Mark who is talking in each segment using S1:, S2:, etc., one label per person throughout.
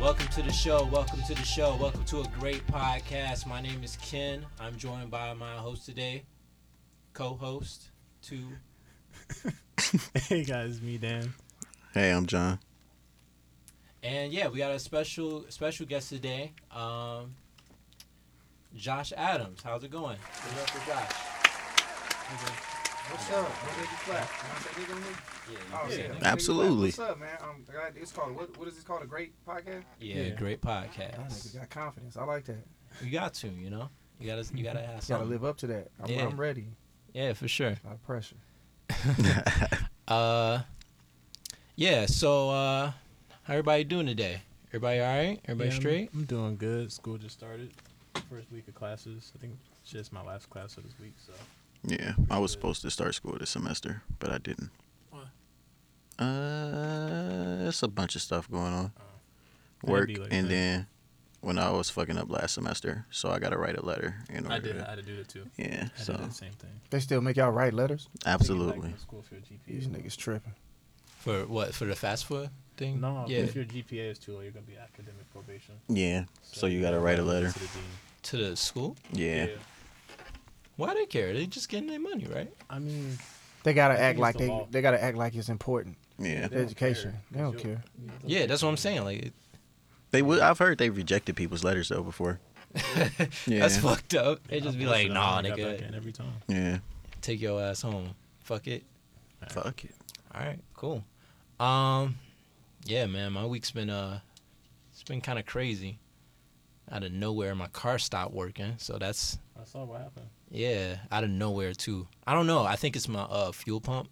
S1: Welcome to the show. Welcome to the show. Welcome to a great podcast. My name is Ken. I'm joined by my host today, co-host to
S2: hey guys, me Dan.
S3: Hey, I'm John.
S1: and yeah, we got a special special guest today. Um, Josh Adams. How's it going? What's up for Josh?
S4: What's up? Don't make you clap. You want to say nigga to me?
S1: Yeah, you
S4: Oh,
S1: can
S4: yeah.
S1: say that.
S4: Don't make you clap.
S3: Absolutely.
S4: What's up, man? Um, God, it's called what? What is this called? A great podcast?
S1: yeah,
S2: Yeah.
S1: great
S4: That nigga
S1: podcast.
S4: got confidence. I like that.
S1: You got to, you know, you gotta you gotta ask.
S4: Gotta
S1: something.
S4: live up to that. I'm,
S1: Yeah.
S4: I'm ready.
S1: Yeah, for sure.
S4: A lot of pressure.
S1: Uh, yeah. So, uh, how everybody doing today? Everybody all right? Everybody
S2: Yeah, I'm-
S1: straight?
S2: I'm, doing good. School just started. First week of classes. I think it's just my last class of this week. So
S3: Yeah, I was supposed to start school this semester, but I didn't.
S2: Why?
S3: Uh, it's a bunch of stuff going on.
S2: It'd
S3: Work,
S2: be like
S3: and
S2: that.
S3: then when I was fucking up last semester, so I got to write a letter. In order
S2: I did. I
S3: To,
S2: had to do it too.
S3: yeah,
S2: I
S3: so
S2: did the same thing.
S4: They still make y'all write letters?
S3: absolutely.
S2: school for your
S4: These
S2: GPA.
S4: niggas tripping.
S1: For what? For the fast food thing?
S2: No,
S1: Yeah.
S2: if your GPA is too low, you're gonna be academic probation.
S3: Yeah, so you got to
S2: gotta
S3: write a
S2: go
S3: letter.
S2: to the dean.
S1: To the school?
S3: Yeah,
S1: Why they care? They just getting their money, right?
S2: I mean,
S4: They gotta
S2: I think
S4: act
S2: it's
S4: like
S2: the
S4: they,
S2: law.
S4: they gotta act like it's important.
S3: yeah.
S2: they don't
S4: Education.
S2: care,
S4: They don't
S2: 'cause
S4: care.
S2: you'll- you'll-
S1: Yeah, that's what I'm saying. Like,
S3: They would. I've heard they rejected people's letters though before. yeah,
S1: that's fucked up. They
S2: I'll
S1: just be
S2: post
S1: like,
S2: it, I'll
S1: nah,
S2: bring it back in
S1: nigga,
S2: Every time.
S3: Yeah,
S1: take your ass home. Fuck it.
S3: fuck it.
S1: All right, cool. Um, yeah, man, my week's been uh, it's been kind of crazy. Out of nowhere, my car stopped working, so that's
S2: I saw what happened.
S1: Yeah, out of nowhere too. I don't know. I think it's my uh fuel pump,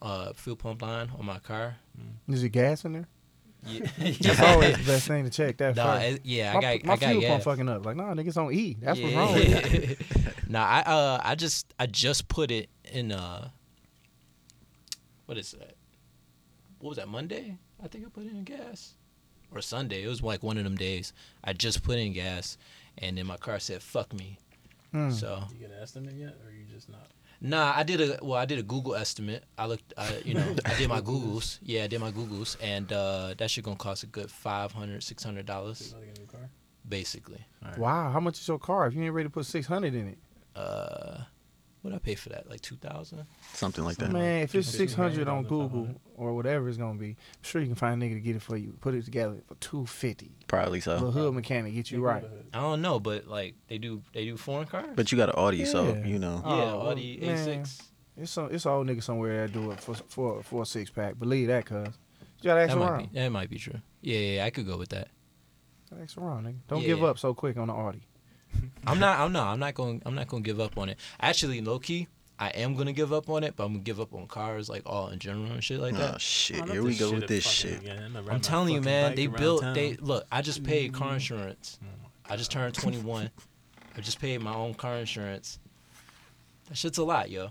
S1: uh fuel pump line on my car.
S4: Is there gas in there?
S1: Yeah,
S4: That's always the best thing to check. That
S1: Nah,
S4: first.
S1: it- yeah,
S4: my
S1: I got
S4: my
S1: I got
S4: fuel pump
S1: gas.
S4: fucking up. Like, nah, niggas on E. That's what's wrong with it.
S1: yeah. nah, I uh I just I just put it in uh what is that? What was that Monday? I think I put in gas or Sunday. It was like one of them days. I just put in gas, and then my car said "fuck me."
S4: Mm.
S1: So
S2: You get an estimate yet, or you just not?
S1: Nah, I did a well. I did a Google estimate. I looked, I, you know, I did my Googles. Yeah, I did my Googles, and uh, that shit gonna cost a good five hundred, six hundred
S2: You
S1: dollars,
S2: gotta get a new car.
S1: basically.
S4: Wow, how much is your car if you ain't ready to put six hundred in it?
S1: Uh, what I pay for that? Like two thousand?
S3: Something like that.
S4: Man, if it's
S2: Fifteen
S4: six hundred
S2: grand,
S4: on
S2: thousand five
S4: Google or whatever it's gonna be, I'm sure you can find a nigga to get it for you. Put it together for two fifty.
S3: Probably
S4: Little
S3: so.
S4: hood mechanic get you right.
S1: I don't know, but like they do, they do foreign cars.
S3: But you got an Audi, so
S4: Yeah.
S3: you know.
S1: yeah,
S4: Oh,
S1: Audi
S4: man.
S1: A6.
S4: It's some it's an old nigga somewhere that do it for for for a six pack. Believe that, cuz. You gotta ask
S1: That might
S4: around.
S1: be, that might be true. Yeah, yeah, I could go with that.
S4: Gotta Ask around, nigga. Don't
S1: Yeah,
S4: give
S1: yeah.
S4: up so quick on the Audi.
S1: I'm not. I'm not. I'm not going. I'm not going to give up on it. Actually, low key, I am going to give up on it, but I'm gonna give up on cars like all in general and shit like that.
S3: Oh shit! Here we go with this shit.
S1: I'm telling you, man. They built. They look. I just paid
S4: Mm.
S1: car insurance. I just turned 21. I just paid my own car insurance. That shit's a lot, yo.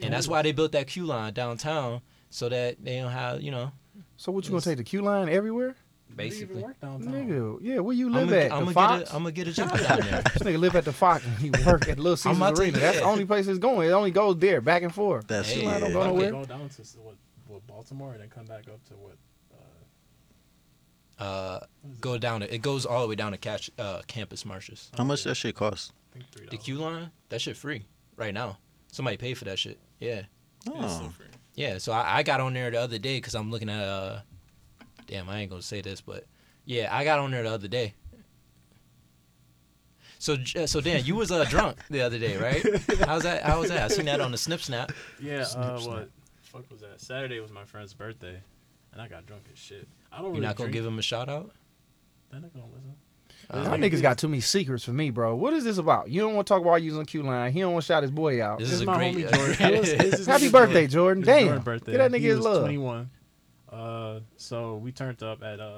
S1: And that's why they built that Q line downtown so that they don't have, you know,
S4: So what you
S1: Yes.
S4: gonna take the Q line everywhere?
S1: basically.
S4: Nigga, yeah, where you
S1: I'm
S4: live at?
S1: gonna
S4: the
S1: get,
S4: Fox?
S1: a- I'ma get a job down there.
S4: This nigga live at the Fox and he work at Little Caesars
S1: about to-
S4: Arena. That's the
S1: yeah.
S4: only place it's going. It only goes there, back and forth.
S3: That's
S1: Hey,
S3: yeah.
S4: I don't
S1: go
S4: go
S1: nowhere.
S4: nowhere.
S2: Go down to s- what, what Baltimore and then come back up to what? Uh,
S1: Uh,
S2: what is it?
S1: go down. To, it goes all the way down to cash, uh, campus marshes.
S3: How much that shit cost?
S2: I think three
S1: The Q line, that shit free right now. Somebody paid for that shit. Yeah.
S3: Oh,
S1: Yeah, so I, I got on there the other day because I'm looking at uh, damn, I ain't gonna say this, but yeah, I got on there the other day. So J- so Dan, you was uh, drunk the other day, right? How's that? How was that? I seen that on the Snip Snap.
S2: Yeah. Uh,
S3: Snip, snip.
S2: what? Fuck was that? Saturday was my friend's birthday, and I got drunk as shit. I don't
S1: You're
S2: really.
S1: not gonna
S2: drink.
S1: give him a shout out?
S2: They're not gonna listen.
S1: Uh,
S4: Y'all niggas got too many secrets for me, bro. What is this about? You don't want to talk about using Q line. He don't want to shout his boy out.
S1: This
S4: This
S1: is a
S4: my
S1: great-
S4: homie
S2: It was-
S4: Jordan.
S2: it's his
S4: Happy
S2: nigga
S4: birthday,
S2: Jordan. It
S4: Jordan.
S2: was
S4: Damn.
S2: Jordan's birthday.
S4: Get that nigga
S2: he
S4: his
S2: was
S4: love.
S2: 21. Uh, so we turned up at uh,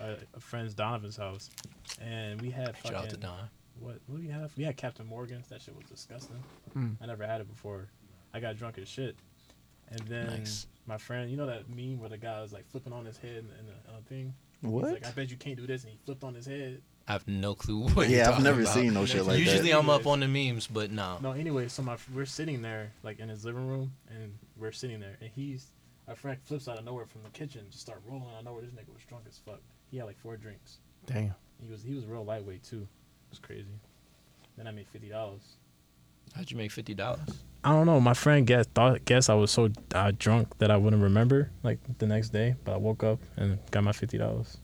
S2: a, a friend's Donovan's house, and we had
S1: shout out to
S2: fucking
S1: Don.
S2: what? What do we have? We had Captain Morgan's. That shit was disgusting.
S4: Mm.
S2: I never had it before. I got drunk as shit, and then
S1: Nice.
S2: my friend, you know that meme where the guy was like flipping on his head and, and the uh, thing. He's
S3: what?
S2: like, I bet you can't do this, and he flipped on his head.
S1: I have no clue what. you're
S3: Yeah, I've
S1: talking
S3: never
S1: about.
S3: seen no shit like
S1: Usually
S3: that.
S1: I'm up on the memes, but no.
S2: No, anyway, so my f- we're sitting there like in his living room, and we're sitting there, and he's our friend flips out of nowhere from the kitchen, just start rolling. I know where this nigga was drunk as fuck. He had like four drinks.
S4: Damn.
S2: He was he was real lightweight too. It was crazy. Then I made fifty dollars.
S1: How'd you make fifty dollars?
S2: I don't know. My friend guessed thought guessed I was so uh, drunk that I wouldn't remember like the next day, but I woke up and got my fifty dollars.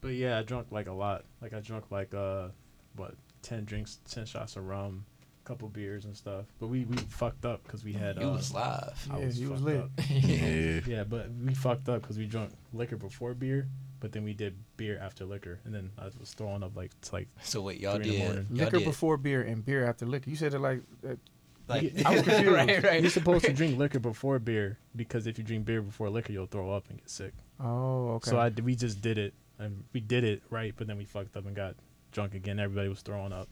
S2: But yeah, I drunk like a lot. Like I drunk like uh, what ten drinks, ten shots of rum, couple beers and stuff. But we we fucked up because we had.
S1: You
S2: uh,
S1: was live.
S2: I
S4: Yeah,
S2: was
S4: you was
S2: fucked
S4: lit.
S2: up.
S3: Yeah.
S2: Yeah, but we fucked up because we drank liquor before beer, but then we did beer after liquor, and then I was throwing up like it's like
S1: So wait, y'all
S2: Three in the
S1: did
S2: morning.
S1: y'all
S4: Liquor
S1: did-
S4: before beer and beer after liquor. You said it like that.
S1: like
S2: I was confused.
S1: right, right.
S2: You're supposed to drink liquor before beer because if you drink beer before liquor, you'll throw up and get sick.
S4: Oh, okay.
S2: So I d- we just did it, and we did it right, but then we fucked up and got drunk again. Everybody was throwing up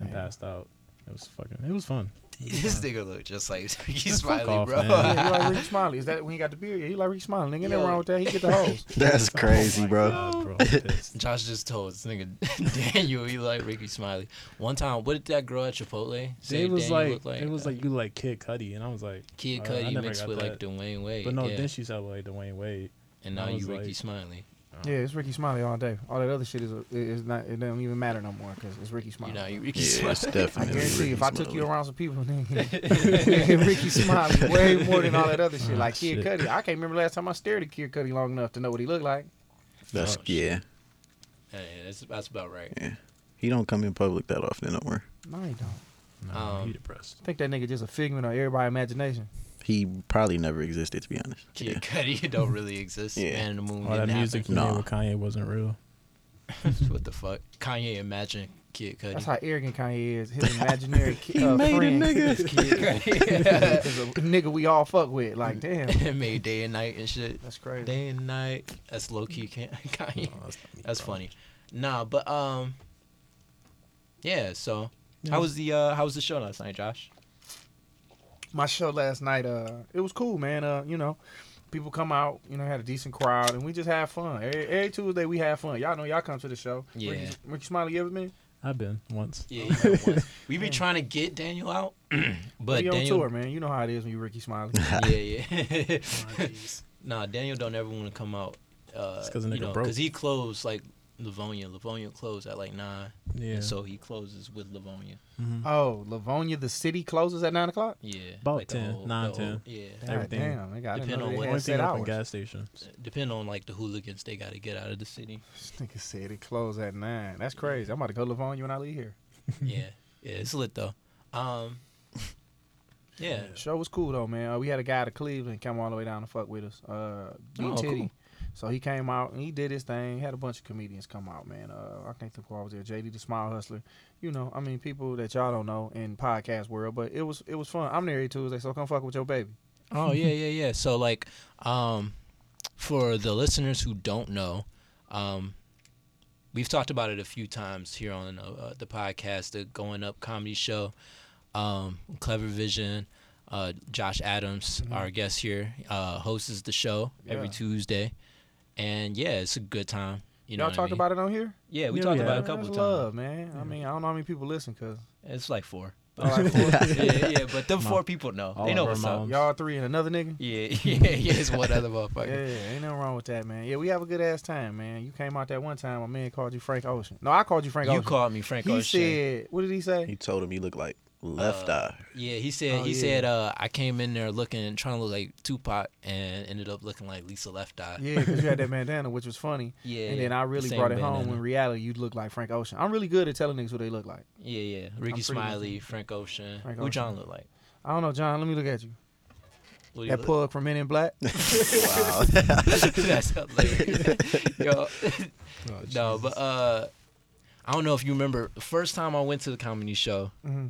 S2: and
S4: Damn.
S2: passed out. It was fucking. It was fun.
S1: This nigga look just like Ricky Smiley,
S2: off,
S1: bro.
S2: man.
S4: yeah, you like Ricky Smiley? Is that when he got the beer? Yeah, you like Ricky Smiley? Nigga, ain't nothing
S1: Yo.
S4: wrong with that. He get the hoes.
S3: That's crazy,
S2: My
S3: bro.
S2: God, bro, I'm pissed.
S1: Josh just told this nigga Daniel he like Ricky Smiley. One time, what did that girl at Chipotle say?
S2: it was
S1: Daniel
S2: like,
S1: looked like uh,
S2: it was like you like Kid Cudi, and I was like
S1: Kid
S2: uh, I
S1: Cudi
S2: never
S1: mixed
S2: got
S1: with like
S2: that.
S1: Dwayne Wade.
S2: But no,
S1: yeah.
S2: then she said like Dwayne Wade.
S1: and
S2: I
S1: now you
S2: was
S1: Ricky
S2: like-
S1: Smiley.
S4: Yeah, it's Ricky Smiley all day. All that other shit is is not. It don't even matter no more because it's Ricky
S1: You
S4: Smiley.
S1: know you Ricky
S3: Yeah, it's
S1: Smiley.
S4: I
S3: definitely.
S4: guarantee you, if I took you
S3: Smiley.
S4: around some people, nigga, Ricky Smiley way more than all that other shit.
S2: Oh,
S4: Like Kid
S2: shit.
S4: Cudi, I can't remember last time I stared at Kid Cudi long enough to know what he looked like.
S3: that's
S1: Oh, shit.
S3: yeah.
S1: Yeah, yeah, that's, that's about right.
S3: He don't come in public that often, don't worry.
S4: No, he don't.
S2: No,
S1: Um,
S2: he depressed.
S4: I think that nigga just a figment of everybody's imagination.
S3: He probably never existed, to be honest.
S1: Kid Cudi don't really exist.
S3: Yeah.
S1: Man in the moon.
S2: All that
S1: didn't
S2: music he
S1: happen.
S2: made
S3: Nah.
S2: with Kanye wasn't real.
S1: what the fuck? Kanye imagine Kid Cudi.
S4: That's how arrogant Kanye is. His imaginary ki- uh,
S3: made a
S4: friend
S3: nigga.
S4: is Kid Cudi. Is a nigga we all fuck with. Like, damn,
S1: made day and night and shit.
S4: that's crazy.
S1: Day and night. That's low key Ka- Kanye.
S2: No, that's not me,
S1: That's
S2: bro.
S1: funny. Nah, but um, yeah. So
S2: Yeah.
S1: how was the uh how was the show last night, Josh?
S4: my show last night, uh, it was cool, man. Uh, you know, people come out, you know, had a decent crowd, and we just had fun. Every, every Tuesday we had fun. Y'all know y'all come to the show.
S1: Yeah.
S4: Ricky, Ricky Smiley, you ever been?
S2: I've been once.
S1: Yeah, you know, once- we be trying to get Daniel out, but
S4: we on
S1: Daniel.
S4: tour, man. You know how it is when you Ricky Smiley.
S1: Yeah, yeah.
S2: jeez.
S1: nah, Daniel don't ever want to come out. Uh,
S2: 'cause the
S1: you
S2: nigga
S1: know,
S2: broke.
S1: 'cause he closed like Livonia. Livonia closed at like nine,
S2: Yeah.
S1: and so he closes with Livonia.
S2: Mhm.
S4: oh, Livonia, the city closes at nine o'clock.
S1: Yeah,
S2: About
S1: like the
S2: 10,
S1: whole-
S2: nine,
S1: the whole-
S2: 10.
S1: Yeah,
S4: God
S2: Everything.
S4: Damn, nigga, I didn't
S1: Depend
S4: know
S1: on
S4: they
S1: what-
S4: had
S2: Only thing
S4: set
S2: up in
S4: hours.
S2: gas stations.
S1: depend on like the hooligans they got to get out of the city.
S4: This nigga said it closed at nine. That's crazy. I'm about to go Livonia when I leave here. Mm-hmm.
S1: yeah, yeah, it's lit though. Um, yeah,
S4: Show was cool though, man. Uh, we had a guy out of Cleveland come all the way down to fuck with us. Uh, G
S1: Oh,
S4: Titty.
S1: cool.
S4: So he came out and he did his thing. Had a bunch of comedians come out, man. Uh, I can't think who I was there. JD the Smile Hustler. You know, I mean, people that y'all don't know in podcast world, but it was it was fun. I'm there every Tuesday, so come fuck with your baby.
S1: Oh yeah, yeah, yeah. So like, um, for the listeners who don't know, um, we've talked about it a few times here on uh, the podcast, the Going Up Comedy Show, um, Clever Vision. Uh, Josh Adams, our guest here, uh, hosts the show every
S4: Mm-hmm. Yeah.
S1: Tuesday, and yeah, it's a good time. You know,
S4: y'all
S1: what I
S4: talked
S1: mean?
S4: about it on here.
S1: Yeah, we
S2: Yeah,
S1: talked
S2: yeah.
S1: about it a
S4: Man,
S1: couple
S4: that's
S1: times.
S4: love, man. I mean, I don't know how many people listen, cause
S1: It's like four.
S4: All right, four.
S1: yeah, yeah, but them
S2: Mom.
S1: four people know.
S2: All
S1: They
S2: of
S1: know
S2: our
S1: what's up.
S2: moms.
S4: y'all three and another nigga.
S1: Yeah, yeah, yeah. It's one other motherfucker.
S4: Yeah, ain't nothing wrong with that, man. Yeah, we have a good ass time, man. You came out that one time. My man called you Frank Ocean. No, I called you Frank
S1: you
S4: Ocean.
S1: called me Frank
S4: he
S1: Ocean.
S4: said, what did he say?
S3: He told him he looked like left
S1: Uh,
S3: eye.
S1: yeah, he said
S4: Oh,
S1: he
S4: yeah.
S1: said uh, I came in there looking trying to look like Tupac and ended up looking like Lisa Left Eye.
S4: Yeah, because you had that bandana, which was funny.
S1: Yeah,
S4: and then I really
S1: same
S4: brought it home
S1: bandana.
S4: when reality you look like Frank Ocean. I'm really good at telling niggas what they look like.
S1: yeah, yeah. Ricky
S4: pretty much-
S1: Smiley, Frank Ocean.
S4: Frank
S1: Who John
S4: Ocean.
S1: look like?
S4: I don't know, John. Let me look at you.
S1: What do you
S4: That
S1: look-
S4: plug from Men in Black.
S3: Wow.
S1: That's hilarious. Yo,
S4: Oh,
S1: no, but uh, I don't know if you remember the first time I went to the comedy show.
S4: hmm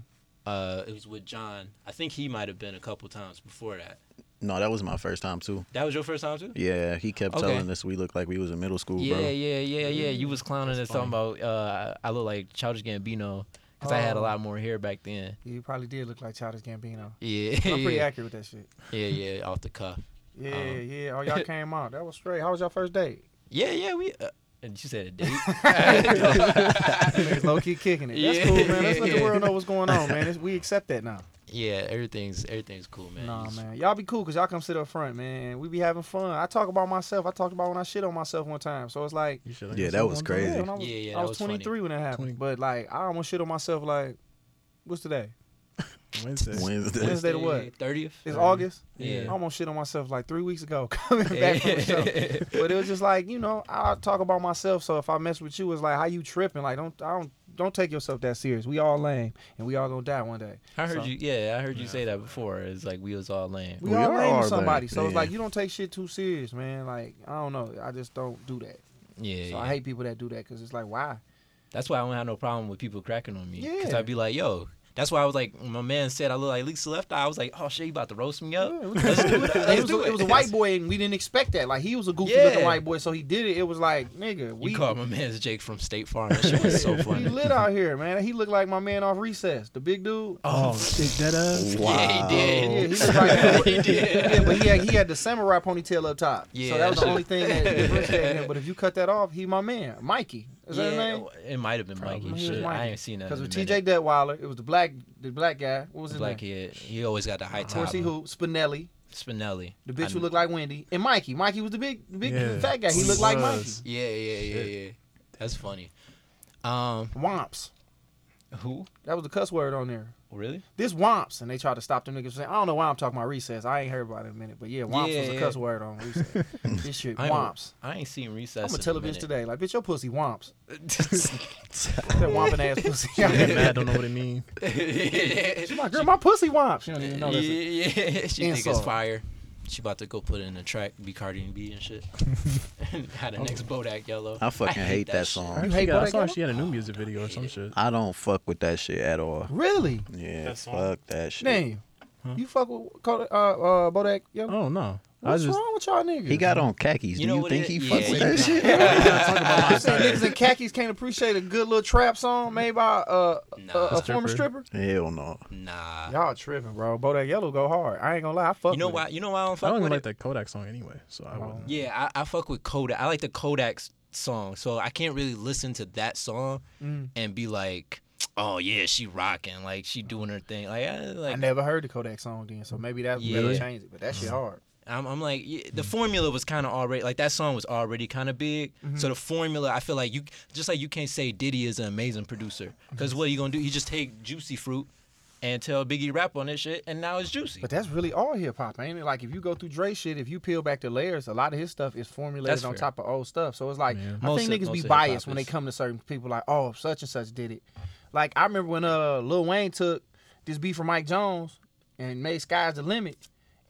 S1: Uh, it was with John. I think he might have been a couple times before that.
S3: no, that was my first time too.
S1: That was your first time too.
S3: Yeah, he kept
S1: Okay.
S3: telling us we looked like we was in middle school,
S1: yeah,
S3: bro.
S1: yeah, yeah, yeah. You was clowning and talking about uh, I look like Childish Gambino because I had a
S4: Oh.
S1: lot more hair back then.
S4: You probably did look like Childish Gambino.
S1: Yeah,
S4: I'm pretty
S1: yeah,
S4: accurate with that shit.
S1: yeah, yeah, off the cuff.
S4: Yeah,
S1: Um.
S4: yeah. Oh, y'all came out. That was straight. How was your first date?
S1: Yeah, yeah, we. Uh, and you said a date.
S4: Low key kicking it. That's
S1: Yeah,
S4: cool, man. Let's
S1: yeah, yeah.
S4: let the world know what's going on, man. It's, we accept that now.
S1: yeah, everything's everything's cool, man.
S4: Nah,
S1: Just-
S4: man. Y'all be cool because y'all come sit up front, man. We be having fun. I talk about myself. I talked about when I shit on myself one time. So it's like,
S2: You should
S3: Yeah, that was crazy.
S4: yeah, when I was,
S1: Yeah, yeah,
S4: I
S1: that was
S4: was,
S1: funny.
S4: 23 when that happened.
S2: 20.
S4: But like, I almost shit on myself. Like, what's today?
S2: Wednesday.
S3: Wednesday.
S4: Wednesday to what?
S1: Thirtieth.
S4: It's August.
S1: Yeah.
S4: I almost shit on myself like three weeks ago coming back from the show. But it was just like you know, I talk about myself. So if I mess with you, it's like how you tripping? Like don't I don't don't take yourself that serious. We all lame and we all gonna die one day.
S1: I heard
S4: So-
S1: you. Yeah, I heard you say that before. It's like we was all lame.
S4: We,
S3: We
S4: all
S3: are
S4: lame
S3: all lame,
S4: to somebody. So it's
S3: yeah.
S4: like you don't take shit too serious, man. Like I don't know. I just don't do that.
S1: Yeah,
S4: so
S1: yeah.
S4: I hate people that do that because it's like why?
S1: That's why I don't have no problem with people cracking on me. Because
S4: Yeah.
S1: I'd be like, yo. That's why I was like, when my man said I look like Lisa Left Eye. I was like, oh shit, you about to roast me up?
S4: Yeah, we-
S1: Let's do it.
S4: It
S1: Let's
S4: was,
S1: do
S4: a, it was a white boy and we didn't expect that. Like he was a goofy looking
S1: Yeah.
S4: white boy, so he did it. It was like nigga,
S1: You
S4: we
S1: called my man's Jake from State Farm. That shit was so
S4: we
S1: funny.
S4: lit out here, man. He looked like my man off recess, the big dude.
S2: Oh, shake that up.
S1: Yeah,
S3: Wow.
S1: he
S4: Yeah, he
S1: did.
S4: looked like
S1: he did.
S4: Yeah, but he had, he had the samurai ponytail up top. so
S1: Yeah,
S4: that was the
S1: that's
S4: only
S1: it.
S4: thing that differentiated him. But if you cut that off, he my man, Mikey. Is that
S1: Yeah,
S4: his name?
S1: It might have been
S2: Probably.
S1: Mikey.
S4: He was
S1: Shit, I
S4: Mikey.
S1: ain't seen that.
S4: Because
S1: in
S4: with
S1: a
S4: T.J. Detweiler, it was the black the black guy. What was his
S1: Black
S4: name?
S1: kid, he always got the high
S4: Of
S1: top.
S4: course, he who Spinelli,
S1: Spinelli.
S4: the bitch
S1: I
S4: who
S1: kn-
S4: looked like Wendy, and Mikey. Mikey was the big the big
S2: Yeah.
S4: fat guy. He
S2: He
S4: looked like Mikey.
S2: was.
S1: Yeah, yeah, yeah, yeah. That's funny. Um,
S4: Womps.
S1: who?
S4: That was the cuss word on there.
S1: Really?
S4: This womps, and they tried to stop them niggas from saying, I don't know why I'm talking about recess. I ain't heard about it in a minute, but yeah, womps
S1: Yeah,
S4: was a
S1: yeah.
S4: cuss word on recess. this shit,
S1: I ain't-
S4: womps.
S1: I ain't seen recess.
S4: I'm gonna
S1: in
S4: tell a
S1: a
S4: bitch
S1: minute.
S4: today, like, bitch, your pussy womps.
S1: It's
S4: That womping ass pussy.
S2: Get mad, don't know what it means.
S4: my girl, my pussy womps. She don't
S1: yeah,
S4: even know this.
S1: yeah. She think it's
S4: Insult.
S1: fire. She about to go put in a track, be Cardi and B and shit. Had the next Bodak Yellow.
S3: I fucking hate,
S1: shit.
S3: that, song.
S2: I,
S4: You hate
S2: got, I
S4: Bodak
S2: saw
S4: Yellow?
S2: she had a new music video or some shit.
S3: I don't fuck with that shit at all.
S4: Really?
S3: Yeah,
S2: That song?
S3: fuck that shit.
S4: Damn.
S2: Huh?
S4: You fuck with Kodak- uh, uh, Bodak? Yo,
S2: Oh no, I
S4: what's
S2: just
S4: wrong with y'all niggas?
S3: He got on khakis.
S1: You know
S3: Do you
S1: what
S3: think
S1: it-
S3: he
S1: yeah,
S3: fucks with
S1: you
S3: that
S1: know.
S3: shit?
S4: You say niggas in khakis can't appreciate a good little trap song made by uh, a,
S1: Nah.
S4: a former stripper?
S3: Hell no.
S1: Nah.
S4: Y'all tripping, bro. Bodak Yellow go hard. I ain't gonna lie. I fuck
S1: You know
S4: with
S1: why? You know why I don't
S2: I
S1: fuck
S2: don't even
S1: with
S2: like
S1: it?
S2: that Kodak song anyway, so I wouldn't.
S1: Yeah, I, I fuck with Kodak. I like the Kodak s- song, so I can't really listen to that song
S4: It. Mm.
S1: and be like, "Oh yeah, she rocking, like she doing her thing." Like, I,
S4: I
S1: like
S4: never heard the Kodak song then, so maybe that
S1: Yeah.
S4: really changed it. But that shit hard.
S1: I'm, I'm like y-
S4: Mm-hmm.
S1: the formula was kind of already like that song was already kind of big.
S4: Mm-hmm.
S1: So the formula, I feel like you just like you can't say Diddy is an amazing producer because what are you gonna do? You just take Juicy Fruit and tell Biggie rap on this shit, and now it's Juicy.
S4: But that's really all hip hop, ain't it? Like if you go through Dre shit, if you peel back the layers, a lot of his stuff is formulated
S1: That's
S4: on
S1: fair.
S4: top of old stuff. So it's like
S2: Yeah.
S4: I
S1: Most
S4: think
S1: of-
S4: niggas
S1: most
S4: be
S1: of hip
S4: biased
S1: hop
S4: when they
S1: is-
S4: come to certain people like, oh, such and such did it. Like I remember when uh Lil Wayne took this beat from Mike Jones and made Sky's the Limit.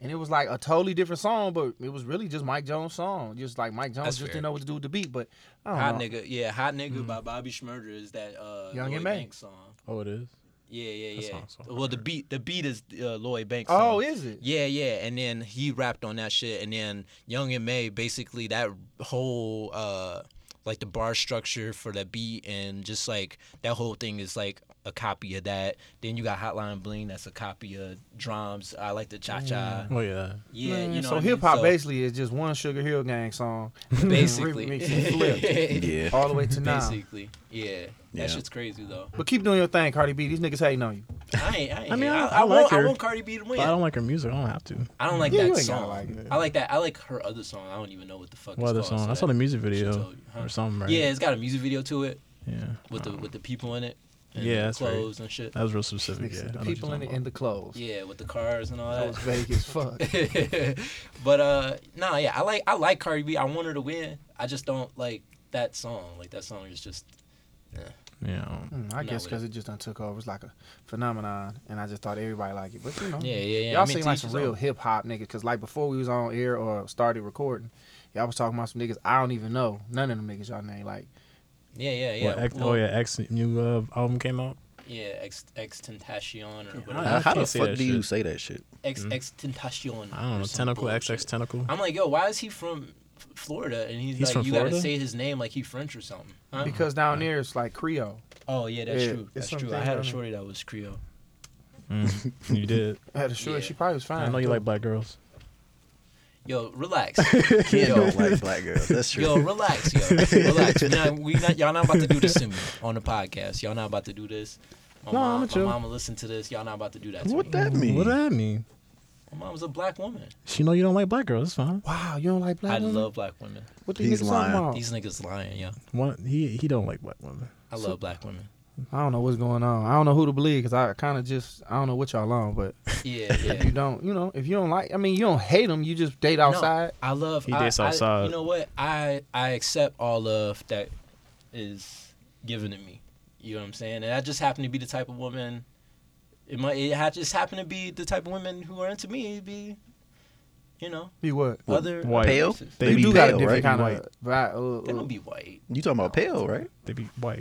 S4: And it was like a totally different song, but it was really just Mike Jones' song. Just like Mike Jones
S1: That's
S4: just
S1: fair.
S4: didn't know what to do with the beat, but I don't
S1: Hot
S4: know.
S1: nigga, yeah, Hot nigga by Bobby Schmurder is that uh,
S4: Mm-hmm. Young and
S1: Lloyd
S4: May.
S1: Banks song.
S2: Oh, it is.
S1: Yeah, yeah,
S2: That
S1: yeah.
S2: song's so
S1: well, the
S2: hard.
S1: beat, the beat is uh, Lloyd Banks.
S4: Oh,
S1: song.
S4: is it?
S1: Yeah, yeah. And then he rapped on that shit, and then Young and May basically that whole uh like the bar structure for that beat and just like that whole thing is like a copy of that. Then you got Hotline Bling, that's a copy of drums. I like the cha cha.
S2: Oh yeah.
S1: Yeah,
S4: Man,
S1: you know.
S4: so
S1: what I mean?
S4: hip hop
S1: So
S4: basically is just one Sugar Hill Gang song,
S1: basically,
S4: remix and flip
S3: Yeah.
S4: all the way to now.
S1: basically, yeah.
S3: Yeah.
S1: That shit's crazy though.
S4: But keep doing your thing, Cardi B. These niggas hating on you.
S1: I ain't. I, ain't
S2: I mean,
S1: I, I,
S2: I- I like
S1: want, I
S2: her,
S1: want Cardi B to win.
S2: But I don't like her music. I don't have to.
S1: I don't like
S4: Yeah, you
S1: that
S4: ain't gotta
S1: song.
S4: like it.
S1: I like that. I like her other song. I don't even know what the fuck.
S2: What other
S1: it's called,
S2: song?
S1: so
S2: I saw
S1: that-
S2: the music
S1: she
S2: video
S1: told you, huh?
S2: or something, right?
S1: Yeah, it's got a music video to it
S2: Yeah.
S1: with the with the people in it. And
S2: Yeah,
S1: the
S2: that's right.
S1: clothes and shit.
S2: That was real specific.
S4: Niggas,
S2: Yeah.
S4: the people in it and the clothes.
S1: Yeah, with the cars and all
S4: That was vague as fuck.
S1: that. but uh, nah, yeah, I like I like Cardi B. I want her to win. I just don't like that song. Like that song is just
S2: Yeah. I don't-
S4: Hmm, I
S1: Not
S4: guess
S1: with
S4: because it just done took over. It's like a phenomenon, and I just thought everybody liked it. But
S2: Oh.
S4: you know,
S1: yeah, yeah, yeah.
S4: y'all
S1: I mean,
S4: seem
S1: to
S4: like
S1: each
S4: some
S1: his
S4: real
S1: own.
S4: hip hop niggas. Cause like before we was on air or started recording, y'all was talking about some niggas I don't even know. None of them niggas y'all name. Like
S1: Yeah, yeah, yeah.
S2: What, X,
S1: well,
S2: oh yeah, X new uh, album came out.
S1: yeah, Ex Ex Tentacion or
S2: I
S1: whatever.
S3: How, how the
S2: can't say
S3: fuck do
S2: that
S3: you
S2: shit.
S3: say that shit?
S1: Ex Ex Tentacion.
S2: I don't
S1: or
S2: know.
S1: some
S2: Tentacle
S1: bullshit.
S2: XX Tentacle.
S1: I'm like, yo, why is he from F- Florida? And he's,
S2: He's
S1: like,
S2: from
S1: you gotta
S2: Florida?
S1: say his name like he French or something. Huh?
S4: because down there it's like Creole.
S1: oh yeah, that's
S4: Yeah,
S1: true.
S4: it's
S1: That's true. I
S4: something
S1: had a
S4: down there.
S1: shorty that was Creole.
S2: Mm, you did.
S4: I had a short.
S1: Yeah.
S4: She probably was fine.
S2: I know you
S4: too.
S2: like black girls.
S1: Yo, relax.
S3: Kid
S1: yo,
S3: don't like black girls. That's true.
S1: yo, relax, yo, relax. We not, we not, y'all not about to do this to me on the podcast. Y'all not about to do this. My
S2: No,
S1: mom,
S2: I'ma
S1: my
S2: chill.
S1: mama listened to this. Y'all not about to do that to
S3: What
S1: me.
S3: that mean?
S2: What that mean?
S1: My mom's a black woman.
S2: She know you don't like black girls. It's fine.
S4: Wow, you don't like black
S1: I
S4: women?
S1: love black women.
S4: what the
S3: He's
S4: niggas talking
S3: lying.
S4: about?
S1: These niggas lying, yo.
S2: One, he he don't like black women.
S1: I love black women.
S4: I don't know what's going on. I don't know who to believe because I kind of just I don't know what y'all on. But
S1: Yeah,
S4: if
S1: yeah.
S4: you don't, you know, if you don't like, I mean, you don't hate them. You just date outside.
S1: No, I love.
S2: He
S1: I,
S2: dates
S1: I-
S2: outside.
S1: you know what? I I accept all love that is given to me. You know what I'm saying? And I just happen to be the type of woman. It might. It ha- just happen to be the type of women who are into me. Be, you know,
S4: You what?
S1: other
S2: white.
S1: other
S3: Pale?
S1: races.
S2: They
S4: you
S2: be
S4: do got a
S3: pale,
S4: different
S3: right?
S4: kind of vibe. Uh,
S1: They
S4: uh,
S1: don't be white.
S3: You talking about pale, right?
S2: They be white.
S4: uh,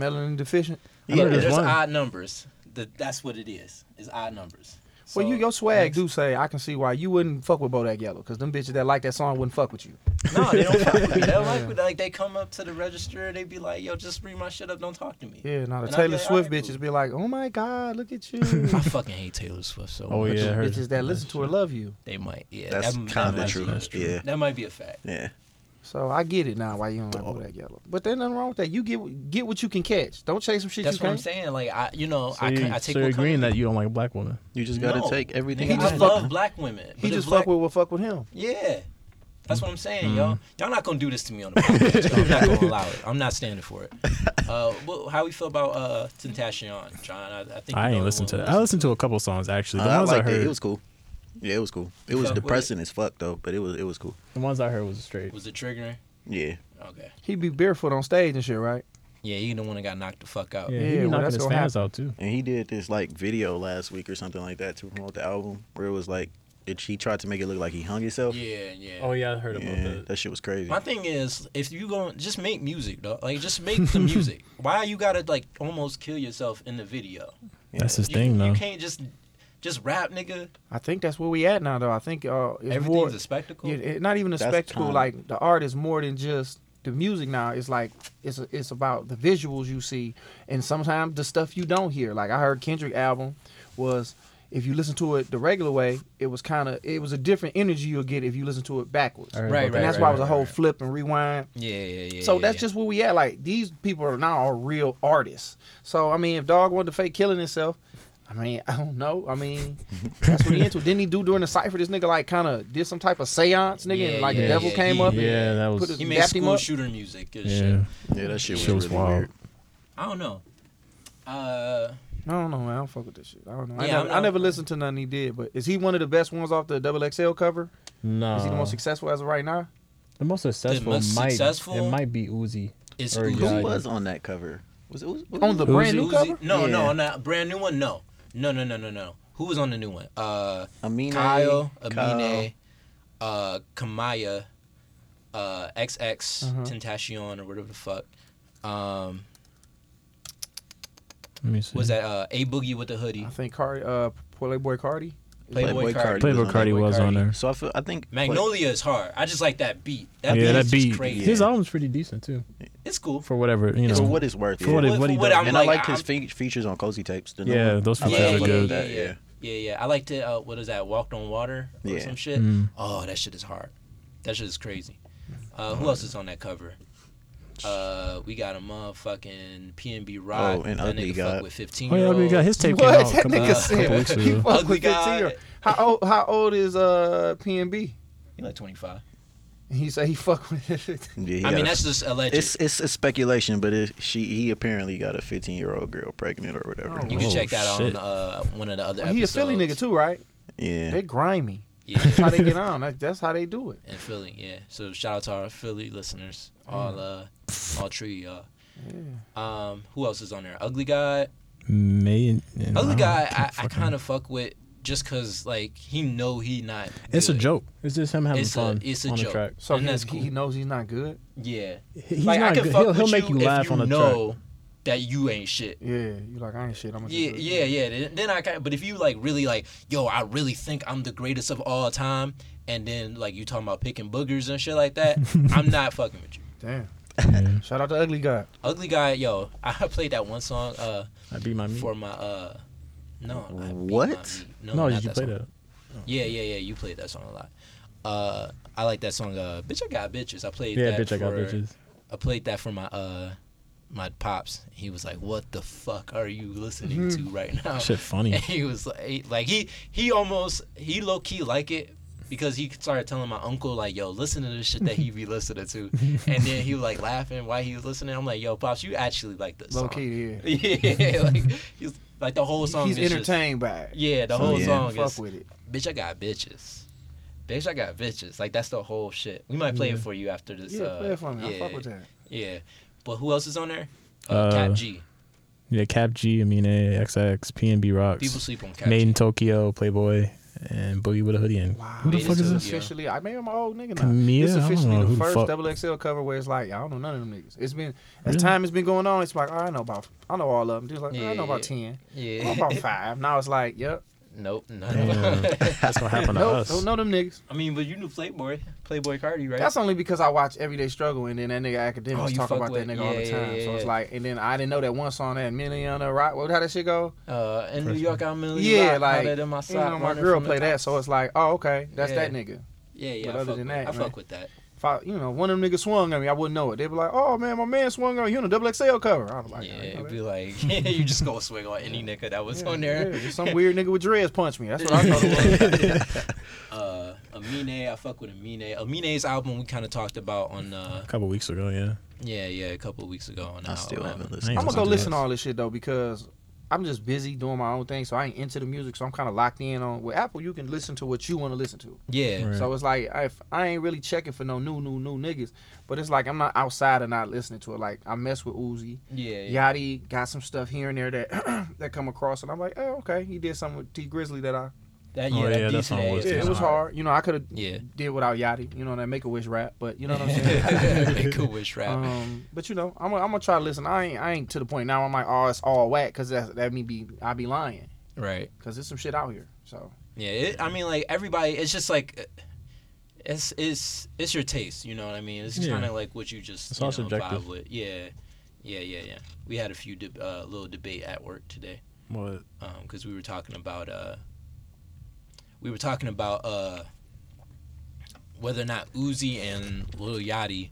S4: melanin deficient.
S2: I know
S1: Yeah,
S2: there's
S1: there's
S2: one.
S1: odd numbers. That that's what it is. It's odd numbers.
S4: well,
S1: So-
S4: you your swag
S1: Thanks.
S4: do say I can see why you wouldn't fuck with Bodak Yellow because them bitches that like that song wouldn't fuck with you.
S1: No, they don't fuck with me. They don't like me. Like they come up to the register, they be like, "Yo, just bring my shit up. Don't talk to me."
S4: Yeah, now the
S1: And I'd be
S4: Taylor
S1: like,
S4: Swift
S1: "Alright,
S4: bitches
S1: cool."
S4: be like, oh my god, look at you.
S1: I fucking hate Taylor Swift. So
S2: Oh
S1: much.
S2: yeah, her-
S4: bitches that listen to her love you.
S1: they might. Yeah,
S3: That's
S1: that- that
S3: kind
S1: might
S3: of
S1: be-
S3: true.
S2: That's true.
S3: Yeah.
S1: That might be a fact.
S3: Yeah.
S4: So I get it now why you don't like Bodak Yellow. But there's nothing wrong with that. You get get what you can catch. Don't chase some shit
S1: That's
S4: you
S1: what I'm
S4: can't.
S1: saying. Like I, you know,
S2: So
S1: I,
S2: you,
S1: can, I take what
S2: so you're agreeing
S1: comes-
S2: that you don't like black women.
S3: You just gotta
S1: No.
S3: take everything.
S1: Nigga,
S3: you
S1: I
S3: can.
S1: love black women.
S4: He
S1: but
S4: just
S1: if
S4: fuck
S1: black,
S4: with what fuck with him.
S1: Yeah, that's what I'm saying, y'all. Y'all not gonna do this to me on the podcast. y'all. I'm not gonna allow it. I'm not standing for it. Uh, what, how we feel about uh, Tentacion, John? I, I think you
S2: I
S1: know
S2: ain't
S1: the
S2: listened to
S1: one
S2: that.
S1: we
S2: I listened to a couple songs actually. The
S3: I
S2: ones I,
S3: liked
S2: heard,
S3: it. It was cool. Yeah, it was cool. It was
S1: Fuck with it.
S3: depressing as fuck though, but it was it was cool.
S2: the ones I heard was straight.
S1: Was it triggering?
S3: Yeah.
S1: Okay.
S4: He be barefoot on stage and shit, right?
S1: Yeah, you the one that got knocked the fuck out.
S2: yeah,
S4: Yeah,
S2: he
S4: well,
S2: knocking
S4: that's
S2: his
S4: gonna
S2: fans out too.
S3: And he did this like video last week or something like that to promote the album, where it was like, it, he tried to make it look like he hung himself.
S1: Yeah, yeah.
S2: Oh yeah, I heard about
S3: Yeah,
S2: that.
S3: that shit was crazy.
S1: My thing is, if you going just make music, though. Like, just make the music. Why you gotta like almost kill yourself in the video?
S2: That's his
S1: You,
S2: thing
S1: you
S2: though.
S1: can't just just rap, nigga.
S4: I think that's where we at now, though. I think uh, it's
S1: Everything's
S4: more,
S1: a spectacle.
S4: yeah, it- not even a
S3: That's
S4: spectacle.
S3: time.
S4: Like the art is more than just the music now. It's like it's it's about the visuals you see, and sometimes the stuff you don't hear. Like I heard Kendrick album was if you listen to it the regular way, it was kind of it was a different energy you'll get if you listen to it backwards.
S2: I heard
S1: Right,
S2: about
S1: right,
S4: and that's
S2: that.
S4: why it was a
S1: right,
S4: whole
S1: right.
S4: flip and rewind.
S1: yeah, yeah, yeah.
S4: So
S1: yeah,
S4: that's
S1: yeah.
S4: just where we at. Like these people are now are real artists. So I mean, if dog wanted to fake killing himself, I mean, I don't know. I mean, that's what he into. Didn't he do during the cipher? This nigga like kind of did some type of seance, nigga,
S1: Yeah,
S4: and like
S1: yeah,
S4: the devil
S1: yeah,
S4: came
S1: he-
S4: up.
S1: yeah.
S4: and
S2: Yeah, that
S4: put
S2: was.
S4: his-
S1: he
S4: dapped
S1: made
S4: him
S1: school
S4: up.
S1: shooiter music. And shit.
S2: Yeah,
S3: yeah, that shit was,
S2: shit was
S3: really
S2: wild.
S3: weird.
S1: I don't know. Uh,
S4: I don't know, man. I don't fuck with this shit. I don't know. I,
S1: Yeah,
S4: never,
S1: I'm
S4: I
S1: not-
S4: never listened to nothing he did, but is he one of the best ones off the double XL cover?
S2: no.
S4: Is he the
S2: Uh.
S4: most successful as of right now?
S2: The most successful
S1: most
S2: might
S1: successful-
S2: it might be Uzi.
S1: it's
S2: Or
S1: Uzi.
S3: Who
S2: Yeah, I
S3: was on that cover? Was it was,
S4: On the
S2: Uzi?
S4: brand new
S1: Uzi?
S4: cover?
S1: No,
S3: Yeah.
S1: no, on that brand new one. No, no, no, no, no, no. Who was on the new one? Uh,
S3: Amine,
S1: Kyle,
S3: Kyle.
S1: Amine, uh, Kamaya, uh, XX
S4: Uh-huh.
S1: Tentacion or whatever the fuck. Um,
S2: Let me see.
S1: was that uh, a boogie with the hoodie?
S4: I think Cardi, uh, Playboy Cardi.
S1: Playboy
S3: Playboy
S1: Cardi.
S3: Cardi.
S2: Playboy
S3: Playboy
S2: Cardi was
S1: Cardi.
S2: on there.
S3: So I feel I think
S1: Magnolia is hard. I just like that beat. That
S2: yeah,
S1: beat
S2: that
S1: is
S2: beat.
S1: just crazy.
S2: His album's pretty decent too.
S1: It's cool.
S2: For whatever you know.
S3: for what it's worth.
S2: For what
S3: yeah.
S2: it- he
S1: for
S2: does.
S1: I'm
S3: and I
S1: like,
S3: liked his
S1: I'm-
S3: fe- features on Cozy Tapes. The
S2: Yeah,
S3: new one.
S2: those
S3: I
S2: features
S3: liked
S2: are
S3: all
S2: good.
S3: of That, yeah.
S1: yeah, yeah. I liked it. Uh, what is that? Walked on water or
S3: Yeah.
S1: some shit.
S2: Mm.
S1: Oh, that shit is hard. That shit is crazy. Uh, who else is on that cover? Uh, we got a motherfucking PNB Rod.
S3: Oh, and
S1: that
S3: Ugly
S1: nigga
S3: God.
S1: fuck with fifteen.
S2: Oh yeah, we got his tape came out a
S4: That
S2: couple,
S4: nigga
S2: a
S4: said
S2: couple weeks
S4: he
S2: ago.
S4: fuck
S1: Ugly
S4: with 15
S1: guy.
S4: year old. How old? How old is uh PNB?
S1: He like twenty five.
S4: And he said he fuck with it.
S3: Yeah, he
S1: I
S3: got
S1: mean,
S3: a-
S1: that's just alleged.
S3: it's it's a speculation, but it, she he apparently got a 15 year old girl pregnant or whatever.
S4: Oh,
S1: you can
S2: Oh,
S1: check that
S2: shit.
S1: on uh, one of the other.
S4: he a Philly nigga
S1: episodes.
S4: too, right?
S3: Yeah,
S4: They grimy. That's
S1: Yeah,
S4: how they get on. That, that's how they do it.
S1: in Philly. Yeah. So shout out to our Philly listeners. All uh, all three of y'all. Um, who else is on there? Ugly God.
S2: May
S1: Other guy, I, I kind of fuck with just because like he know he not.
S2: It's a
S1: good.
S2: joke. It's just him having
S1: It's a-
S2: fun
S1: it's a
S2: on the
S1: joke.
S2: track.
S4: So
S1: And
S4: he,
S1: that's
S4: he
S1: cool.
S4: knows he's not good.
S1: Yeah,
S2: He's
S1: like I
S2: not
S1: can
S2: good.
S1: fuck
S2: He'll, he'll
S1: with
S2: make you
S1: if
S2: laugh
S1: you
S2: on the track.
S1: know that you ain't shit.
S4: Yeah, you like I ain't shit. I'm gonna
S1: Yeah,
S4: just do it.
S1: yeah, yeah. Then- Then I kind but if you like really like, yo, I really think I'm the greatest of all time, and then like you talking about picking boogers and shit like that, I'm not fucking with you.
S4: Damn.
S2: Mm-hmm.
S4: Shout out to Ugly God.
S1: Ugly guy, yo, I played that one song uh
S2: I beat my meat.
S1: for my uh, no, I beat my
S3: What?
S1: meat. No,
S2: no,
S1: not
S2: did you play
S1: song.
S2: that?
S1: Yeah, yeah, yeah. You played that song a lot. Uh, I like that song. Uh, bitch, I got bitches. I played.
S2: Yeah,
S1: that
S2: bitch, I got
S1: for-
S2: bitches.
S1: I played that for my uh my pops. He was like, "What the fuck are you listening to right now?"
S2: Shit funny.
S1: And he was like, like he he almost he low key like it because he started telling my uncle like, "Yo, listen to this shit that he be listening to," and then he was like laughing while he was listening. I'm like, "Yo, pops, you actually like this
S4: Low
S1: song?"
S4: key here.
S1: yeah, like he's like the whole song.
S4: He's
S1: is just-
S4: entertained by it.
S1: yeah, the
S3: So,
S1: whole
S3: yeah.
S1: song
S4: Fuck
S1: is
S4: with it.
S1: bitch. I got bitches. Bitch, I got bitches. Like that's the whole shit. We might play
S2: Yeah.
S1: it for you after this.
S4: Yeah,
S1: uh,
S4: play it for me.
S1: Yeah,
S4: I fuck with that.
S1: yeah. But who else is on there? Uh,
S2: Uh,
S1: Cap G.
S2: Yeah, Cap G, Amine, XX, PNB
S1: People
S2: Rocks,
S1: sleep on Cap
S2: Made
S1: G.
S2: in Tokyo, Playboy, and Boogie with a Hoodie. And
S4: Wow.
S2: who the
S1: Made
S2: fuck
S1: it
S2: is
S1: to-
S2: this?
S1: yeah.
S4: Officially, I made him an old nigga now.
S2: Camille?
S4: This
S2: I don't know
S4: officially
S2: who
S4: the
S2: the
S4: first
S2: fuck-
S4: double XL cover where it's like I don't know none of them niggas. It's been as
S2: Really?
S4: time has been going on, it's like I know about I know all of them. Dude's like I
S1: Yeah,
S4: know about
S1: yeah.
S4: ten, I know about
S1: Yeah.
S4: five. Now it's like yep,
S1: nope.
S2: Damn,
S1: None.
S2: that's what happened to
S4: nope,
S2: us.
S4: don't know them niggas.
S1: I mean, but you knew Playboy, Playboy Cardi, right?
S4: That's only because I watch Everyday Struggle and then that nigga academics
S1: Oh, you
S4: talk
S1: fuck
S4: about that
S1: with-
S4: nigga all
S1: yeah,
S4: the
S1: yeah,
S4: time.
S1: yeah,
S4: so it's
S1: yeah.
S4: like, and then I didn't know that one song that Milliana Rock. What how that shit go?
S1: uh, in New
S2: First
S1: York, I'm Millie.
S4: Yeah,
S1: Rock,
S4: like,
S1: hotter than my
S4: You
S1: sock,
S4: know, my
S1: running
S4: girl
S1: from the
S4: play that,
S1: cops.
S4: so it's like, oh okay, that's
S1: Yeah.
S4: that nigga.
S1: Yeah, yeah.
S4: But
S1: I
S4: other
S1: fuck
S4: than
S1: with-
S4: that,
S1: I
S4: man.
S1: fuck with that.
S4: If I, you know, one of them niggas swung at me, I wouldn't know it. They'd be like, oh man, my man swung on you in a double XL cover. I was like,
S1: yeah,
S4: "I know
S1: it'd
S4: that."
S1: be like you just go swing on any nigga that was
S4: Yeah,
S1: on there.
S4: yeah, just some weird nigga with dreads punched me. That's what I thought it was.
S1: uh, Amine, I fuck with Amine. Amine's album we kind of talked about on uh,
S2: A couple weeks ago, yeah.
S1: yeah, yeah, a couple of weeks ago. On uh, um,
S3: I
S1: our-
S3: still
S1: on-
S3: haven't listened.
S2: Ain't
S4: I'm gonna go
S2: something
S4: listen to
S2: else.
S4: all this shit though because I'm just busy doing my own thing, so I ain't into the music, so I'm kind of locked in on. With Apple, you can listen to what you want to listen to.
S1: Yeah,
S2: Right.
S4: So it's like I, if- I ain't really checking for no new, new, new niggas. But it's like I'm not outside and not listening to it. Like I mess with Uzi,
S1: yeah, yeah.
S4: Yachty got some stuff here and there that that come across, and I'm like, oh okay, he did something with T Grizzly that I.
S1: That, yeah,
S2: Oh,
S1: that
S2: yeah, that
S1: decent
S2: song
S1: ass
S2: was-
S1: too.
S2: Yeah,
S4: it was hard. You know, I could have
S1: Yeah.
S4: did without Yachty. You know that Make a Wish rap, but you know what I'm saying.
S1: Make a wish rap.
S2: Uh-huh.
S4: Um, but you know, I'm gonna I'm gonna try to listen. I ain't I ain't to the point now. I'm like, oh, it's all whack because that that me be I be lying
S1: right.
S4: because there's some shit out here. So
S1: Yeah. It, I mean, like everybody, it's just like. uh, It's it's it's your taste, you know what I mean. It's
S2: Yeah.
S1: kind of like what you just
S2: It's
S1: you
S2: all
S1: know,
S2: subjective.
S1: vibe with. Yeah, yeah, yeah, yeah. We had a few deb uh, little debate at work today.
S2: What?
S1: because um, we were talking about uh, we were talking about uh, whether or not Uzi and Lil Yachty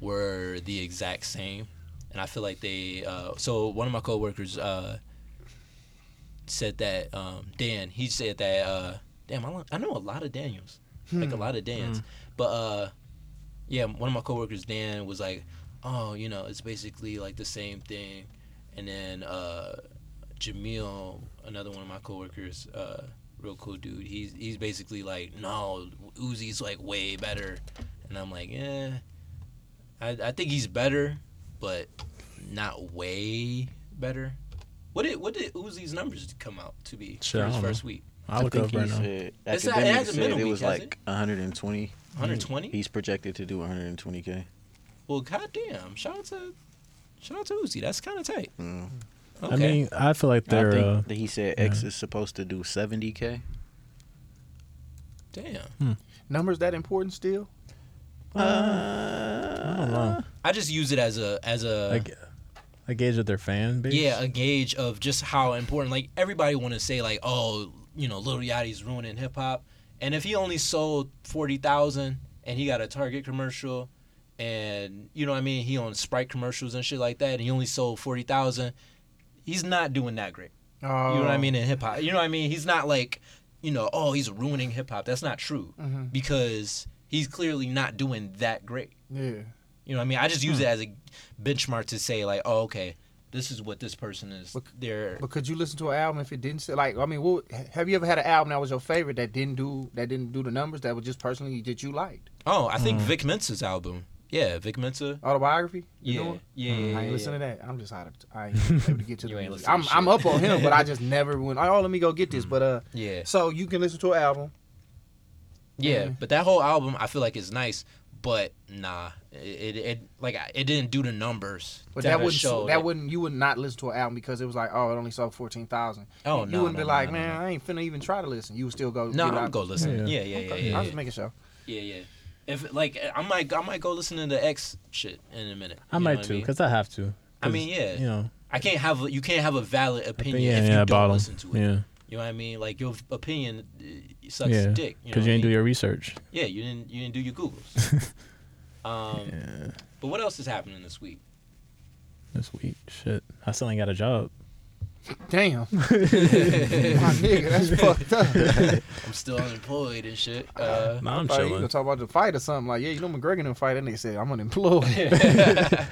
S1: were the exact same, and I feel like they. Uh, so one of my coworkers uh, said that um, Dan. He said that uh, damn, I, lo- I know a lot of Daniels, like
S2: Hmm.
S1: a lot of Dans, but uh, yeah, one of my coworkers Dan was like, oh, you know, it's basically like the same thing, and then. Uh, Jamil, another one of my coworkers, uh, real cool dude. He's he's basically like, no, Uzi's like way better, and I'm like, eh, I I think he's better, but not way better. What did what did Uzi's numbers come out to be
S2: Shit,
S1: for
S2: I
S1: his
S2: don't know.
S1: first week?
S2: I look
S3: think
S2: up
S3: he
S2: right now.
S3: said,
S1: It's not- it
S3: academic
S1: hasn't been
S3: said
S1: a
S3: it
S1: week,
S3: was
S1: has
S3: like
S1: it?
S3: 120.
S1: 120.
S3: He's projected to do 120k.
S1: Well, goddamn! Shout out to shout out to Uzi. That's kind of tight.
S3: Mm.
S1: Okay.
S2: I mean, I feel like
S3: I
S2: they're.
S3: think
S2: uh,
S3: that he said X
S2: yeah.
S3: is supposed to do 70k.
S1: damn.
S4: Hmm. numbers that important still?
S2: uh, I don't know.
S1: I just use it as a as a
S2: Like, I gauge with their fan base.
S1: Yeah, a gauge of just how important. Like everybody want to say like, oh, you know, Lil Yachty's ruining hip hop, and if he only sold forty thousand and he got a Target commercial, and you know what I mean, he on Sprite commercials and shit like that, and he only sold forty thousand, he's not doing that great.
S4: Oh,
S1: You know what I mean in hip hop. You know what I mean. He's not like, you know, oh, he's ruining hip hop. That's not true
S4: Mhm.
S1: because he's clearly not doing that great.
S4: Yeah.
S1: You know what I mean? I just use
S4: Hmm.
S1: it as a benchmark to say like, oh, okay, this is what this person is.
S4: Look-
S1: They're
S4: But could you listen to an album if it didn't say like I mean, what, have you ever had an album that was your favorite that didn't do that didn't do the numbers that was just personally that you liked?
S1: oh, I
S2: Hmm.
S1: think Vic Mensa's album. Yeah, Vic Mensa.
S4: Autobiography? You know
S1: Yeah,
S4: it?
S1: yeah, yeah.
S4: I ain't
S1: yeah,
S4: listen
S1: yeah.
S4: to that. I'm just out of. I ain't able to get to
S1: You
S4: the
S1: ain't
S4: music.
S1: listen
S4: I'm,
S1: to
S4: I'm
S1: shit. Mm-hmm.
S4: up on him, but I just never went. Oh, let me go get this. But uh,
S1: Yeah,
S4: so you can listen to an album.
S1: yeah.
S4: Yeah.
S1: But that whole album, I feel like is nice. But nah, it it, it like I- it didn't do the numbers.
S4: But that,
S1: would
S4: wouldn't
S1: show
S4: that wouldn't you would not listen to an album because it was like oh it only sold fourteen thousand.
S1: Oh
S4: you
S1: no,
S4: wouldn't
S1: no,
S4: be
S1: no,
S4: like
S1: no,
S4: man I ain't finna even try to listen. You would still go.
S1: No,
S4: get
S1: no,
S4: it
S1: I'm
S4: out.
S1: go listen. Yeah,
S2: Yeah.
S1: yeah, yeah,
S4: Okay.
S1: yeah,
S4: I
S1: yeah,
S4: was making sure.
S1: yeah, yeah. If like I might I might go listen to the X shit in a minute.
S2: I
S1: You know
S2: might
S1: what
S2: too,
S1: mean?
S2: because I have to.
S1: I
S2: 'Cause,
S1: mean, yeah.
S2: You know,
S1: I can't have a, you can't have a valid
S2: I
S1: opinion
S2: think, yeah,
S1: if
S2: yeah,
S1: you don't
S2: bottom.
S1: listen to it.
S2: Yeah,
S1: You know what I mean? Like your opinion uh, sucks
S2: Yeah,
S1: dick. You know
S2: because
S1: what
S2: you
S1: I
S2: ain't do
S1: mean?
S2: your research.
S1: Yeah, you didn't you didn't do your Googles. um, But what else is happening this week?
S2: this week. Shit, I still ain't got a job.
S4: Damn. My nigga, that's fucked up.
S1: I'm still unemployed and shit. Uh,
S2: Nah, I'm
S4: Thought You gonna
S2: chilling.
S4: talk about the fight or something like, yeah, you know McGregor didn't fight. That nigga said, I'm unemployed.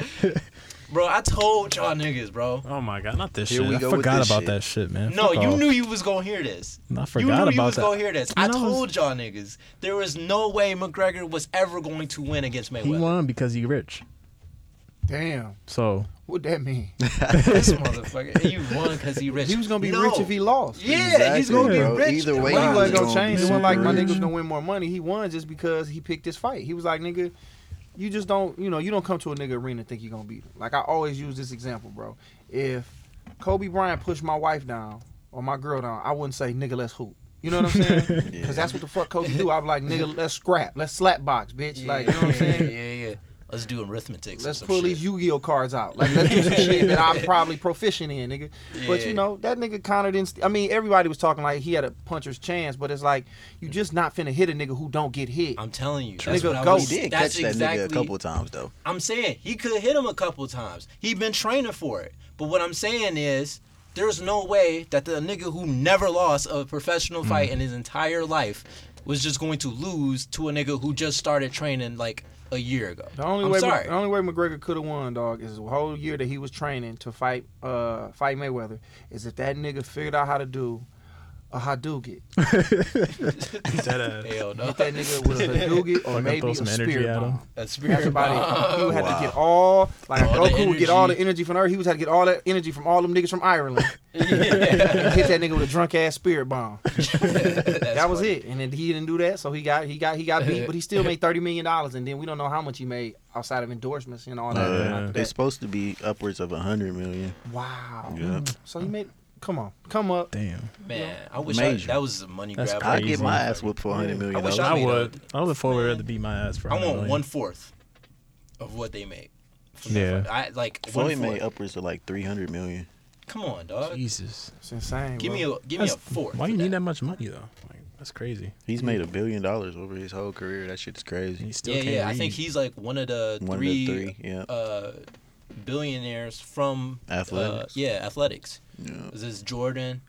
S1: bro, I told y'all niggas, bro.
S2: Oh my god, not this
S3: Here
S2: shit.
S3: we
S2: I
S3: go with
S2: forgot
S3: this
S2: about
S3: shit.
S2: that shit, man.
S1: No,
S2: Fuck
S1: you
S2: off.
S1: knew you was gonna hear this.
S2: I
S1: You
S2: forgot
S1: knew
S2: about
S1: you was
S2: that.
S1: gonna hear this. I
S2: No, it's-
S1: told y'all niggas there was no way McGregor was ever going to win against
S2: He
S1: Mayweather.
S2: won because he rich.
S4: Damn.
S2: So
S4: What that mean?
S1: This motherfucker, he won because he rich.
S4: He was gonna be
S1: No.
S4: rich if he lost.
S1: Yeah, he's
S3: Exactly,
S1: gonna be
S3: bro.
S1: rich.
S3: Either way,
S4: He
S3: he
S1: bro.
S3: was
S4: wasn't gonna
S3: gonna
S4: change.
S3: be
S4: It wasn't like my
S3: super
S4: nigga was
S3: rich.
S4: gonna win more money. He won just because he picked this fight. He was like, nigga, you just don't, you know, you don't come to a nigga arena and think you're gonna beat him. Like I always use this example, bro. If Kobe Bryant pushed my wife down or my girl down, I wouldn't say nigga, let's hoop. You know what I'm saying? Because
S3: Yeah.
S4: that's what the fuck Kobe do. I'm like, nigga, let's scrap, let's slap box, bitch.
S1: Yeah,
S4: Like, you know what I'm saying?
S1: Yeah, yeah. Let's do arithmetic. or
S4: Let's
S1: some
S4: pull
S1: shit.
S4: these Yu-Gi-Oh cards out. Like let's do some shit that I'm probably proficient in, nigga. But
S1: Yeah.
S4: you know that nigga Connor didn't. St- I mean, everybody was talking like he had a puncher's chance, but it's like you just not finna hit a nigga who don't get hit.
S1: Mm. I'm telling you,
S4: True.
S1: that's
S4: Nigga,
S1: what I
S4: go.
S1: was-
S3: He did
S1: that's
S3: catch
S1: exactly,
S3: that nigga a couple times though.
S1: I'm saying he could hit him a couple times. He'd been training for it. But what I'm saying is, there's no way that the nigga who never lost a
S3: Mm.
S1: professional fight in his entire life was just going to lose to a nigga who just started training like a year ago.
S4: The only
S1: I'm
S4: way
S1: sorry.
S4: the only way McGregor could have won, dog, is the whole year that he was training to fight uh fight Mayweather, is if that nigga figured out how to do a Hadouken.
S2: dead
S1: Hell no.
S4: Hit that nigga with a Hadouken or
S2: Fucking
S4: maybe
S2: throw
S4: a
S2: some energy
S4: spirit
S2: at him.
S4: bomb.
S1: That's spirit
S4: That's about it. He would have
S3: Wow.
S4: to get all like
S1: All the
S4: Goku would get all the
S1: energy.
S4: energy from Earth. He would have to get all that energy from all them niggas from Ireland. and hit that nigga with a drunk ass spirit bomb. that was it. And then he didn't do that, so he got he got he got beat. But he still made thirty million dollars, and then we don't know how much he made outside of endorsements and all that.
S3: Uh,
S4: after
S3: it's
S4: that.
S3: supposed to be upwards of a hundred million.
S4: Wow.
S3: Yeah.
S4: So he made come on come up.
S2: Damn.
S1: Man, I wish I,
S3: Major.
S1: that was a money
S2: That's
S1: grab.
S3: I
S1: right
S3: get
S2: Crazy.
S1: there.
S3: my ass whooped for a hundred million
S1: I wish
S3: dollars.
S1: I
S2: I
S1: mean,
S2: would. I would look forward
S1: man.
S2: to beat my ass for.
S1: I
S2: 100
S1: want
S2: million.
S1: one fourth of what they make. from that
S2: Yeah.
S1: fight. I like
S3: Floyd
S1: one
S3: made
S1: fourth.
S3: upwards of like three hundred million.
S1: Come on, dog.
S2: Jesus.
S4: It's insane.
S1: Give me
S4: bro.
S1: a give me a
S2: That's-
S1: fourth.
S2: Why
S1: for
S2: you need
S1: that?
S2: that much money though? Like that's crazy.
S3: He's made a billion dollars over his whole career. That shit's
S2: And he
S3: crazy.
S2: still
S1: yeah,
S2: can't
S1: yeah. I think
S2: read.
S1: he's like one of the
S3: One of
S1: three,
S3: the three. Yeah.
S1: Uh, billionaires from uh,
S3: Athletics.
S1: yeah, athletics.
S3: yeah.
S1: This is Jordan.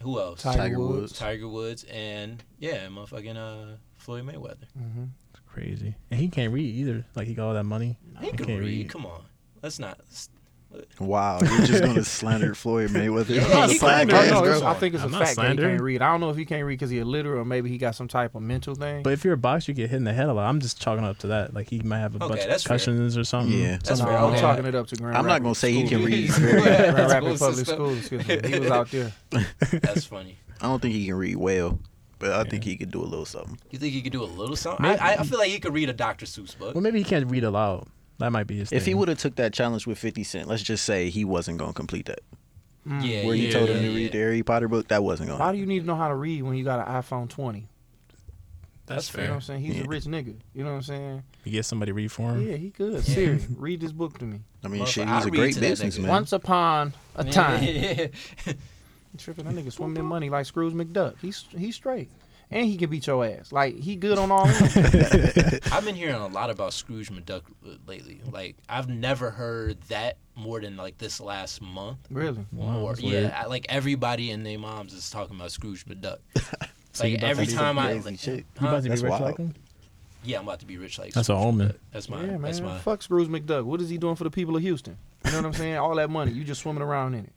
S1: Who else?
S4: Tiger,
S3: Tiger
S4: Woods.
S3: Woods.
S1: Tiger Woods and yeah, and motherfucking uh, Floyd Mayweather.
S4: Mhm.
S2: It's crazy, and he can't read either. Like he got all that money.
S1: He can read.
S2: can't read.
S1: Come on, let's not. let's-
S3: Wow, you're just gonna slander Floyd Mayweather
S1: Yeah,
S3: on the
S1: he couldn't
S4: No,
S1: Ask
S4: no,
S3: podcast,
S4: it's-
S1: Gerson.
S4: I
S3: bro.
S4: think it's a
S2: I'm not
S4: fact that he
S2: slandering.
S4: can't read. I don't know if he can't read because he illiterate or maybe he got some type of mental thing.
S2: But if you're a boxer, you get hit in the head a lot. I'm just chalking up to that. Like he might have a
S1: Okay,
S2: bunch of
S1: that's fair.
S2: concussions or something.
S3: Yeah.
S1: That's
S4: No,
S1: fair.
S4: I'm
S1: Okay.
S4: chalking it up to Grand
S3: I'm not
S4: Rapids
S3: gonna say he
S4: School.
S3: can read.
S4: Grand
S1: That's
S4: Rapids Public
S1: system.
S4: Schools. Excuse me. He was out there.
S1: That's funny.
S3: I don't think he can read well, but I think he could do a little something.
S1: You think he could do a little something? I, I, I feel like he could read a Dr. Seuss book.
S2: Well, maybe he can't read aloud. That might be his.
S3: If he
S2: thing.
S3: would have took that challenge with 50 Cent, let's just say he wasn't gonna complete that.
S1: yeah,
S3: Where
S1: yeah,
S3: you told him
S1: yeah,
S3: to
S1: yeah.
S3: read the Harry Potter book, that wasn't gonna.
S4: Mm. Why do
S3: happen.
S4: you need to know how to read when you got an iPhone 20?
S2: that's
S4: You know what
S2: fair.
S4: I'm saying? He's
S3: Yeah.
S4: a rich nigga. You know what I'm saying?
S2: You get somebody to read for him.
S4: Yeah, he good. Siri, read this book to me.
S3: I mean, shit,
S1: Motherfucker, I
S3: he's a
S1: read
S3: great
S1: to that nigga.
S3: businessman.
S4: Once upon a time.
S1: Yeah.
S4: Tripping, that nigga swimming in money like Scrooge McDuck. He's he's straight. And he can beat your ass. Like he good on all ends.
S1: I've been hearing a lot about Scrooge McDuck lately. Like I've never heard that more than like this last month.
S4: really.
S2: Wow,
S1: or
S2: that's weird.
S1: yeah, I, like everybody and their moms is talking about Scrooge McDuck.
S2: So you
S1: like
S2: about to
S1: every
S2: be
S1: time I,
S3: crazy
S1: like,
S3: chick.
S2: You
S1: huh?
S2: about to
S3: That's
S2: be rich
S3: wild.
S2: like him?
S1: yeah, I'm about to be rich like
S2: That's an
S1: Scrooge
S2: omen.
S1: McDuck. That's
S4: Yeah,
S1: my,
S4: man.
S1: that's my.
S4: Fuck Scrooge McDuck. What is he doing for the people of Houston? You know what I'm saying? All that money. You just swimming around in it.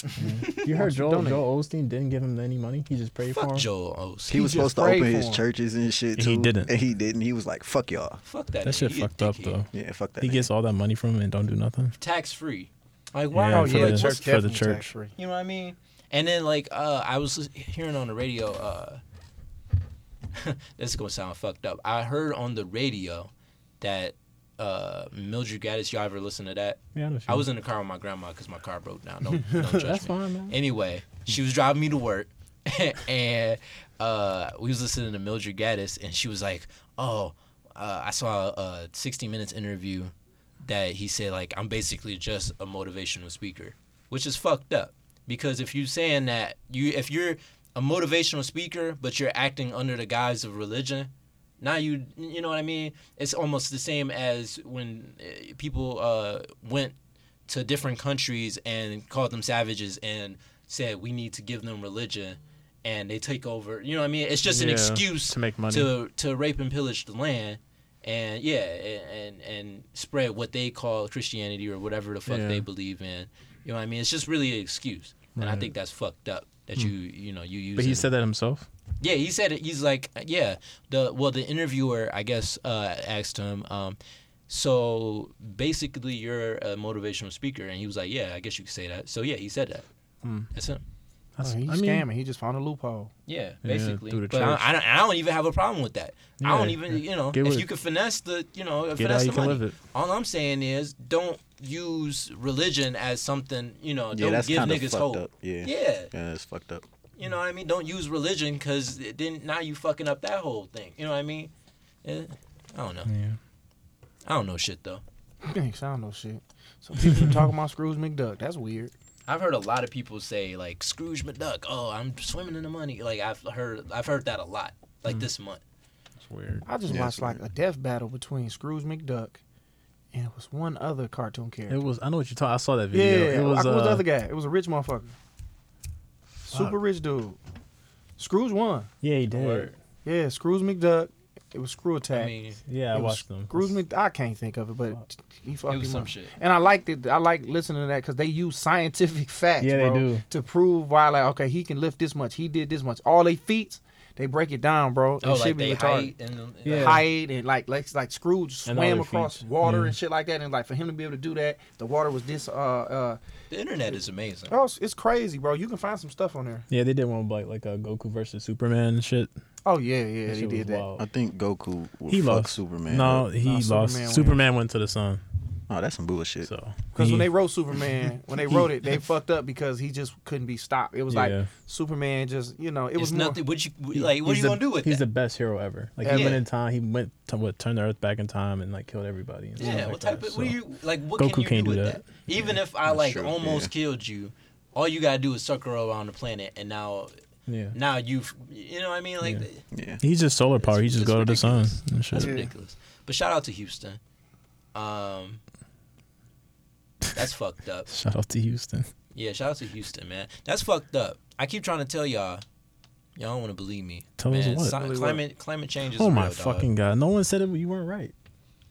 S2: You heard
S4: you
S2: Joel,
S4: donate?
S2: Joel Osteen didn't give him any money. He just prayed for
S1: Fuck
S2: him.
S1: Joel Osteen.
S3: He was
S4: just
S3: supposed to
S4: prayed
S3: open
S4: for
S3: his
S4: him.
S3: churches and shit.
S2: And
S3: Too,
S2: he didn't.
S3: And he didn't. He was like, "Fuck y'all."
S1: Fuck that.
S2: That shit
S1: nigga. He a
S2: fucked up
S1: dickhead.
S2: though.
S3: Yeah, fuck that.
S2: He
S3: nigga.
S2: gets all that money from it and don't do nothing.
S1: Tax free. Like wow.
S2: Yeah,
S4: oh
S2: for
S4: yeah,
S2: the-
S4: church
S2: for the
S4: definitely
S2: church.
S4: tax-free.
S1: You know what I mean? And then like uh I was lis- hearing on the radio uh this is going to sound fucked up. I heard on the radio that uh Mildred Gaddis, y'all ever listen to that?
S2: Yeah, I know.
S1: I was in the car with my grandma cuz my car broke down. Don't don't judge
S2: That's
S1: me.
S2: fine, man.
S1: Anyway, she was driving me to work, and uh, we was listening to Mildred Gaddis, and she was like, "Oh, uh, I saw a 60 Minutes interview that he said like I'm basically just a motivational speaker, which is fucked up because if you saying that you if you're a motivational speaker but you're acting under the guise of religion." Now you you know what I mean. It's almost the same as when eh, people uh, went to different countries and called them savages and said we need to give them religion and they take over. You know what I mean? It's just an
S2: Yeah,
S1: excuse
S2: to make money.
S1: to to rape and pillage the land and yeah and and, and spread what they call Christianity or whatever the fuck
S2: Yeah.
S1: they believe in. You know what I mean? It's just really an excuse. And I
S2: Right. Hmm.
S1: think that's fucked up that you you know you use
S2: But he said that himself.
S1: yeah, he said it. He's like, uh, yeah. The well, the interviewer, I guess, uh, asked him. Um, so basically, you're a motivational speaker, and he was like, yeah, I guess you could say that. So yeah, he said that.
S2: Hmm.
S1: That's him.
S2: That's,
S4: he's
S2: I mean,
S4: scamming. Oh, He just found a loophole.
S1: Yeah,
S2: Yeah,
S1: basically.
S2: through the
S1: but I,
S2: church.
S1: I don't. I don't even have a problem with that. I don't
S2: Yeah,
S1: even. You know,
S2: get
S1: if
S2: with
S1: you
S2: it.
S1: can finesse the, you know,
S2: get how
S1: finesse
S2: you
S1: the
S2: can
S1: money.
S2: live it.
S1: All I'm saying is, don't use religion as something. You know,
S3: Yeah,
S1: don't
S3: that's
S1: give
S3: kind of
S1: niggas
S3: fucked
S1: hope.
S3: up. Yeah.
S1: Yeah,
S3: Yeah, it's fucked up.
S1: you know what I mean. Don't use religion because then now you fucking up that whole thing. You know what I mean? Eh, I don't know.
S2: Yeah.
S1: I don't know shit though.
S4: You ain't sound no shit. So people talking about Scrooge McDuck. That's weird.
S1: I've heard a lot of people say like Scrooge McDuck. Oh, I'm swimming in the money. Like I've heard I've heard that a lot. Like
S2: Mm-hmm.
S1: this month.
S2: It's weird.
S4: I just
S3: Yeah,
S4: watched
S3: it's
S4: like a death battle between Scrooge McDuck and it was one other cartoon
S2: It
S4: character.
S2: was. I know what you're talking. I saw that
S4: yeah,
S2: video. it was.
S4: I-
S2: Uh,
S4: who was the other guy? It was a rich motherfucker. Super rich dude. Scrooge won.
S2: Yeah, he did.
S4: Yeah, Scrooge McDuck. It was Screw Attack.
S1: I mean,
S2: Yeah, I
S4: It was
S2: watched them.
S4: Scrooge Mc- I can't think of it, but he fucked
S1: it was
S4: him
S1: some
S4: up.
S1: shit.
S4: And I liked it. I like listening to that because they use scientific facts.
S2: Yeah, they
S4: bro,
S2: do.
S4: to prove why. Like, okay, he can lift this much. He did this much. All they feats, they break it down, bro. It
S1: Oh,
S4: should
S1: like
S4: be
S1: they
S4: retarded.
S1: height and
S2: Yeah.
S4: height and like like like Scrooge
S2: And all
S4: swam
S2: their
S4: across
S2: feats.
S4: water
S2: Yeah.
S4: and shit like that, and like for him to be able to do that, the water was this. Uh, uh,
S1: the internet is amazing.
S4: oh, it's, it's crazy, bro. You can find some stuff on there.
S2: Yeah, they did one like like uh, Goku versus Superman and shit.
S4: Oh yeah, yeah,
S2: That
S4: they
S2: shit was
S4: did that.
S2: wild.
S3: I think Goku would
S2: He
S3: fuck
S2: lost
S3: Superman.
S2: No,
S3: up.
S2: he
S4: Nah,
S2: lost.
S4: Superman
S2: Superman,
S4: wins.
S2: went to the sun.
S3: Oh, that's some bullshit.
S2: So
S4: Because
S2: he-
S4: when they wrote Superman, when they wrote it, they fucked up because he just couldn't be stopped. It was
S2: Yeah.
S4: like Superman just, you know, it
S1: It
S4: was
S1: was
S4: more,
S1: nothing. What you like? What are
S2: he's
S1: you
S2: the-
S1: gonna do with
S2: He's
S1: that?
S2: the best hero ever. Like
S4: Ever.
S2: he went
S1: Yeah.
S2: in time. He went to what turned the Earth back in time and like killed everybody. And stuff
S1: yeah.
S2: like
S1: What type
S2: that,
S1: of? What
S2: so.
S1: are you like? What
S2: Goku
S1: can you
S2: can't
S1: do
S2: do
S1: with that?
S2: that.
S1: Even if I
S3: That's
S1: like
S3: true,
S1: almost
S3: yeah.
S1: killed you, all you gotta do is circle around the planet, and now
S2: Yeah.
S1: now you you know what I mean? Like
S2: Yeah.
S3: Yeah.
S2: He's just solar power. He
S1: It's-
S2: just
S1: it's
S2: go to the sun
S1: ridiculous.
S2: and
S1: That's
S2: shit.
S1: ridiculous. But shout out to Houston. Um, that's fucked up.
S2: Shout out to Houston.
S1: Yeah, shout out to Houston, man. That's fucked up. I keep trying to tell y'all, y'all don't want to believe me.
S2: Tell us
S1: man,
S2: what?
S1: si-
S2: Really what?
S1: climate climate change is
S2: oh
S1: real,
S2: my
S1: dog.
S2: fucking god! No one said it. You weren't right.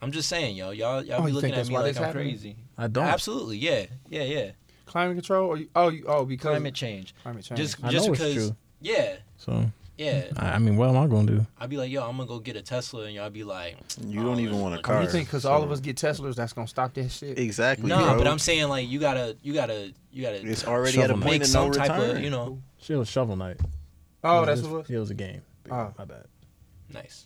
S1: I'm just saying, yo, y'all y'all
S4: Oh,
S1: be
S4: you
S1: looking
S4: think
S1: at
S4: that's
S1: me
S4: why
S1: like
S4: this
S1: I'm
S4: happening?
S1: crazy.
S2: I don't.
S1: Absolutely, yeah, yeah, yeah.
S4: climate control. Or you, oh, you, oh, because
S1: Climate change.
S4: climate change.
S1: Just
S2: I
S1: just
S2: know it's
S1: because.
S2: true.
S1: Yeah,
S2: So
S1: yeah.
S2: I, I mean, what am I gonna do?
S1: I'd be like, yo, I'm gonna go get a Tesla, and y'all be like,
S3: You don't even want a
S1: Oh,
S3: car.
S4: you think because all of
S3: so-
S4: us get Teslas, that's gonna stop that shit?
S3: Exactly.
S1: nah.
S3: bro.
S1: But I'm saying like, you gotta, you gotta, you gotta
S3: It's already
S2: Shovel
S3: at a
S2: knight.
S3: point
S1: make
S3: of
S1: some
S3: no
S1: type
S3: return.
S1: of, you know,
S2: Shit was shovel night.
S4: oh, that's
S2: it
S4: what. it was.
S2: It was a game.
S4: Oh.
S2: My bad.
S1: nice.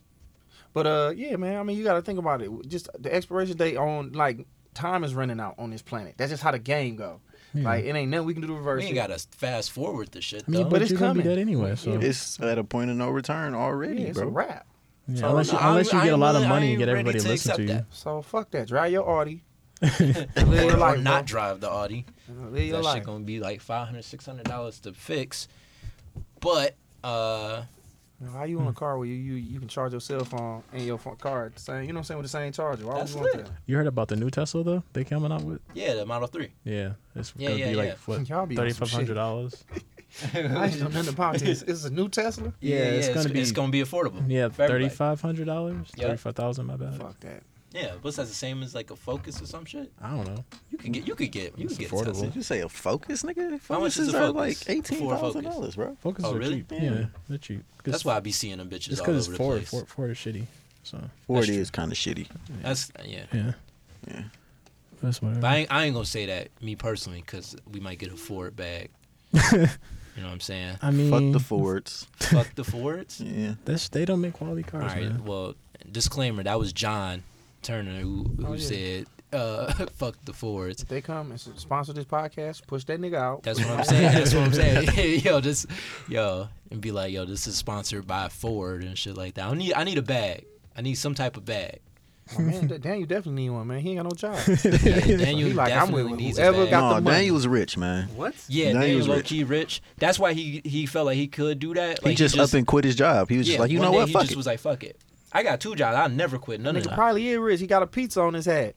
S4: But uh, yeah, man. I mean, you gotta think about it. Just the expiration date on like time is running out on this planet. That's just how the game go. Like it ain't nothing we can do to reverse
S1: We
S4: it.
S1: ain't gotta fast forward the shit
S2: I
S1: though.
S2: mean,
S4: but
S2: but
S4: it's
S2: you're gonna be
S4: coming.
S2: dead anyway. So
S3: It's at a point of no return already,
S4: yeah, it's a
S3: bro.
S4: wrap.
S2: Yeah,
S1: So,
S2: unless you,
S1: no,
S2: unless
S1: I'm-
S2: you get
S1: I'm
S2: a lot
S1: willing-
S2: of money
S1: I'm
S2: and get
S1: ready
S2: everybody
S1: to
S2: to listen to you.
S1: accept
S4: So fuck that. Drive your Audi.
S1: or,
S4: live your
S1: or
S4: life,
S1: not
S4: bro.
S1: drive the Audi.
S4: Live your
S1: That
S4: life.
S1: shit gonna be like 500 600 dollars to fix. But uh,
S4: Now, How you on a car where you, you you can charge your cell phone and your phone car at the same? You know what I'm saying with the same charger? Why would
S1: That's
S4: you want
S1: lit.
S4: that?
S2: You heard about the new Tesla though? They coming out with?
S1: yeah, the Model Three.
S2: Yeah, it's
S1: Yeah,
S2: gonna
S1: yeah,
S2: be
S1: yeah.
S2: like what
S4: Y'all be on
S2: thirty
S4: some
S2: five
S4: shit.
S2: hundred dollars.
S4: I ain't know nothing about this. It's a new Tesla.
S2: Yeah, it's gonna be-
S1: it's gonna be affordable.
S2: Yeah,
S1: for everybody.
S2: thirty five hundred dollars.
S1: Yeah.
S2: Thirty five thousand. My bad.
S4: Fuck that.
S1: Yeah, what's that? The same as like a Focus or some shit.
S2: I don't know.
S1: You could get you could get you
S2: It's
S1: could get
S2: affordable.
S1: a Tesla.
S3: Did you say a Focus, nigga? Focuses
S1: How much is a
S3: are
S1: Focus?
S3: like eighteen
S1: Ford Focus.
S3: thousand dollus, bro.
S2: Focus
S1: Oh,
S2: are
S1: really?
S2: cheap.
S3: Yeah.
S2: Yeah. they're cheap. 'Cause-
S1: That's why I be seeing them bitches
S2: It's
S1: all over
S2: because
S1: the
S2: it's Ford.
S1: place.
S2: Ford. Ford is shitty. So
S3: Ford
S1: That's
S3: is kind of shitty.
S1: That's yeah.
S2: yeah.
S3: Yeah.
S2: That's whatever.
S1: But I ain't, I ain't gonna say that me personally because we might get a Ford bag. you know what I'm saying?
S2: I mean,
S3: Fuck the
S4: Mm.
S3: Fords.
S1: Fuck the Fords.
S3: Yeah.
S2: That's, they don't make quality cars,
S1: All right.
S2: man.
S1: Well, disclaimer. That was John Turner who, who
S4: Oh, yeah.
S1: said, uh, "Fuck the Fords."
S4: If they come and s- sponsor this podcast, push that nigga out.
S1: That's what I'm saying. That's what I'm saying. yo, this, yo, and be like, yo, this is sponsored by Ford and shit like that. I need, I need a bag. I need some type of bag.
S4: My man, Da- Daniel definitely need one, man. He ain't got no job.
S1: Yeah, Daniel
S4: He like, I'm
S1: definitely
S4: with
S1: needs
S4: whoever
S1: a bag.
S4: got
S3: No,
S4: the money.
S3: Daniel's rich, man.
S4: what?
S1: yeah,
S3: Daniel's
S1: Daniel low
S3: rich.
S1: key rich. That's why he he felt like he could do that. Like
S3: he just, up and quit his job. He was
S1: yeah,
S3: just like, you
S1: one
S3: know
S1: day
S3: what?
S1: He
S3: Fuck
S1: just
S3: it.
S1: was like, fuck it. I got two jobs. I'll never quit. None of
S4: Nigga
S1: that.
S4: probably is rich. He got a pizza on his head.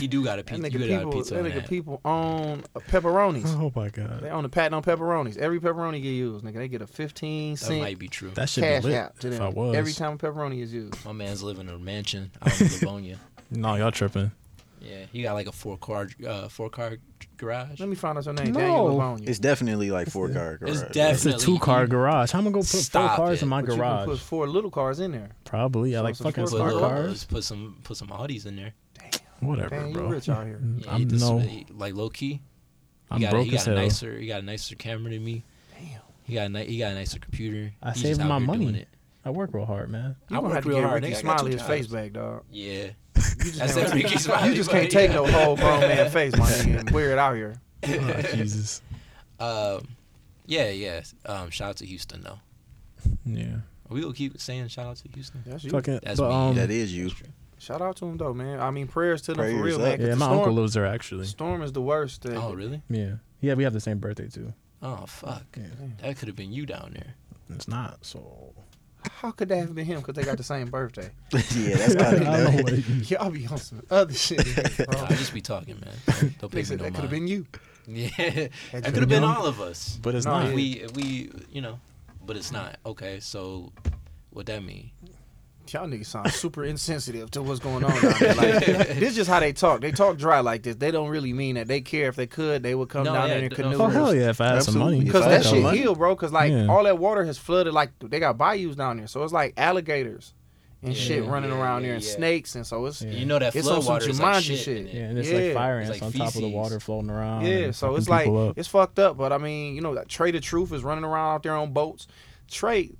S1: He do got a
S4: That
S1: pizza.
S4: nigga
S1: you got a
S4: people,
S1: pizza
S4: that
S1: on
S4: nigga
S1: that.
S4: people own pepperonis.
S2: Oh my
S4: They
S2: god,
S4: own a patent on pepperonis. Every pepperoni you use, nigga, they get a fifteen
S1: That
S4: cent
S1: might be true.
S2: that should
S4: cash
S2: be lit.
S4: out to
S2: if I
S4: them
S2: was,
S4: every time a pepperoni is used.
S1: My man's living in a mansion out in Livonia.
S2: no, y'all tripping.
S1: Yeah, he got like a four car, uh, four car garage.
S4: Let me find out your name.
S2: No.
S4: Daniel Livonia.
S3: It's definitely like four car garage.
S1: It's
S3: right?
S2: It's a
S1: definitely
S2: two car garage. How am I gonna put
S1: Stop
S2: four cars
S1: it.
S2: in my
S4: But you can put
S2: garage?
S4: four little cars in there.
S2: Probably. I
S4: So
S2: like
S4: it's a
S2: fucking
S1: Put,
S4: four-car
S2: four
S1: little,
S4: garage?
S2: cars.
S1: let's put some put some Audis in there.
S2: Whatever,
S4: Damn, you
S2: bro.
S4: rich out here.
S1: Yeah, he
S2: I'm
S1: just-
S2: no.
S1: he- like low key. He
S2: I'm
S1: got, a-
S2: broke
S1: he got
S2: as
S1: a
S2: hell.
S1: nicer. He got a nicer camera than me.
S4: Damn.
S1: He got a ni- he got a nicer computer.
S2: I
S1: He's
S2: saved
S1: just out
S2: my
S1: here doing
S2: money.
S1: it.
S2: I work real hard, man.
S4: You
S1: I
S4: gonna
S1: work
S4: have to
S1: real
S4: get
S1: hard.
S4: Ricky
S1: nigga. I got
S4: Smiley
S1: two
S4: his face
S1: jobs.
S4: back, dog.
S1: Yeah.
S4: You just,
S1: That's
S4: can't,
S1: that Ricky Smiley
S4: you just
S1: right
S4: can't take
S1: there.
S4: no whole grown man face, my nigga, and wear it out here.
S2: Oh, Jesus.
S1: Um, yeah, yeah. Um, shout out to Houston though.
S2: Yeah.
S1: Are we gonna keep saying shout out to Houston?
S4: That's you.
S2: Fucking.
S1: That's
S2: but,
S1: me.
S2: um,
S3: That is you.
S4: Shout out to him though, man. I mean, prayers to them for
S3: Prayers
S4: real,
S3: up.
S4: man. 'cause
S2: yeah,
S4: the
S2: my
S4: storm,
S2: uncle lives there actually.
S4: storm is the worst. Thing.
S1: Oh really?
S2: Yeah. Yeah, we have the same birthday too.
S1: Oh fuck.
S2: Yeah.
S1: That could have been you down there.
S2: It's not so.
S4: How could that have been him? Because they got the same birthday.
S3: yeah, that's
S2: I
S3: kind
S2: don't
S3: of
S2: know what it is.
S4: Y'all be on some other shit,
S1: Nah,
S2: Oh.
S4: bro.
S1: I just be talking, man. Don't, don't
S4: They
S1: pay me
S4: said
S1: no
S4: that could have
S1: mind.
S4: been you.
S1: Yeah,
S4: Had
S1: that
S4: you
S1: could have been
S2: known?
S1: all of us.
S2: But it's
S4: No,
S2: not.
S1: If
S4: yeah.
S1: we, if we, you know, but it's not. Okay, so what that mean?
S4: Y'all niggas sound super insensitive to what's going on. Down there. Like, this is just how they talk. They talk dry like this. They don't really mean that. They care if they could, they would come
S1: No,
S4: down
S1: yeah,
S4: there and
S1: d- no,
S4: canoe.
S1: for
S2: Oh hell yeah! If I had some
S3: Absolutely.
S2: money,
S3: If
S4: Cause
S3: I
S2: fuck
S3: had
S4: that
S3: some
S2: it.
S4: shit
S3: money.
S4: healed, bro. Cause like
S2: Yeah.
S4: all that water has flooded. Like they got bayous down there, so it's like alligators and
S1: Yeah,
S4: shit
S1: yeah,
S4: running
S1: yeah,
S4: around
S1: yeah,
S4: there and
S1: yeah.
S4: snakes, and so it's
S2: Yeah.
S1: You know that
S4: It's on
S1: flood
S4: some
S1: water is like
S4: Jumanji
S1: shit.
S4: shit.
S1: in it.
S2: Yeah, and it's
S4: Yeah.
S2: like fire
S1: It's
S2: ants
S1: like
S2: on top of the
S1: feces.
S2: water floating around.
S4: Yeah,
S2: and
S4: so
S2: fucking
S4: it's like
S2: people up.
S4: it's fucked up. But I mean, you know, that Trey the Truth is running around out there on boats. Trey,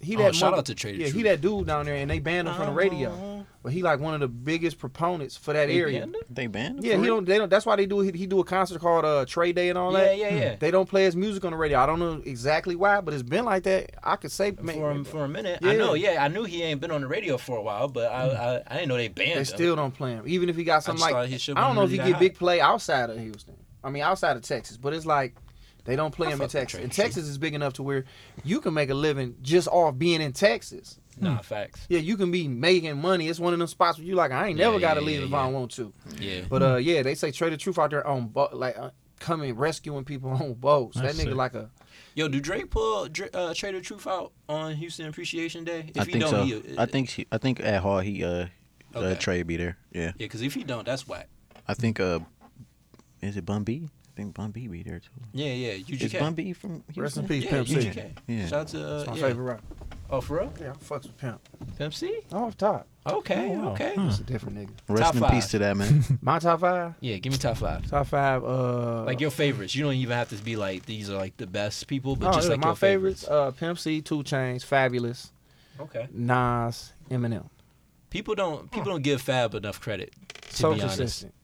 S4: he
S1: Oh,
S4: that
S1: shout out to Trey the
S4: yeah, he
S1: Truth. Uh-huh.
S4: that dude down there, and they banned him from the radio. But he like one of the biggest proponents for that
S1: They
S4: area.
S1: banned him?
S3: They banned. him
S4: Yeah,
S3: for
S4: he
S3: it?
S4: don't. They don't. That's why they do. He, he do a concert called uh, Trey Day and all
S1: Yeah,
S4: that.
S1: yeah, yeah.
S4: They don't play his music on the radio. I don't know exactly why, but it's been like that. I could say man,
S1: For him for a minute.
S4: Yeah.
S1: I know. Yeah, I knew he ain't been on the radio for a while, but I I, I didn't know they banned
S4: they
S1: him.
S4: still don't play him. Even if he got something
S1: just
S4: like
S1: thought he should've
S4: I don't
S1: been
S4: know if he
S1: really
S4: get
S1: that
S4: big
S1: high.
S4: play outside of Houston. I mean, outside of Texas, but it's like they don't play
S1: I
S4: him in
S1: fuck with
S4: Texas.
S1: Trey
S4: And
S1: True.
S4: Texas is big enough to where you can make a living just off being in Texas.
S1: nah, facts.
S4: Yeah, you can be making money. It's one of them spots where you like, I ain't
S1: Yeah,
S4: never got to
S1: yeah,
S4: leave
S1: yeah,
S4: if
S1: yeah.
S4: I don't want to.
S1: Yeah.
S4: But uh, yeah, they say Trey the Truth out there on bo- like uh, coming rescuing people on boats.
S2: That's
S4: that nigga
S2: sick.
S4: like
S1: Uh,
S4: a
S1: Yo, do Drake pull Dra- uh, Trader Truth out on Houston Appreciation Day? If
S3: I
S1: he
S3: think
S1: don't,
S3: so.
S1: he,
S3: I think she, I think at Hall he uh, uh
S1: Okay.
S3: Trey be there. Yeah,
S1: Yeah, because if he don't, that's whack.
S3: I think uh, is it Bun B? I think Bun B be there too.
S1: Yeah, yeah.
S3: Is
S1: UGK.
S3: Bun B from?
S4: rest
S3: Houston?
S4: in peace,
S1: yeah,
S4: Pimp C.
S1: UGK.
S3: Yeah.
S1: Shout out to uh,
S4: That's my
S1: yeah.
S4: favorite rapper.
S1: Oh, for real?
S4: Yeah, I fucks with Pimp.
S1: Pimp C?
S4: I'm off top.
S1: Okay,
S2: Oh, wow.
S1: okay.
S2: Huh.
S4: It's a different nigga.
S3: Rest
S1: Top
S3: in
S1: five.
S3: peace to that man.
S4: My top five.
S1: Yeah, give me top five.
S4: Top five. Uh,
S1: Like your favorites. You don't even have to be like these are like the best people, but
S4: Oh,
S1: just
S4: yeah,
S1: like
S4: my
S1: your
S4: favorites,
S1: favorites.
S4: uh, Pimp C, Two Chains, Fabulous,
S1: Okay.
S4: Nas, Eminem.
S1: People don't people don't give Fab enough credit. To
S4: so
S1: be honest.
S4: consistent,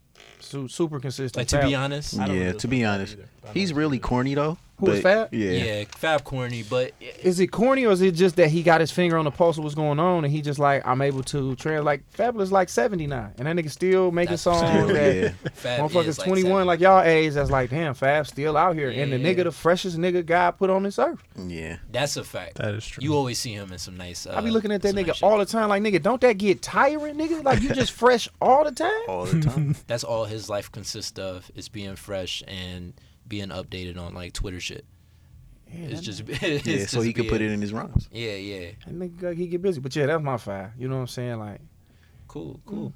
S4: Su- super consistent.
S1: Like to be
S4: Fab-
S1: honest.
S2: I don't
S3: yeah,
S2: really
S3: to be
S2: fuck
S3: honest,
S2: with him either.
S3: he's really corny though.
S4: Who is
S3: but-
S4: Fab?
S3: Yeah.
S1: Yeah. Fab corny, but
S4: is it corny or is it just that he got his finger on the pulse of what's going on and he just like I'm able to trans like Fabulous like 79 and that nigga still making
S1: That's
S4: songs
S3: Still,
S4: that.
S3: yeah.
S1: Fab
S4: Motherfuckers
S1: is like
S4: 21
S1: seven.
S4: like y'all age that's like damn Fab still out here and the
S1: Yeah.
S4: nigga the freshest nigga God put on this earth.
S3: Yeah.
S1: that's a fact.
S2: That is true.
S1: You always see him in some nice. Uh,
S4: I be looking at that
S1: some
S4: nigga
S1: nice shit.
S4: all the time like nigga don't that get tiring nigga like you just fresh all the time.
S3: All the time.
S1: That's all his life consists of is being fresh and being updated on like Twitter shit.
S4: Yeah,
S1: It's
S4: that-
S1: just
S3: yeah. So he could put it in his rhymes.
S1: Yeah, yeah.
S4: that nigga like, he get busy but yeah that's my five. You know what I'm saying like
S1: Cool,
S4: Hmm.
S1: cool.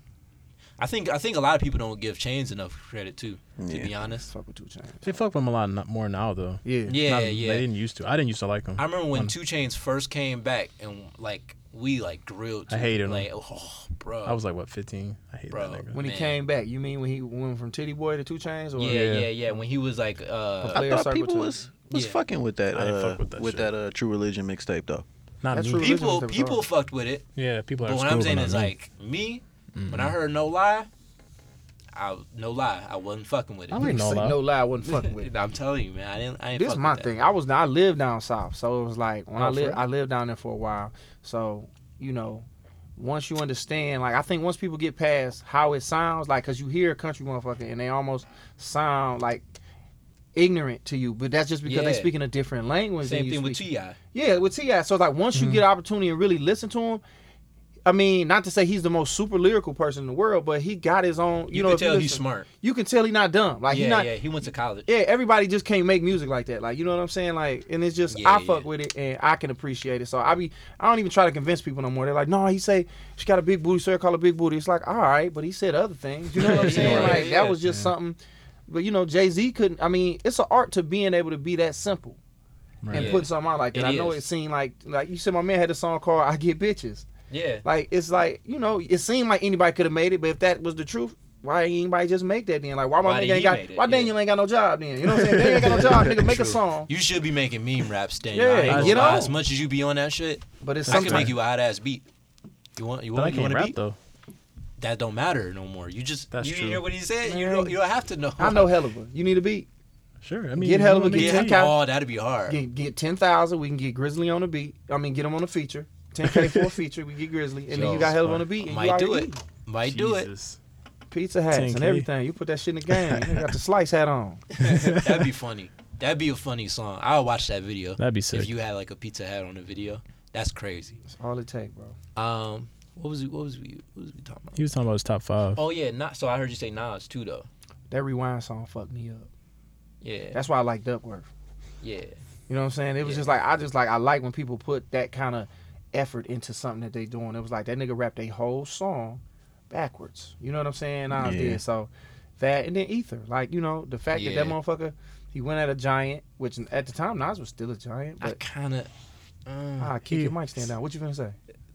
S1: I think I think a lot of people don't give Chains enough credit too. To
S3: Yeah.
S1: be honest,
S4: fuck with Two Chains.
S2: They fuck with him a lot no- more now though.
S4: Yeah.
S1: yeah,
S2: Not-
S1: yeah.
S2: They didn't used to. I didn't used to like him.
S1: I remember when
S2: Um,
S1: Two Chains first came back and like we like grilled.
S2: I hated him.
S1: Like, oh, bro.
S2: I was like what 15. I hate
S1: Bro.
S2: that nigga.
S4: When he
S1: Man.
S4: came back, you mean when he went from Titty Boy to Two Chains? Or
S1: yeah, yeah, yeah, When he was like, uh,
S4: Player
S3: I thought
S4: circle
S3: people
S4: too.
S3: was was
S1: Yeah.
S3: fucking with that
S2: I didn't
S3: uh,
S2: fuck with that
S3: with
S2: shit.
S3: that uh, True Religion mixtape though.
S2: Not
S4: That's
S2: me.
S4: true.
S1: people
S4: Religion was
S1: people
S4: wrong.
S1: fucked with it.
S2: Yeah, people are.
S1: But what I'm saying is like me, when
S4: Mm-hmm.
S1: I heard No Lie, I no lie, I wasn't fucking with it.
S4: I
S2: like
S4: ain't
S2: No
S4: say
S2: Lie.
S4: no lie. I wasn't fucking with.
S1: I'm telling you, man, I didn't. I ain't
S4: this
S1: fuck
S4: my
S1: with that.
S4: thing. I was I lived down south, so it was like when I
S2: Oh, for
S4: lived
S2: real?
S4: I lived down there for a while. So you know, once you understand, like I think once people get past how it sounds, like because you hear a country motherfucker and they almost sound like ignorant to you, but that's just because they
S1: Yeah.
S4: speaking a different language. than
S1: Same
S4: you
S1: thing with
S4: speak.
S1: Ti. Mm-hmm.
S4: Yeah, with Ti. So it's like once you get an opportunity and really listen to him, I mean, not to say he's the most super lyrical person in the world, but he got his own. You,
S1: You
S4: know,
S1: can
S4: if you
S1: tell he's
S4: listen-
S1: smart.
S4: You can tell he not dumb. Like he
S1: yeah,
S4: not.
S1: yeah.
S4: Yeah.
S1: He went to college.
S4: everybody just can't make music like that. Like you know what I'm saying. Like, and it's just
S1: Yeah,
S4: I fuck
S1: yeah.
S4: with it and I can appreciate it. So I be I don't even try to convince people no more. They're like, no, he say she got a big booty, so I call her big booty. It's like, all right, but he said other things. You know what I'm saying?
S1: Right.
S4: Like
S1: Yeah,
S4: that was just something. But you know, Jay Z couldn't. I mean, it's an art to being able to be that simple and
S1: Yeah.
S4: put something out like that.
S1: It
S4: I know
S1: is.
S4: it seemed like like you said my man had a song called "I Get Bitches."
S1: Yeah.
S4: Like it's like you know it seemed like anybody could have made it, but if that was the truth, why ain't anybody just make that then? Like why,
S1: Why
S4: my
S1: did
S4: nigga ain't
S1: he
S4: got
S1: make it?
S4: why
S1: Yeah.
S4: Daniel ain't got no job then? You know what I'm saying? Daniel ain't got no job, nigga. Make
S1: True.
S4: a song,
S1: You should be making meme raps, Daniel.
S4: Yeah,
S1: I ain't gonna
S4: you
S1: lie,
S4: know.
S1: As much as you be on that shit,
S4: but it's
S1: I can
S4: sometimes
S1: make you a hot ass beat. You want? You
S2: But
S1: want?
S2: I
S1: you
S2: can't
S1: want a
S2: rap
S1: beat?
S2: though.
S1: That don't matter no more. You just.
S2: That's
S1: you
S2: true.
S1: didn't hear what he said. You
S4: Man.
S1: don't. You don't have to know.
S4: I know hell of a. You need a beat.
S2: Sure. I mean,
S4: Get
S2: you
S4: hell of
S2: know
S4: a
S2: what I mean?
S1: Yeah.
S4: guitar. 10K.
S1: Oh, that'd be hard.
S4: Get get ten thousand. We can get Grizzly on the beat. I mean, get him on a feature. Ten K for a feature. We get Grizzly, and then you
S1: Yo,
S4: got hell of on the beat. And
S1: Might
S4: you
S1: do
S4: already
S1: it. Might do it.
S2: Jesus.
S4: Pizza hats and
S2: 10K.
S4: everything. You put that shit in the game. You got the slice hat on.
S1: That'd be funny. That'd be a funny song. I'll watch that video.
S2: That'd be sick.
S1: If you had like a pizza hat on the video, that's crazy.
S4: That's all it take, bro.
S1: Um, what was we, what was we what was we talking about?
S2: He was talking about his top five.
S1: Oh yeah, not so I heard you say Nas too though.
S4: That rewind song fucked me up.
S1: Yeah,
S4: That's why I like Duckworth.
S1: yeah,
S4: You know what I'm saying? It was
S1: Yeah.
S4: just like I just like I like when people put that kind of effort into something that they doing. It was like that nigga rapped a whole song backwards. You know what I'm saying? I
S3: Yeah.
S4: did so that and then Ether. Like you know the fact that that
S1: Yeah.
S4: motherfucker he went at a giant, which at the time Nas was still a giant.
S1: I
S4: But
S1: kind of
S4: ah,
S1: uh,
S4: keep your
S2: he-
S4: mic stand down. What you gonna say?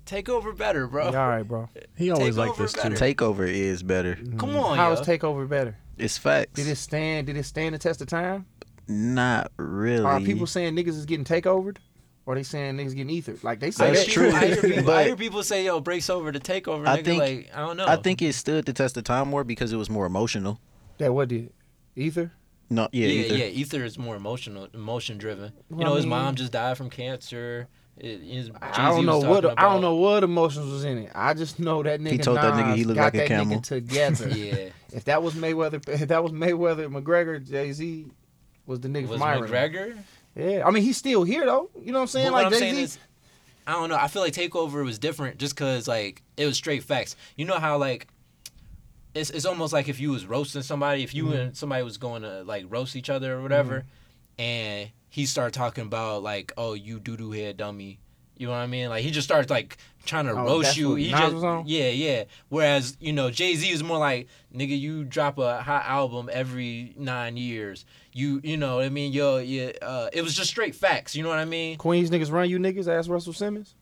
S1: take over better, bro.
S4: Yeah, all right, bro.
S2: He always
S1: Take
S2: liked
S1: over
S2: this too.
S1: better.
S3: Takeover is better.
S1: Come on,
S4: Mm. How
S1: yo.
S4: is Takeover better?
S3: It's facts.
S4: Did it stand? Did it stand the test of time?
S3: Not really.
S4: Are people saying niggas is getting takeovered? Or they saying niggas getting ethered? Like they say
S1: I
S3: That's
S1: hear people-
S3: true.
S4: that.
S1: I hear, people, I
S3: But-
S1: hear people say, "Yo, breaks over to take over."
S3: I
S1: nigga,
S3: think-
S1: like I don't know.
S3: I think it stood the test of time more because it was more emotional.
S4: That what did? Ether?
S3: No, yeah,
S1: yeah,
S3: either.
S1: yeah. Ether is more emotional, emotion driven.
S4: Well,
S1: you
S4: I
S1: know, his
S4: mean-
S1: mom just died from cancer. It- his-
S4: I
S1: Jay-Z
S4: don't know
S1: was
S4: what
S1: talking
S4: I don't
S1: about-
S4: know what emotions was in it. I just know that nigga.
S3: He told that nigga
S4: Nas
S3: he looked
S4: got
S3: like a
S4: that
S3: camel.
S4: Nigga together.
S1: Yeah,
S4: If that was Mayweather, if that was Mayweather, McGregor, Jay Z was the nigga
S1: was
S4: from Ireland.
S1: McGregor.
S4: Yeah, I mean he's still here though. You know what I'm saying?
S1: But what
S4: like
S1: I'm saying
S4: Jay
S1: is,
S4: Z.
S1: I don't know. I feel like Takeover was different just because like it was straight facts. You know how like it's it's almost like if you was roasting somebody, if you
S4: Mm-hmm.
S1: and somebody was going to like roast each other or whatever,
S4: Mm-hmm.
S1: and he started talking about like, oh, you doo doo head dummy. You know what I mean? Like he just starts like trying to
S4: Oh,
S1: roast
S4: that's
S1: you.
S4: what
S1: He
S4: Nas
S1: just,
S4: was on?
S1: yeah, yeah. Whereas you know Jay Z is more like nigga, you drop a hot album every nine years. You you know what I mean? Yo, yeah. Uh, it was just straight facts. You know what I mean?
S4: Queens niggas run you niggas. Ask Russell Simmons.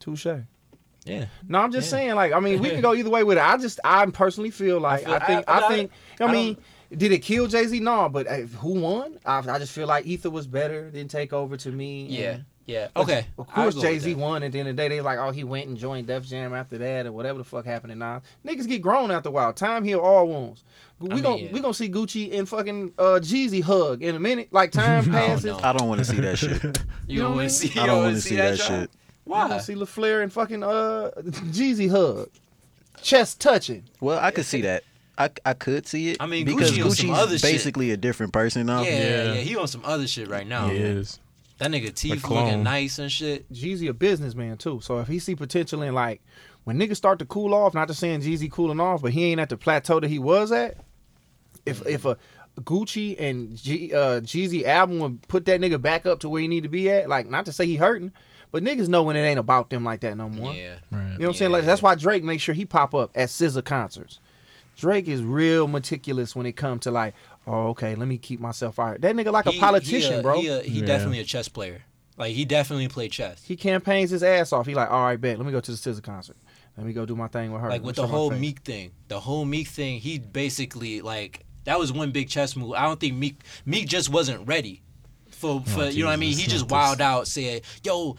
S4: Touche.
S1: Yeah.
S4: No, I'm just
S1: Yeah.
S4: saying. Like, I mean, we can go either way with it. I just, I personally feel like I,
S1: feel-
S4: think,
S1: I-
S4: I,
S1: I-
S4: think. I,
S1: I
S4: mean, did it kill Jay Z? No, but uh, who won? I, I just feel like Ether was better than Takeover to me.
S1: Yeah,
S4: and-
S1: yeah.
S4: But
S1: Okay.
S4: Of
S1: I'll
S4: course,
S1: go with
S4: Jay Z
S1: that.
S4: won. At the end of the day, they like, oh, he went and joined Def Jam after that, or whatever the fuck happened. And now niggas get grown after a while. Time heal all wounds. We
S1: mean,
S4: gon'
S1: yeah.
S4: we gonna see Gucci and fucking uh, Jeezy hug in a minute. Like time
S1: I don't
S4: passes.
S1: know.
S3: I don't want to see that shit.
S1: You
S4: know
S1: don't
S4: what I
S1: want to see.
S3: I
S1: you
S3: don't
S1: want
S3: want to
S1: to
S3: see that
S1: job?
S3: shit.
S4: You gonna
S1: Why?
S4: see LaFleur and fucking uh Jeezy hug, chest touching.
S3: Well, I could see that. I, I could see it.
S1: I mean,
S3: because
S1: Gucci on some other
S3: Gucci's
S1: shit.
S3: basically a different person now.
S1: Yeah, yeah,
S2: Yeah.
S1: He on some other shit right now.
S2: He is.
S1: That nigga teeth
S2: clone.
S1: looking nice and shit.
S4: Jeezy a businessman too. So if he see potential in like when niggas start to cool off, not just saying Jeezy cooling off, but he ain't at the plateau that he was at.
S1: Mm-hmm.
S4: If if a Gucci and G, uh, Jeezy album would put that nigga back up to where he need to be at, like not to say he hurting, but niggas know when it ain't about them like that no more.
S1: Yeah.
S2: Right.
S4: You know what I'm saying? Like
S1: Yeah.
S4: that's why Drake makes sure he pop up at SZA concerts. Drake is real meticulous when it come to like, oh okay, let me keep myself all right. That nigga like
S1: He-
S4: a politician,
S1: he a-
S4: bro.
S1: He, a, he
S2: Yeah.
S1: definitely a chess player. Like he definitely played chess.
S4: he campaigns his ass off. He like, all right, bet. Let me go to the SZA concert. Let me go do my thing with her.
S1: Like
S4: Let
S1: with
S4: me
S1: the
S4: show my
S1: whole
S4: face."
S1: Meek thing. The whole Meek thing. He basically like that was one big chess move. I don't think Meek Meek just wasn't ready for for you know what I mean.
S2: Jesus,
S1: He just
S2: not
S1: wowed out. Said yo.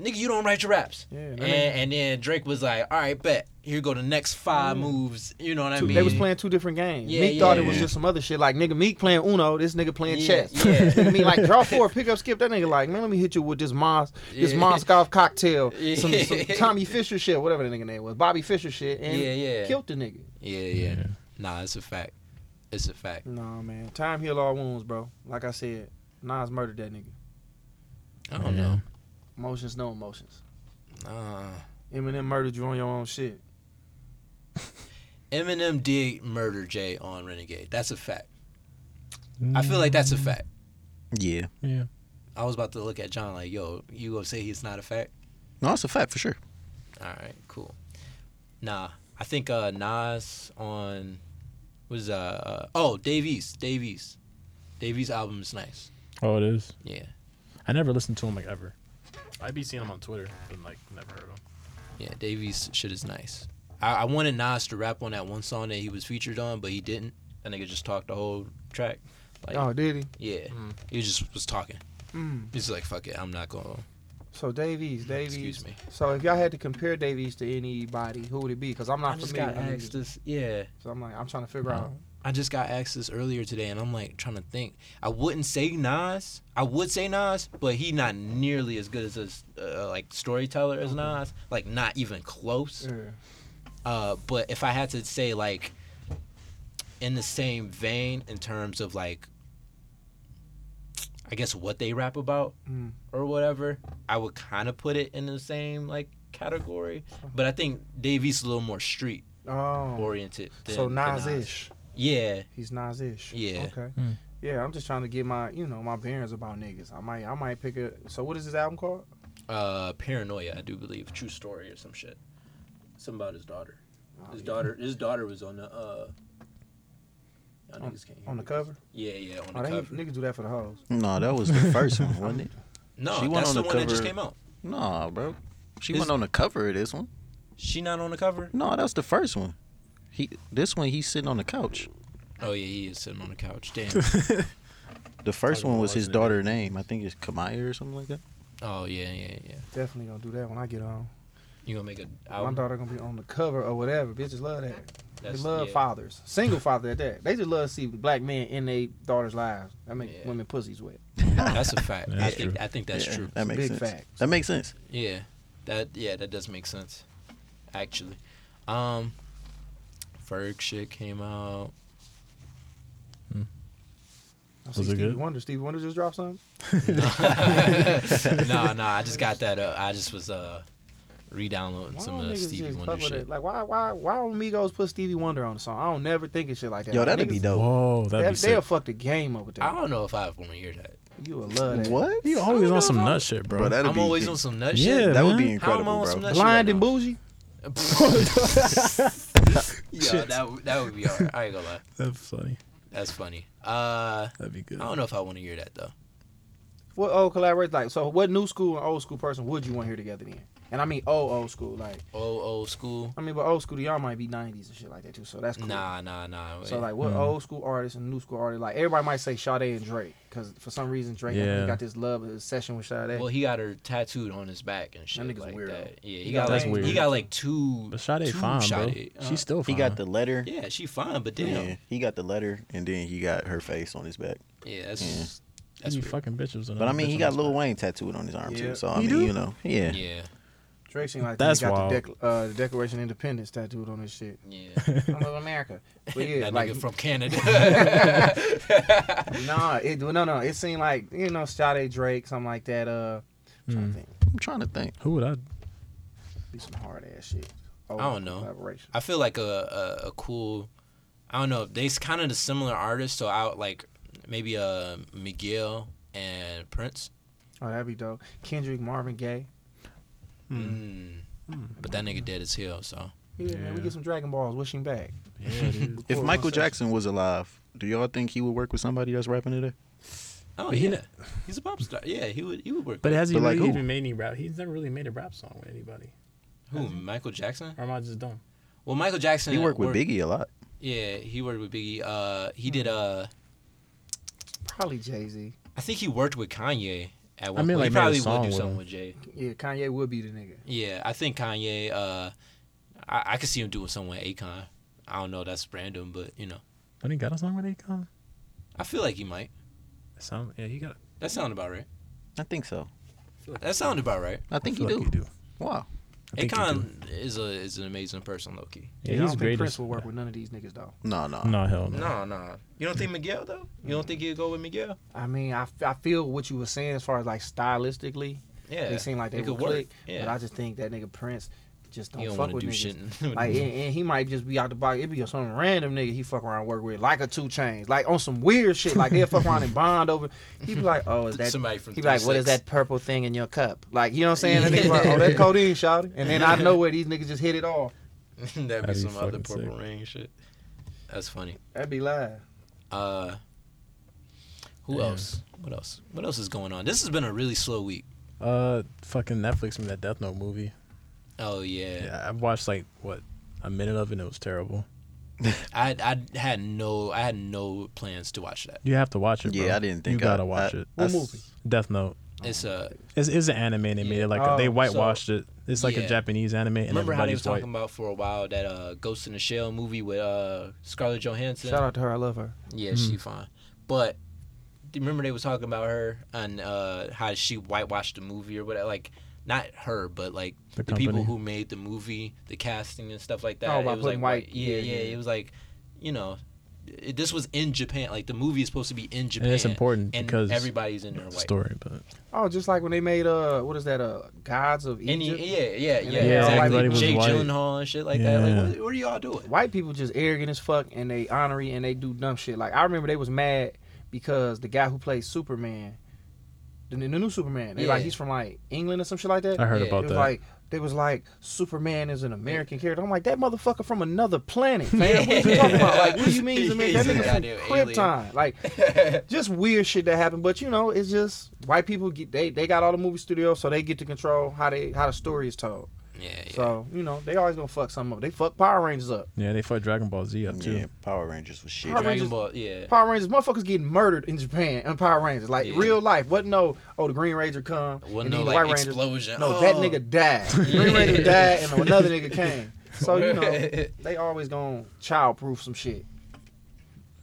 S1: Nigga, you don't write your raps.
S4: Yeah, that
S1: and,
S4: nigga-
S1: and then Drake was like, "All right, bet here go the next five moves." You know what I
S4: Mm. Two-
S1: mean?
S4: They was playing two different games.
S1: Yeah,
S4: Meek
S1: yeah,
S4: thought it
S3: yeah.
S4: was just some other shit. Like nigga, Meek playing Uno. This nigga playing
S1: Yeah, yeah.
S4: chess. Nigga Meek like draw four, pick up, skip. That nigga like, man, let me hit you with this Mos, this
S1: Yeah.
S4: Moscow cocktail,
S1: Yeah.
S4: some, some Tommy Fisher shit, whatever the nigga name was, Bobby Fisher shit, and
S1: Yeah, yeah.
S4: killed the nigga.
S1: Yeah, yeah. Nah, it's a fact. It's a fact.
S4: No man, time heal all wounds, bro. Like I said, Nas murdered that nigga.
S1: I don't
S2: Yeah.
S1: know.
S4: Emotions, no emotions.
S1: Uh,
S4: Eminem murdered you on your own shit.
S1: Eminem did murder Jay on Renegade. That's a fact. I feel like that's a fact.
S3: Yeah.
S2: Yeah.
S1: I was about to look at John like, yo, you gonna say he's not a fact?
S3: No, it's a fact for sure.
S1: All right, cool. Nah, I think uh, Nas on was uh oh Davies Davies Davies album is nice.
S2: Oh, it is.
S1: Yeah,
S2: I never listened to him like ever. I'd be seeing him on Twitter, but like never heard of him.
S1: yeah, Davies shit is nice. I, I wanted Nas to rap on that one song that he was featured on, but he didn't. That nigga just talked the whole track. Like,
S4: Oh, did he?
S1: yeah,
S2: Mm.
S1: he just was talking.
S4: Mm.
S1: He's like, fuck it, I'm not gonna.
S4: So Davies, Davies.
S1: Excuse me.
S4: So if y'all had to compare Davies to anybody, who would it be? Because I'm
S1: I
S4: not
S1: just
S4: familiar.
S1: got
S4: I mean,
S1: asked this. Yeah,
S4: So I'm like, I'm trying to figure out.
S1: I just got asked this earlier today, and I'm like trying to think. I wouldn't say Nas. I would say Nas, but he not nearly as good as a uh, like storyteller as Nas. Like not even close.
S4: Yeah.
S1: Uh, but if I had to say like in the same vein in terms of like I guess what they rap about
S4: Mm.
S1: or whatever, I would kind of put it in the same like category. But I think Davies is a little more street
S4: Oh.
S1: oriented. Than,
S4: So
S1: than
S4: Nas ish.
S1: Yeah,
S4: He's Nas ish.
S1: Yeah.
S4: Okay.
S2: Mm.
S4: Yeah, I'm just trying to get my, you know, my bearings about niggas. I might, I might pick a. So what is his album called?
S1: uh, paranoia. I do believe true story or some shit. Something about his daughter.
S4: Oh,
S1: His
S4: yeah.
S1: daughter. His daughter was on the. uh y'all niggas can't hear
S4: On the
S1: me.
S4: cover.
S1: Yeah, yeah, on the
S4: Oh, they
S1: cover.
S4: niggas do that for the hoes.
S3: No, that was the first one, wasn't it?
S1: No,
S3: She went
S1: that's
S3: on
S1: the,
S3: the
S1: one that just
S3: cover.
S1: came out.
S3: No, bro. She
S1: Is-
S3: wasn't on the cover of this one.
S1: She not on the cover.
S3: No, that's the first one. He this one he's sitting on the couch.
S1: Oh yeah, he is sitting on the couch. Damn.
S3: The first
S2: Talking
S3: one
S2: about
S3: was his
S2: Resident
S3: daughter's name. I think it's Kamaya or something like that.
S1: oh yeah, yeah, yeah.
S4: Definitely gonna do that when I get on.
S1: You gonna make an
S4: My
S1: album?
S4: daughter gonna be on the cover or whatever. Bitches love that.
S1: That's-
S4: they love
S1: yeah.
S4: fathers, single father at that. They just love to see black men in their daughters' lives. That make
S1: Yeah.
S4: women pussies wet.
S1: That's a fact.
S2: Yeah,
S1: I
S2: that's
S1: think
S2: true.
S1: I think that's
S3: Yeah,
S1: true.
S3: That makes
S4: Big
S3: sense.
S4: facts.
S3: That makes sense.
S1: Yeah, that yeah that does make sense, actually. Um, Ferg shit came out.
S4: I
S2: Was
S4: see
S2: it
S4: Stevie
S2: good?
S4: Wonder. Stevie Wonder just dropped something.
S1: no, no, I just got that. Uh, I just was uh, re-downloading
S4: Why
S1: some
S4: don't
S1: of the
S4: niggas
S1: Stevie
S4: just
S1: Wonder
S4: fuck with
S1: shit.
S4: it? Like why why why don't Migos put Stevie Wonder on the song? I don't never think of shit like that.
S3: Yo,
S4: Like,
S3: that'd
S4: niggas-
S3: be dope.
S2: Whoa, that'd
S4: They,
S2: be sick.
S4: they'll fuck the game up with
S1: I
S4: that.
S1: don't know if I want to hear that.
S4: You would love that.
S3: What?
S2: You always on some nut shit, bro.
S3: Bro, that'd
S1: I'm
S3: be-
S1: always on some nut
S2: Yeah,
S1: shit.
S3: That would
S2: man.
S3: be
S1: How am I
S3: incredible,
S1: on
S3: bro.
S1: some nut
S4: Blind
S1: shit
S4: and
S1: right
S4: bougie.
S1: Yeah, that would- that would be alright. I ain't gonna lie.
S2: That'd be funny.
S1: That's funny. Uh,
S2: That'd be good.
S1: I don't know if I want to hear that though.
S4: What old collaborates like? So what new school and old school person would you want to hear together then? And I mean old old school like.
S1: Old old school.
S4: I mean, but old school to y'all might be '90s and shit like that too. So that's cool.
S1: Nah, nah, nah.
S4: So like, what
S2: Mm.
S4: old school artists and new school artists? Like everybody might say Sade and Drake, because for some reason Drake
S2: Yeah.
S4: he got this love obsession with Sade.
S1: well, he got her tattooed on his back and shit
S4: nigga's
S1: like
S4: weirdo.
S1: that. Yeah, he,
S4: He
S1: got
S4: got
S1: like
S2: That's weird.
S1: he got like two.
S2: But Sade
S1: two
S2: fine, bro.
S1: Sade. Uh,
S2: She's still
S3: He
S2: fine.
S3: got the letter.
S1: yeah, she fine, but damn.
S3: Yeah,
S1: Yeah,
S3: he got the letter, Mm-hmm. and then he got her face on his back.
S1: that's
S3: Yeah.
S1: that's
S2: you
S1: weird.
S2: fucking bitches.
S3: But I mean, he got Lil Wayne tattooed on his arm
S4: Yeah.
S3: too. So I
S2: He
S3: mean,
S2: do?
S3: you know, yeah.
S1: Yeah,
S4: Drake seemed like
S2: That's
S4: he got
S2: wild.
S4: the, dec- uh, the Declaration of Independence tattooed on his shit.
S1: yeah.
S4: I love America, but yeah,
S1: that
S4: like
S1: nigga from Canada.
S4: nah, it no no, it seemed like you know Sade, Drake, something like that. Uh,
S2: Hmm.
S4: I'm trying to think,
S3: I'm trying to think.
S2: Who would I?
S4: be some hard ass shit. Old
S1: I don't
S4: school
S1: know.
S4: Collaboration.
S1: I feel like a a, a cool. I don't know. They's kind of the similar artists, so I would like maybe uh Miguel and Prince.
S4: Oh, that'd be dope. Kendrick, Marvin Gaye.
S1: Mm. But that nigga dead as hell, so.
S4: Yeah, man, we
S2: Yeah.
S4: get some Dragon Balls. Wish him back.
S2: Yeah, dude.
S3: If Michael
S4: Cool, conversation.
S3: Jackson was alive, do y'all think he would work with somebody that's rapping today?
S1: Oh
S2: But he
S1: yeah, he's a pop star. Yeah, he would he would work.
S2: but
S1: with-
S2: has he
S3: But, like,
S2: really
S3: who?
S2: even made any rap? He's never really made a rap song with anybody.
S1: who Michael Jackson?
S2: Or am I just dumb?
S1: Well, Michael Jackson.
S3: He worked with Biggie a lot.
S1: Yeah, he worked with Biggie. Uh, he did. Uh,
S4: Probably Jay Z.
S1: I think he worked with Kanye at one
S2: mean,
S1: point.
S2: like,
S1: he
S2: made a
S1: probably
S2: song
S1: would do
S2: with
S1: something
S2: him.
S1: with Jay.
S4: Yeah, Kanye would be the nigga.
S1: Yeah, I think Kanye. Uh, I, I could see him doing something with Akon. I don't know. That's random, but you know,
S2: Don't he got a song with Akon?
S1: I feel like he might.
S2: Sound? Yeah, he got.
S1: That sounded about right.
S3: I think so.
S1: That sounded about right.
S3: I think he
S2: feel
S3: do.
S2: like you do.
S3: Wow.
S2: I think you
S1: Akon is a is an amazing person, Loki.
S2: Yeah,
S4: I don't
S2: he's
S4: think
S2: great.
S4: Prince
S2: as-
S4: will work with none of these niggas though.
S3: No, no.
S2: No hell no.
S1: No, no. You don't think Miguel though? You don't think he'd go with Miguel?
S4: I mean, I, f- I feel what you were saying as far as like stylistically,
S1: Yeah,
S4: They seem like they
S1: it
S4: would
S1: could work.
S4: click. But
S1: Yeah.
S4: I just think that nigga Prince just don't,
S1: You don't
S4: fuck
S1: want
S4: with
S1: to do
S4: niggas.
S1: shit.
S4: Like and, and he might just be out the box. It'd be some random nigga he fuck around and work with, like a two chains, like on some weird shit. Like they'll fuck around and bond over. He'd be like, oh, is that?
S1: Somebody from
S4: He'd be like, what
S1: 36.
S4: is that purple thing in your cup? Like you know what I'm saying? And they be like, oh, that codeine, shot And then out of nowhere, these niggas just hit it off.
S1: That'd be
S2: be
S1: some other
S2: fucking
S1: purple rain shit. That's funny.
S4: That'd be live.
S1: Uh, who
S2: Damn.
S1: else? What else? What else is going on? This has been a really slow week.
S2: Uh, fucking Netflix made that Death Note movie.
S1: Oh yeah,
S2: Yeah, I watched like what a minute of it. and It was terrible.
S1: I I had no I had no plans to watch that.
S2: You have to watch it. Bro.
S3: Yeah, I didn't think
S2: you gotta
S3: I-
S2: watch
S3: I-
S2: it.
S4: What
S3: I s-
S4: movie?
S2: Death Note.
S1: It's uh
S2: It's, it's an anime. and They made it like
S4: Oh,
S2: they
S4: so-
S2: whitewashed it. It's like
S1: yeah.
S2: a Japanese anime, and
S1: remember how they was
S2: everybody's
S1: talking
S2: white.
S1: about for a while that uh Ghost in the Shell movie with uh Scarlett Johansson.
S4: Shout out to her. I love her.
S1: Yeah,
S2: Hmm.
S1: she fine. But do you remember they was talking about her and uh, how she whitewashed the movie or whatever? Like not her, but like the,
S2: The
S1: people
S2: company.
S1: who made the movie, the casting and stuff like that.
S4: Oh, by
S1: it was
S4: putting
S1: like
S4: white-
S1: Yeah,
S4: yeah,
S1: yeah,
S4: yeah.
S1: It was like, you know, it, this was in Japan. Like the movie is supposed to be in Japan.
S2: it's important
S1: and
S2: because
S1: everybody's in there white.
S2: Story, but
S4: Oh, just like when they made uh, what is that? Uh, Gods of
S1: And
S4: Egypt.
S1: he, yeah, yeah,
S4: And
S1: yeah,
S4: then everybody
S1: exactly.
S4: was
S1: Jake
S2: white.
S1: Gyllenhaal and shit like that.
S2: Yeah.
S1: Like, what, what are y'all doing?
S4: white people just arrogant as fuck and they honorary and they do dumb shit. Like I remember they was mad because the guy who plays Superman, the, the new Superman, they like
S1: Yeah.
S4: he's from like England or some shit like that.
S2: I heard
S1: Yeah.
S4: it
S2: about
S4: was
S2: that.
S4: like they was like Superman is an American character. I'm like that motherfucker from another planet. Fam. What you talking about? Like what do you mean? He's American?
S1: He's a
S4: That nigga
S1: goddamn
S4: from Krypton. Like just weird shit that happened. But you know, it's just white people get they they got all the movie studios, so they get to control how they how the story is told.
S1: Yeah, yeah.
S4: So you know they always gonna fuck something up. They fuck Power Rangers up.
S2: yeah, they fucked Dragon Ball Z up too.
S3: Yeah, Power Rangers was shit.
S4: Power
S1: Dragon
S4: Rangers-
S1: Ball, yeah.
S4: Power Rangers, motherfuckers getting murdered in Japan on Power Rangers. Like
S1: Yeah.
S4: real life. What no, oh the Green Ranger come.
S1: Wasn't
S4: and
S1: no
S4: then
S1: like
S4: White Ranger-
S1: explosion.
S4: No, that
S1: Oh.
S4: nigga died. Green Ranger died and another nigga came. So you know, they always gonna child proof some shit.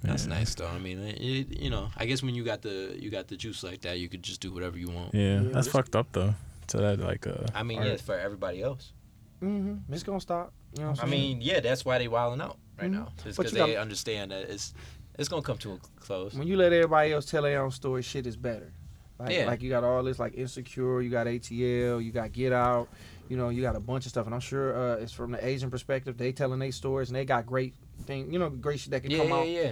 S1: That's nice though. I mean, it, it- you know, I guess when you got the you got the juice like that, you could just do whatever you want.
S2: Yeah,
S4: Yeah,
S2: that's
S4: this-
S2: fucked up though. To that like uh.
S1: I mean,
S2: art.
S1: yeah, for everybody else.
S4: hmm It's gonna stop. You know what
S1: I
S4: I'm saying?
S1: mean, yeah, that's why they wilding out right now. It's
S4: But
S1: because
S4: you
S1: they
S4: gotta-
S1: understand that it's it's gonna come to a close.
S4: when you let everybody else tell their own story, shit is better. Like,
S1: Yeah.
S4: like you got all this like insecure, you got ATL, you got Get Out, you know, you got a bunch of stuff, and I'm sure uh, it's from the Asian perspective. They telling their stories, and they got great thing, you know, great shit that can
S1: Yeah,
S4: come
S1: yeah,
S4: out.
S1: yeah.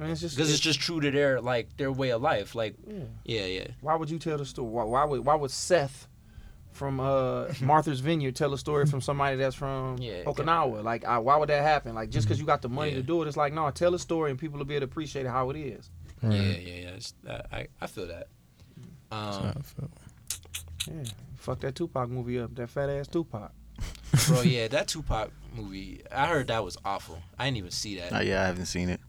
S4: And it's just
S1: Because it's just true to their like their way of life. Like,
S4: Yeah.
S1: yeah, yeah.
S4: why would you tell the story? Why, why would why would Seth from uh, Martha's Vineyard tell a story from somebody that's from
S1: Yeah,
S4: Okinawa? Like, I, why would that happen? Like, just because you got the money to
S1: Yeah.
S4: do it, it's like, no, tell a story and people will be able to appreciate how it is.
S2: Right.
S1: Yeah, yeah, yeah. It's, I, I I feel that.
S2: So
S1: Um,
S2: I feel-
S4: Yeah, fuck that Tupac movie up, that fat ass Tupac.
S1: bro, yeah, that Tupac movie. I heard that was awful. I didn't even see
S3: Oh
S1: that.
S3: yeah, I haven't seen it.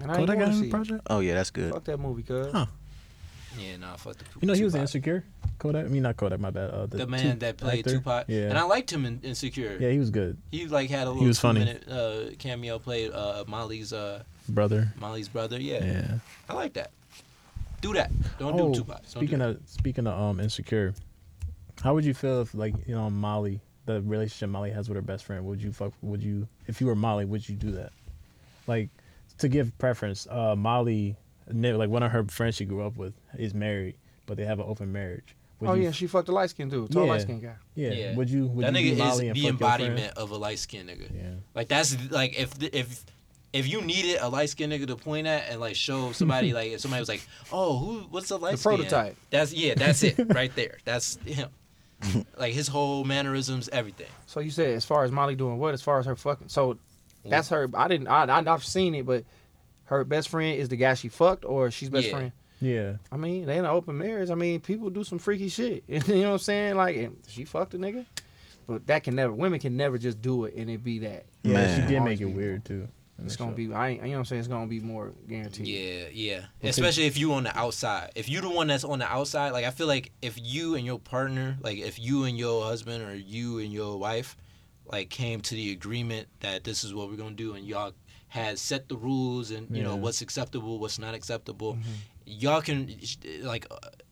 S4: And I
S2: Oh,
S4: ain't
S2: that guy
S4: want to
S2: in
S4: see.
S2: the project.
S3: Oh yeah, that's good.
S4: Fuck that movie, cuz.
S2: Huh.
S1: Yeah, nah, fuck the.
S2: You know he was in
S1: Tupac.
S2: insecure. Kodak, I mean not Kodak, my bad. Uh, the,
S1: The man
S2: Tu-
S1: that played
S2: actor.
S1: Tupac.
S2: Yeah,
S1: And I liked him in Insecure.
S2: yeah, he was good.
S1: He like had a little
S2: was funny.
S1: minute uh, cameo played uh, Molly's uh,
S2: Brother.
S1: Molly's brother. Yeah.
S2: Yeah.
S1: I like that. Do that. Don't
S2: oh,
S1: do Tupac. Don't
S2: speaking
S1: do
S2: of speaking of um insecure, how would you feel if like you know Molly, the relationship Molly has with her best friend, would you fuck? Would you if you were Molly, would you do that? Like to give preference, uh, Molly, ne- like one of her friends she grew up with is married, but they have an open marage. Would
S4: Oh
S2: you
S4: yeah, she fucked a light skinned dude, tall
S2: Yeah.
S4: light skinned guy.
S2: Yeah.
S1: Yeah.
S2: Would you? Would
S1: that
S2: you
S1: nigga
S2: be
S1: is
S2: Molly and
S1: the
S2: fuck your friend?
S1: embodiment of a light skinned nigga.
S2: Yeah.
S1: Like that's like if the, if if you needed a light skinned nigga to point at and like show somebody like if somebody was like, oh, who what's the light skin?
S4: prototype.
S1: That's yeah, that's it right there. That's him. like his whole mannerisms, everything.
S4: So you said as far as Molly doing what? As far as her fucking, so that's her. I didn't. I, I I've seen it, but her best friend is the guy she fucked, or she's best
S1: Yeah.
S4: friend.
S2: Yeah.
S4: I mean, they in an open marriage. I mean, people do some freaky shit. you know what I'm saying? Like, and she fucked a nigga, but that can never. Women can never just do it and it be that.
S2: Yeah.
S3: Man.
S2: She did
S4: Always
S2: make it
S4: be-
S2: weird too. in
S4: It's
S2: the
S4: gonna
S2: show.
S4: be. I ain't, you know what I'm saying? It's gonna be more guaranteed.
S1: Yeah, yeah. Especially if you on the outside. If you the one that's on the outside, like I feel like if you and your partner, like if you and your husband or you and your wife, like came to the agreement that this is what we're gonna do, and y'all had set the rules and you know
S2: Yeah.
S1: what's acceptable, what's not acceptable, y'all can like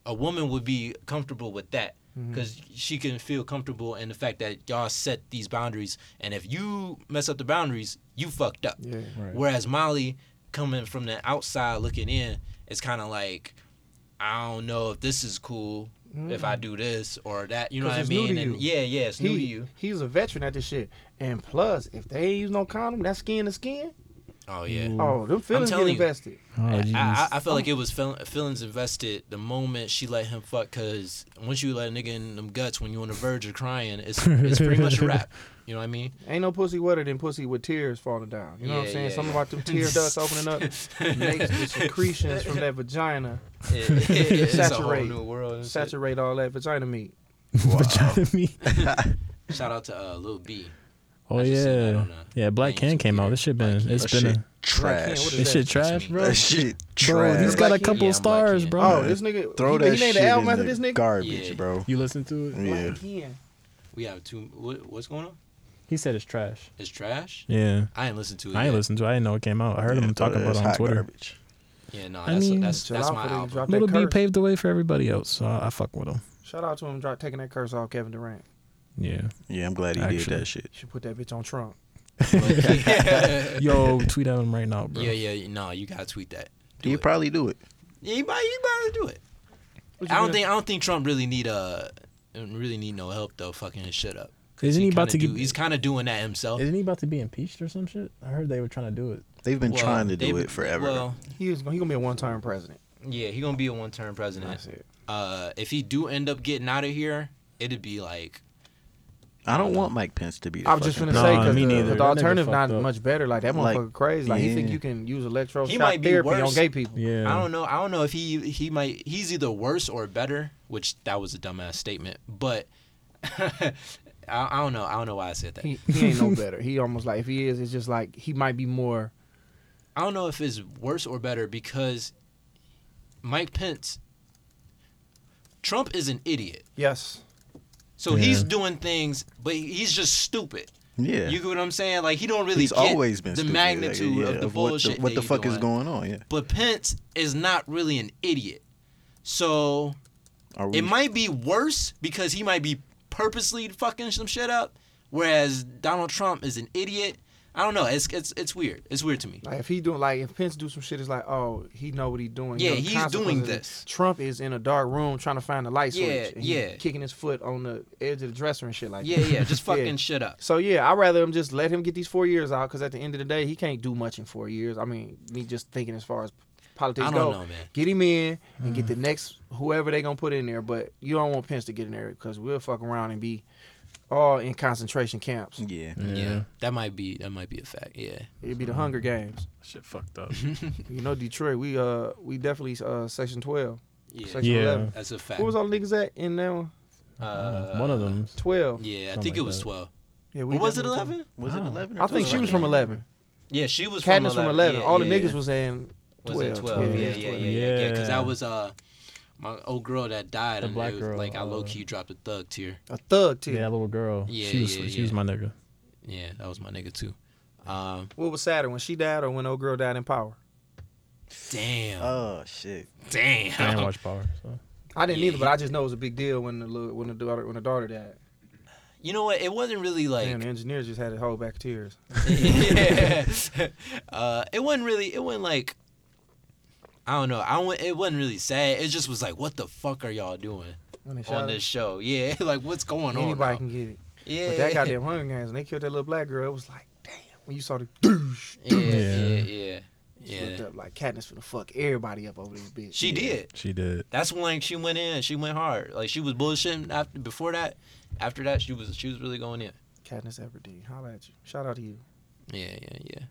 S1: a woman would be comfortable with that because she can feel comfortable in the fact that y'all set these boundaries, and if you mess up the boundaries, you fucked up.
S4: Yeah.
S2: Right.
S1: Whereas Molly, coming from the outside looking in, is kind of like, I don't know if this is cool. if I do this or that. You know
S4: Mm. 'Cause
S1: what I
S4: it's new to
S1: mean? And
S4: you.
S1: yeah, yeah, it's
S4: he,
S1: new to you.
S4: He's a veteran at this shit. And plus, if they ain't use no condom, that's skin to skin.
S1: Oh yeah.
S4: Oh, them feelings get
S1: telling you.
S4: invested.
S2: Oh,
S1: I,
S2: you
S1: I,
S2: just-
S1: I felt like it was feel, feelings invested the moment she let him fuck. Cause once you let a nigga in them guts when you on the verge of crying, it's it's pretty much a wrap. You know what I mean?
S4: Ain't no pussy wetter than pussy with tears falling down. You know what I'm
S1: Yeah,
S4: saying?
S1: yeah,
S4: Something
S1: yeah.
S4: about them tear ducts opening up makes the secretions from that vagina
S1: It, it, it's a whole
S4: Saturate.
S1: new world. and shit.
S4: saturate all that vagina meat.
S2: vagina meat.
S1: Shout out to uh, Lil B.
S2: Oh
S1: I just seen that
S2: yeah,
S1: on, uh,
S2: yeah. Black
S1: things
S2: Can
S1: on
S2: came out.
S1: Twitter.
S2: This shit been.
S1: Black
S2: It's
S3: That
S2: been.
S3: shit
S2: A,
S4: What
S3: trash.
S4: is
S2: this
S4: that?
S2: shit trash,
S1: That's me.
S2: bro.
S3: That
S2: Bro,
S3: shit trash.
S2: he's got a
S4: Black Can-
S2: couple
S1: Yeah, I'm Black
S2: stars,
S1: Can.
S2: bro.
S4: Oh,
S3: Yeah.
S4: this nigga.
S3: Throw
S4: he,
S3: that
S4: he named
S3: shit
S4: the album
S3: in
S4: after
S3: the
S4: this nigga.
S3: garbage,
S1: Yeah.
S3: bro.
S2: You listen to it?
S3: Yeah.
S4: Black Can.
S1: We have two. What, what's going on?
S2: He said it's trash.
S1: It's trash.
S2: Yeah.
S1: I ain't listened to it.
S2: I ain't
S1: yet.
S2: listened to. it. I didn't know it came out. I heard
S3: Yeah,
S2: him
S3: throw
S2: talking
S3: that
S2: about
S3: as
S2: it on
S3: hot
S2: Twitter.
S3: Garbage.
S1: Yeah, no,
S2: I
S1: that's
S2: mean-
S1: that's
S4: Shout
S1: that's
S4: out
S1: my
S4: for them.
S1: album.
S4: Drop
S2: Little
S4: that
S2: B
S4: curse.
S2: paved the way for everybody else, so I, I fuck with him.
S4: Shout out to him drop, taking that curse off Kevin Durant.
S2: Yeah.
S3: Yeah, I'm glad he
S2: Actually.
S3: did that shit.
S4: Should put that bitch on Trump.
S1: But- yeah,
S2: Yo, tweet at him right now, bro.
S1: yeah, yeah. No, you gotta tweet that. Do
S3: He'd
S1: it.
S3: probably do it.
S1: Yeah, you might, you might do it.
S4: What you
S1: I don't
S4: gonna-
S1: think I don't think Trump really need uh really need no help though fucking his shit up. 'Cause
S2: Isn't he
S1: kinda
S2: about to
S1: do-
S2: get-
S1: He's kind of doing that himself.
S2: Isn't he about to be impeached or some shit? I heard they were trying to do it.
S3: They've been
S1: Well,
S3: trying to
S1: they
S3: do
S1: would-
S3: it forever.
S1: Well,
S4: he is. He gonna be a one-time president.
S1: yeah, he gonna be a one-term
S4: That's
S1: president.
S4: it.
S1: Uh, if he do end up getting out of here, it'd be like
S3: I don't want Mike Pence to be. The
S4: I was just
S3: fucking
S4: gonna say
S2: Nah,
S4: because
S2: me
S4: the,
S2: neither.
S4: the
S2: That nigga
S4: alternative not
S2: fucked up.
S4: much better. Like that
S3: Like,
S4: motherfucker crazy. Like he think
S3: yeah.
S4: you can use electro
S1: He
S4: shock
S1: might be
S4: therapy on
S1: worse.
S4: gay people.
S2: Yeah.
S1: I don't know. I don't know if he he might he's either worse or better, which that was a dumbass statement. But I, I don't know. I don't know why I said that.
S4: He, he ain't no better. He almost like if he is, it's just like he might be more.
S1: I don't know if it's worse or better because Mike Pence, Trump is an idiot.
S4: Yes.
S1: So he's
S2: Yeah.
S1: doing things, but he- he's just stupid.
S3: Yeah.
S1: You get what I'm saying? Like he don't really
S3: He's
S1: get
S3: always been
S1: the
S3: stupid. Like,
S1: magnitude
S3: yeah,
S1: of the
S3: what
S1: bullshit.
S3: what
S1: that
S3: the
S1: he's
S3: fuck is
S1: doing.
S3: going on? Yeah.
S1: But Pence is not really an idiot. So
S3: Are we
S1: it might be worse because he might be purposely fucking some shit up, whereas Donald Trump is an idiot. I don't know. It's it's it's weird. It's weird to me.
S4: Like if he doing like if Pence do some shit, it's like oh he know what he doing. He
S1: Yeah,
S4: know the
S1: he's doing
S4: consequences.
S1: this.
S4: Trump is in a dark room trying to find the light
S1: Yeah,
S4: switch. And he
S1: yeah.
S4: Kicking his foot on the edge of the dresser and shit like
S1: Yeah,
S4: that.
S1: yeah. Just fucking shit up.
S4: So yeah, I'd rather him just let him get these four years out because at the end of the day, he can't do much in four years. I mean, me just thinking as far as politics
S1: I don't
S4: go,
S1: know, man.
S4: get him in and get the next whoever they gonna put in there. But you don't want Pence to get in there because we'll fuck around and be all in concentration camps.
S3: Yeah.
S1: Yeah. that might be that might be a fact. Yeah,
S4: It'd be the Hunger Games.
S2: Shit fucked up.
S4: You know, Detroit, we uh we definitely uh section twelve,
S1: yeah.
S4: section
S2: yeah.
S4: eleven.
S1: That's a fact.
S4: What was all the niggas at in that one?
S1: Uh,
S2: One of them.
S4: Twelve.
S1: Yeah, I
S2: Something
S1: think it
S2: like
S1: was
S2: that.
S1: twelve.
S4: Yeah, we
S1: Or was it
S4: definitely-
S1: eleven?
S3: Was it
S2: Wow.
S3: 11? Or
S4: I
S3: 12?
S4: think she was from eleven.
S1: Yeah, she was
S4: Katniss
S1: from 11.
S4: from eleven.
S1: Yeah,
S4: all the
S1: yeah.
S4: niggas was in
S1: was in
S4: 12.
S1: 12. Yeah, yeah, yeah, yeah. yeah, Because
S2: Yeah.
S1: I was uh, my old girl that died,
S2: The
S1: and
S2: black
S1: it was,
S2: girl,
S1: like I
S2: uh,
S1: low key dropped a thug tear.
S4: A thug too.
S2: Yeah, that little girl.
S1: Yeah,
S2: she was
S1: yeah,
S2: she was
S1: yeah.
S2: my nigga.
S1: Yeah, that was my nigga too. Um,
S4: What was sadder when she died or when old girl died in power?
S1: damn,
S3: Oh shit.
S1: damn.
S2: I didn't watch Power. So.
S4: I didn't
S1: Yeah,
S4: either, but I just know it was a big deal when the little, when the daughter when the daughter died.
S1: You know what? It wasn't really like.
S4: Damn, the engineers just had a whole back of tears.
S1: yeah. uh, it wasn't really. It wasn't like. I don't know. I went, it wasn't really sad. It just was like, what the fuck are y'all doing
S4: When they
S1: on
S4: shot
S1: this
S4: her.
S1: show? Yeah, like what's going on?
S4: Anybody
S1: now?
S4: can get it.
S1: Yeah,
S4: But that goddamn Hunger Games, when they killed that little black girl, it was like, damn. When you saw the douche,
S1: yeah,
S2: Yeah.
S1: yeah, yeah,
S4: she
S1: yeah.
S4: looked up like Katniss finna fuck everybody up over this bitch.
S1: She did.
S2: She did.
S1: That's when like, she went in. She went hard. Like she was bullshitting after before that. After that, she was she was really going in.
S4: Katniss Everdeen, holla at you. Shout out to you.
S1: Yeah, yeah, yeah.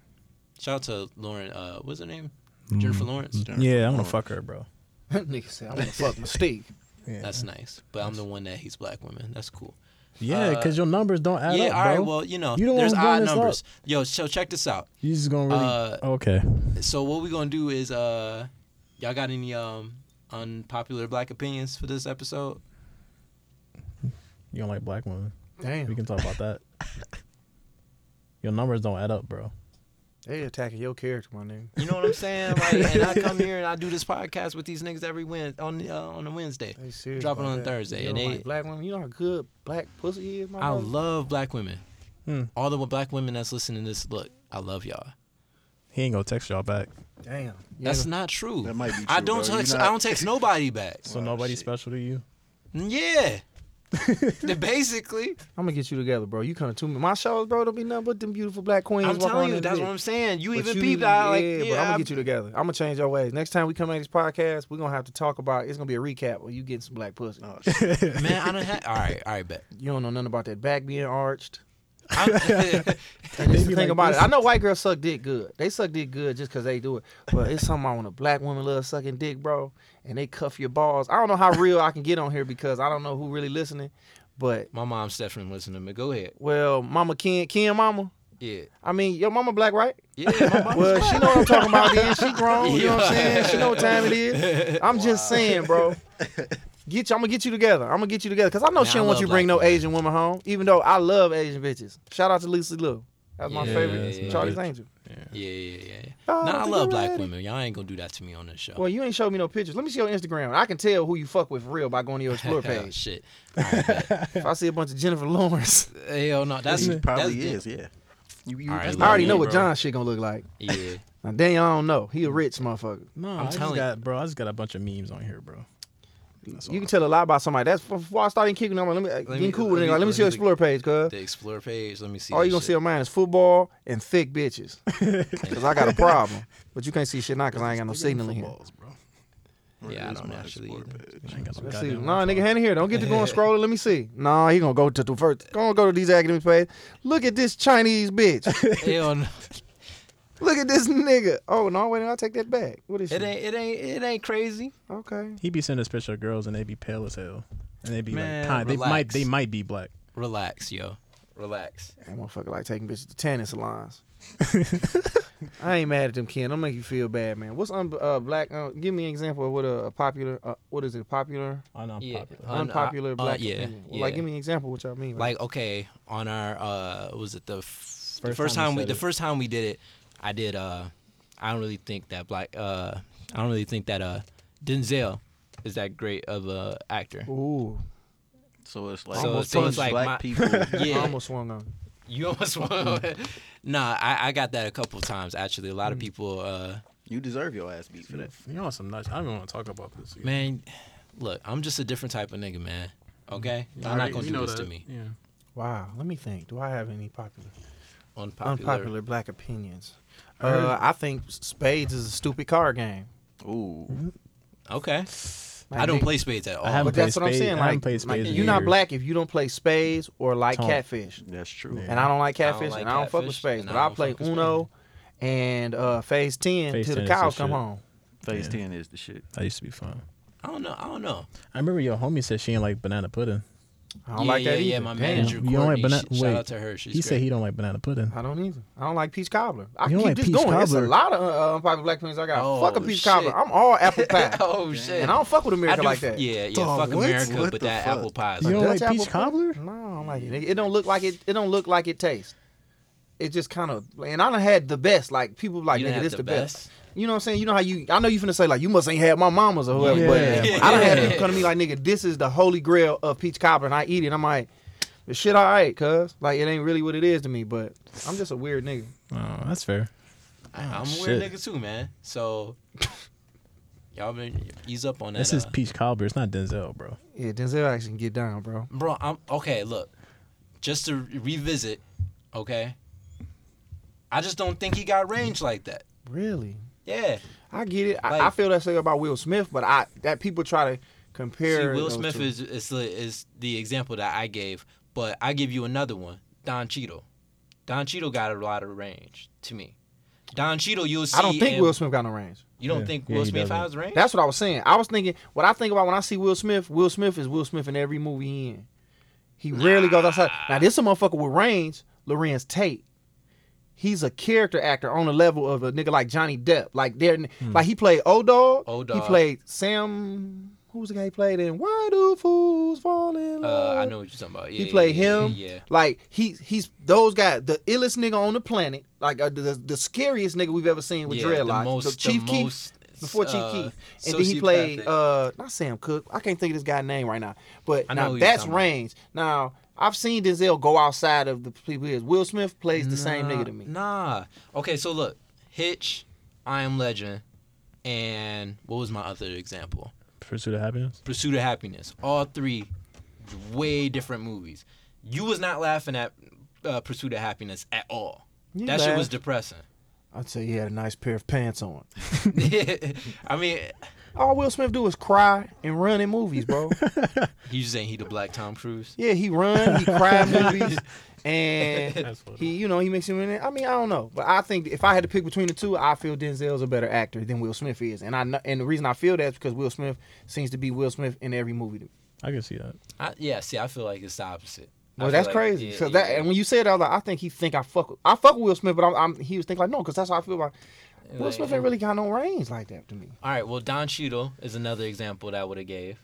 S1: Shout out to Lauren. Uh, what's her name? Jennifer Lawrence.
S2: Yeah, I want to fuck her, bro.
S4: Nigga said, I'm gonna fuck Mystique.
S2: Yeah,
S1: That's nice. But I'm the one that hates black women. That's cool.
S2: yeah,
S1: uh,
S2: because your numbers don't add
S1: yeah.
S2: up, bro.
S1: all right. Well, you know,
S2: You don't
S1: there's
S2: wanna bring
S1: odd
S2: this up.
S1: numbers. Yo, so check this out.
S2: you just gonna really oh,
S1: uh,
S2: okay.
S1: So what we gonna do is uh, y'all got any um unpopular black opinions for this episode?
S2: You don't like black women. We
S4: Damn,
S2: can talk about that. Your numbers don't add up, bro.
S4: they attacking your character, my nigga.
S1: You know what I'm saying? Like, and I come here and I do this podcast with these niggas every Wed on the, uh, on a Wednesday.
S4: They serious.
S1: Drop it
S4: about
S1: on
S4: that.
S1: Thursday,
S4: You
S1: and
S4: don't
S1: they-
S4: like black women. You know how good black pussy is, my
S1: I
S4: brother?
S1: love black women.
S2: Hmm.
S1: All the black women that's listening to this, look, I love y'all.
S2: He ain't gonna text y'all back.
S4: Damn. You
S1: That's
S4: ain't-
S1: not true.
S3: That might be
S1: I
S3: true,
S1: don't
S3: bro. You
S1: text.
S3: not-
S1: I don't text nobody back.
S2: So
S3: Wow,
S2: nobody's
S3: shit.
S2: special to you.
S1: Yeah. Then basically,
S4: I'm gonna get you together, bro. You coming to me? My shows, bro, don't be nothing but them beautiful black queens.
S1: I'm
S4: walking around
S1: telling you,
S4: in the
S1: that's
S4: bitch.
S1: what I'm saying. You
S4: But
S1: even
S4: you-
S1: peeped out like,
S4: yeah,
S1: yeah,
S4: but I'm gonna
S1: I-
S4: get you together. I'm gonna change your ways. Next time we come at this podcast, we're gonna have to talk about. It's gonna be a recap of you getting some black pussy.
S1: Oh, man. I don't have. All right, all right, bet.
S4: You don't know nothing about that back being arched.
S1: I'm-
S4: That's the thing about it. I know white girls suck dick good. They suck dick good just because they do it. But it's something I want a black woman love sucking dick, bro. And they cuff your balls. I don't know how real I can get on here because I don't know who really listening. But
S1: My mom's definitely listening to me. Go ahead.
S4: well, Mama Ken, Ken Mama.
S1: Yeah,
S4: I mean, your mama black, right?
S1: yeah. My mom's
S4: Well, she know what I'm talking about. Then she grown. You know what I'm
S1: Yeah.
S4: saying? She know what time it is. I'm just saying, bro. Get you, I'm gonna get you together. I'm gonna get you together because I know
S1: Man,
S4: she
S1: I
S4: don't want
S1: love
S4: you to bring
S1: black
S4: no
S1: women.
S4: Asian woman home. Even though I love Asian bitches. Shout out to Lisa Lou. That's my
S1: Yeah,
S4: favorite.
S1: that's my
S4: Charlie's
S2: bitch.
S4: Angel.
S1: Yeah, yeah, yeah. yeah.
S4: Oh,
S1: nah, I
S4: think
S1: love
S4: I'm
S1: black
S4: ready.
S1: women. Y'all ain't gonna do that to me on this show.
S4: Well, you ain't showed me no pictures. Let me see your Instagram. I can tell who you fuck with for real by going to your explore page.
S1: Shit. All right, bet.
S4: if I see a bunch of Jennifer Lawrence,
S1: Hell no. That's
S3: He probably
S1: that's
S3: is, yeah. You, you,
S1: All right,
S3: that's
S1: Lil
S4: I
S3: not
S4: already
S3: me,
S4: know what
S3: bro.
S4: John shit gonna look like.
S1: the- Yeah.
S4: Now Daniel, I don't know. He a rich motherfucker.
S2: No,
S1: I'm
S2: i just
S1: telling you.
S2: got, bro. I just got a bunch of memes on here, bro. That's
S4: You
S2: all.
S4: can tell a lot about somebody. That's before I started kicking. I'm like, let me, uh,
S1: me-
S4: getting cool
S1: let
S4: with it.
S1: me-
S4: Like, let me
S1: let
S4: see your
S1: me-
S4: explore page, cuz.
S1: The explore page. Let me see.
S4: All
S1: that
S4: you gonna
S1: shit.
S4: see of mine is football and thick bitches. Cause I got a problem. But you can't see shit now because I ain't got no
S2: Look at them
S4: signal in here.
S2: footballs, bro.
S1: Yeah,
S3: Where
S1: I
S3: is
S1: don't
S3: my
S1: actually
S3: explore
S1: either.
S3: page?
S2: I ain't got no
S4: Let's see.
S2: goddamn
S4: Nah,
S2: Wi-Fi.
S4: nigga, hand it here. Don't get to going scrolling. Let me see. Nah, he gonna go to the first. Gonna go to these academic page. Look at this Chinese bitch.
S1: Hell no.
S4: Look at this nigga. Oh no, wait, I take that back. What is
S1: It
S4: she?
S1: ain't. It ain't. It ain't crazy.
S4: Okay.
S2: He be sending us pictures of girls and they be pale as hell, and they be
S1: Man,
S2: like, kind, they might,
S1: relax.
S2: they might be black.
S1: Relax, yo. Relax.
S4: That motherfucker like taking bitches to tanning salons. I ain't mad at them, Ken. Don't make you feel bad, man. What's un- uh, black? Uh, give me an example of what a, a popular. Uh, what is it? Popular?
S2: I know I'm
S1: Yeah.
S2: popular.
S1: Un-
S4: unpopular
S1: uh,
S4: black.
S1: yeah,
S4: opinion. Well, Like,
S1: yeah.
S4: give me an example. Of what y'all mean?
S1: Like okay, on our uh, what was it the, f- the
S2: First
S1: first
S2: time we
S1: time, we
S2: said
S1: the
S2: it.
S1: first time we did it, I did uh, I don't really think that black uh, I don't really think that uh, Denzel is that great of a actor.
S4: ooh,
S3: So it's like,
S1: So
S3: so
S1: it's- so it's like
S3: black
S1: my-
S3: people.
S4: I
S1: Yeah,
S4: almost swung on.
S1: you almost won. nah, I, I got that a couple times actually. A lot of people, uh,
S3: You deserve your ass beat for that.
S2: You know some nuts. I don't even want to talk about this. Man,
S1: man, look, I'm just a different type of nigga, man. Okay, I'm not gonna do this to me.
S2: Yeah.
S4: Wow. Let me think. Do I have any popular,
S1: Unpopular.
S4: unpopular black opinions? Uh, I think Spades is a stupid card game.
S3: Ooh.
S1: Okay,
S4: Like,
S1: I don't
S4: nigga-
S1: play spades at all.
S2: haven't
S4: But that's
S2: played
S4: what I'm
S2: spades-
S4: saying.
S2: I haven't
S4: Like,
S2: played
S4: like,
S2: spades in
S4: you're not
S2: years.
S4: black if you don't play spades or like
S2: Tone.
S4: catfish.
S3: That's true.
S2: Yeah.
S4: and I don't like
S1: I don't
S4: catfish,
S1: like
S4: and I don't fuck with
S1: catfish,
S4: spades.
S1: and
S4: But
S1: I
S4: I,
S1: don't
S4: play
S1: fuck with
S4: Uno and uh, Phase Ten
S2: Phase
S4: till
S2: 10
S4: the
S2: is some
S4: cows come
S2: shit.
S4: home.
S3: Phase
S2: Yeah.
S3: 10 is the shit.
S2: That used to be fun.
S1: I don't know. I don't know.
S2: I remember your homie said she ain't like banana pudding.
S4: I don't
S1: yeah,
S4: like that
S1: yeah,
S4: either.
S1: yeah. My
S4: Damn.
S1: manager,
S2: You don't like
S1: Courtney.
S2: bana-
S1: sh- shout
S2: wait.
S1: out to her. She's
S2: he
S1: great.
S2: said he don't like banana pudding.
S4: I don't either. I don't like peach cobbler. I
S2: You
S4: can
S2: don't
S4: keep
S2: like
S4: this
S2: peach
S4: going. It's a
S2: cobbler?
S4: lot of uh, unpopular black opinions I got.
S1: Oh,
S4: fuck a peach
S1: shit.
S4: cobbler. I'm all apple pie,
S1: oh shit!
S4: and I don't fuck with
S1: I
S4: America
S1: do
S4: like
S1: f-
S4: that.
S1: Yeah, yeah.
S3: Dog,
S1: fuck
S3: what?
S1: America,
S3: What
S1: but
S3: the
S1: that
S3: fuck?
S1: apple pie. Is
S2: You don't
S4: Dutch
S2: like peach
S4: apple
S2: cobbler?
S4: No, I don't like it. It- It don't look like it. It don't look like it tastes. It just kind of, and I done had the best. Like people like,
S1: You done
S4: nigga,
S1: had
S4: this
S1: the
S4: the best.
S1: best?
S4: You know what I'm saying? You know how you? I know you finna say like, you must ain't had my mama's or whoever. But
S2: Yeah.
S4: I done had
S1: Yeah.
S4: people come to me like, nigga, this is the holy grail of peach cobbler, and I eat it. I'm like, the shit, all right, cuz like it ain't really what it is to me. But I'm just a weird nigga.
S2: Oh, that's fair.
S1: I, I'm a
S2: shit.
S1: weird nigga too, man. So y'all been ease up on that.
S2: This is
S1: uh,
S2: peach cobbler. It's not Denzel, bro.
S4: Yeah, Denzel actually can get down, bro.
S1: bro. I'm okay. Look, just to re- revisit. Okay, I just don't think he got range like that.
S4: Really?
S1: Yeah,
S4: I get it. I, I
S1: Like-
S4: feel that say about Will Smith, but I that people try to compare.
S1: see, Will
S4: those
S1: Smith
S4: two.
S1: is is the, is the example that I gave, but I give you another one. Don Cheadle. Don Cheadle got a lot of range to me. Don Cheadle, you'll see.
S4: I don't think
S1: in-
S4: Will Smith got no range.
S1: You don't
S2: Yeah.
S1: think
S2: Yeah,
S1: Will
S2: he
S1: Smith
S2: doesn't.
S1: has range?
S4: That's what I was saying. I was thinking what I think about when I see Will Smith. Will Smith is Will Smith in every movie he in. He rarely goes outside. Now this a motherfucker with range, Lorenz Tate. He's a character actor on the level of a nigga like Johnny Depp. Like there,
S1: Hmm.
S4: like he played O Dog.
S1: O
S4: He
S1: Dog.
S4: played Sam. Who was the guy he played in? Why do fools fall in
S1: Uh,
S4: love?
S1: I know what you're talking about. Yeah,
S4: he played
S1: yeah,
S4: him.
S1: Yeah.
S4: Like he he's those guys, the illest nigga on the planet. Like uh, the, the scariest nigga we've ever seen with
S1: Yeah, the
S4: dreadlocks.
S1: most-
S4: So
S1: the
S4: Chief Keef
S1: most,
S4: before Chief
S1: uh,
S4: Keef, and then he played
S1: sociopathic.
S4: uh not Sam Cook. I can't think of this guy's name right now. But
S1: I know
S4: now
S1: who you're
S4: that's
S1: talking about.
S4: range. Now I've seen Denzel go outside of the people he is. Will Smith plays the same nigga to me.
S1: Nah. Okay, so look, Hitch, I Am Legend, and what was my other example?
S2: Pursuit of Happiness.
S1: Pursuit of Happiness. All three, way different movies. You was not laughing at uh, Pursuit of Happiness at all.
S4: You
S1: that shit was
S4: laugh.
S1: depressing.
S4: I'd say he had a nice pair of pants on.
S1: I mean,
S4: All Will Smith do is cry and run in movies, bro.
S1: you just saying he the Black Tom Cruise?
S4: yeah, he run, he cry in movies, and
S2: That's what
S4: he, you know, he makes him in it. I mean, I don't know, but I think if I had to pick between the two, I feel Denzel's a better actor than Will Smith is, and I kn- and the reason I feel that is because Will Smith seems to be Will Smith in every movie. To me.
S2: I can see that.
S1: I, yeah. See, I feel like it's the opposite. I
S4: Well,
S1: feel
S4: that's
S1: like-
S4: crazy.
S1: yeah,
S4: so
S1: yeah,
S4: that
S1: yeah.
S4: and when you said that, I was like, I think he think I fuck. With, I fuck with Will Smith, but I'm, I'm he was thinking like no, because that's how I feel about. Will
S1: Like-
S4: Smith ain't really got no range like that to me.
S1: All right. Well, Don Cheadle is another example that I would have gave.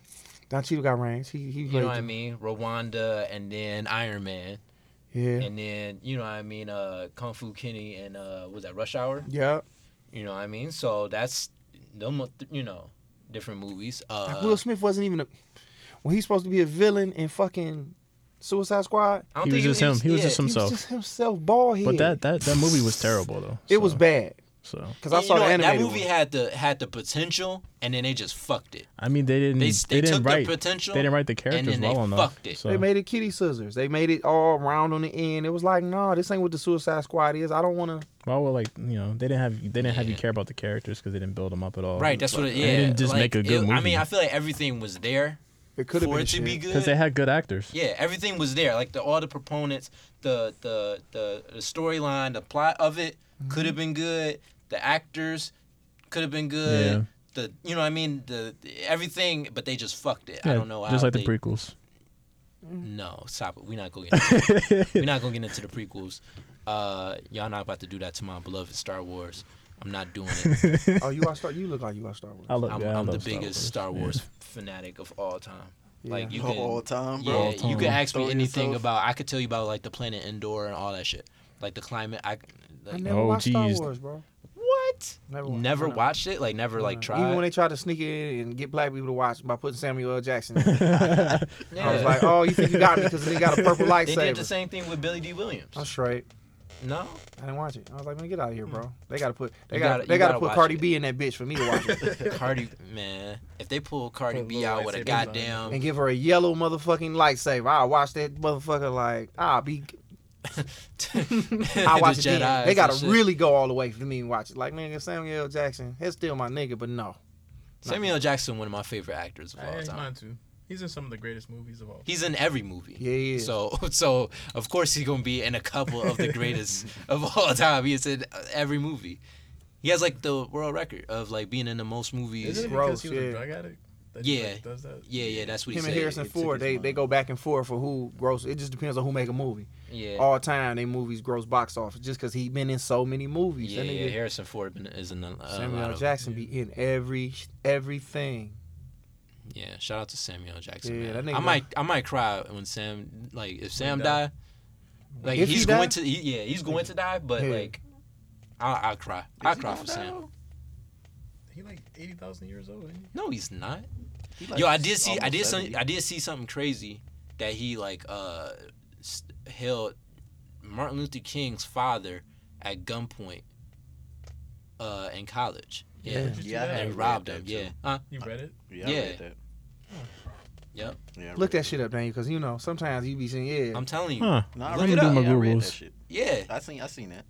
S4: Don Cheadle got range. He he.
S1: You know what I mean? Rwanda, and then Iron Man,
S4: Yeah.
S1: and then you know what I mean? Uh, Kung Fu Kenny, and uh, was that Rush Hour?
S4: yeah.
S1: You know what I mean? So that's them. You know, different movies. Uh,
S4: Like Will Smith wasn't even a. Well, he's supposed to be a villain in fucking Suicide Squad.
S1: I don't
S2: He
S1: think
S2: was just him. He was just
S1: yeah.
S4: He was
S2: himself.
S4: just himself, bald head.
S2: But that that that movie was terrible though.
S4: it was
S2: so-
S4: bad
S2: So
S4: because I
S1: You
S4: saw
S1: know
S4: the
S1: what?
S4: animated
S1: That movie
S4: one.
S1: had the had the potential, and then they just fucked it.
S2: I mean, they didn't.
S1: They
S2: They,
S1: s- they
S2: didn't
S1: took the
S2: write.
S1: potential,
S2: they didn't write the
S1: and then
S2: characters
S1: they
S2: well enough.
S1: fucked it.
S2: So
S4: They made it kitty scissors. They made it all round on the end. It was like, nah, this ain't what the Suicide Squad is. I don't want to.
S2: why would like you know they didn't have they didn't have you
S1: Yeah.
S2: care about the characters because they didn't build them up at all.
S1: Right. That's what. It, yeah.
S2: Oh, They didn't just
S1: like,
S2: make a
S1: it-
S2: good
S1: I mean,
S2: movie.
S1: I feel like everything was there
S4: It could have
S1: for
S4: been
S1: it to
S4: shit.
S1: be
S2: because
S1: good.
S2: they had good actors.
S1: yeah, everything was there. Like the all the proponents, the the the, the storyline, the plot of it could
S2: Mm-hmm.
S1: have been good. The actors could have been good.
S2: Yeah.
S1: The you know what I mean the, the- everything, but they just fucked it. I
S2: Yeah,
S1: don't know.
S2: Just
S1: how
S2: like
S1: they-
S2: the prequels.
S1: No, stop it. We're not going. to We're not going to get into the prequels. Uh, y'all not about to do that to my beloved Star Wars. I'm not doing it.
S4: Oh, you watch Star. You look like you watch Star Wars.
S2: I love.
S1: I'm,
S2: yeah, I
S1: I'm the
S2: love Star
S1: biggest Star Wars, fanatic of all time.
S4: Yeah.
S1: Like you
S3: Of
S1: can,
S3: all time,
S1: yeah,
S3: bro.
S1: you
S2: time.
S1: can ask me
S3: Throw
S1: anything
S3: yourself-
S1: about. I could tell you about like the planet Endor and all that shit, like the climate. I
S4: I
S1: like,
S4: never
S2: Oh,
S4: watched Star
S2: geez.
S4: Wars, bro.
S1: what?
S4: Never
S1: Never,
S4: watched- I know.
S1: watched it. Like never like tried.
S4: Even when they tried to sneak it in and get black people to watch by putting Samuel L. Jackson, in it.
S2: Wars.
S1: yeah.
S4: I was like, "Oh, you think you got me because they got a purple
S1: they did the
S4: lightsaber."
S1: same thing with Billy D. Williams.
S4: I'm straight.
S1: Oh, no,
S4: I didn't watch it. I was like, "Man, get out of here, bro." They gotta put they
S1: Hmm. You
S4: gotta,
S1: gotta-
S4: they
S1: you
S4: gotta,
S1: gotta
S4: put
S1: watch
S4: Cardi
S1: it.
S4: B in that bitch for me to watch it
S1: Cardi man. If they pull Cardi
S3: Put
S1: B
S3: little
S1: out with a
S3: lightsabers on it.
S1: goddamn
S4: and give her a yellow motherfucking lightsaber. I watch that motherfucker like I'll be I
S1: I
S4: watch it. Then. They gotta really go all the way for me and watch it. Like nigga, Samuel L. Jackson, he's still my nigga, but no.
S1: Samuel L. Jackson, one of my favorite actors of all time.
S2: too. He's in some of the greatest movies of all.
S1: He's in every movie.
S4: Yeah, he is.
S1: So, so of course he's gonna be in a couple of the greatest of all time. He is in uh, every movie. He has like the world record of like being in the most movies.
S4: it gross, yeah.
S2: addict? That
S1: Yeah.
S2: does that?
S1: Yeah, yeah, that's what
S4: Him
S1: he
S4: and
S1: said.
S4: Harrison
S3: it took
S4: Ford,
S3: his
S4: they,
S3: mind.
S4: they go back and forth for who gross. It just depends on who make a movie.
S1: yeah,
S4: All time, they movies gross box office just because he been in so many movies.
S1: yeah,
S4: That
S1: yeah.
S4: nigga-
S1: Harrison Ford been- is in a, a
S4: Samuel
S1: lot
S4: L.
S1: of.
S4: Jackson be in every everything.
S1: Yeah, shout out to Samuel L. Jackson.
S4: Yeah,
S1: man.
S4: that nigga-
S1: I might, I might cry when Sam, like, if Sam die, like
S4: If he
S1: he's
S4: die?
S1: going to, he, yeah, he's going to die, but
S4: Yeah.
S1: like, I, I cry, I cry for Sam.
S2: He like eighty thousand years old.
S1: No, he's not.
S3: He like
S1: Yo, I did see, I
S3: almost
S1: did some,
S3: 70.
S1: I did see something crazy that he like uh s- held Martin Luther King's father at gunpoint uh in college. Yeah,
S4: Yeah.
S3: Yeah, I had
S1: and
S3: read
S1: robbed
S3: that
S1: him.
S3: too.
S1: Yeah, Uh, huh?
S2: You read it?
S3: Yeah, I read
S1: Yeah.
S3: that.
S1: Yep.
S3: Yeah, I
S4: Look
S3: read
S4: that shit up, Daniel, because you know sometimes you be seeing yeah.
S1: I'm telling you.
S2: Huh?
S3: Nah, I
S1: Look
S3: read
S1: it
S3: that.
S1: up.
S2: My
S3: Yeah, I read
S2: Googles.
S3: that shit.
S1: Yeah,
S3: I seen, I seen that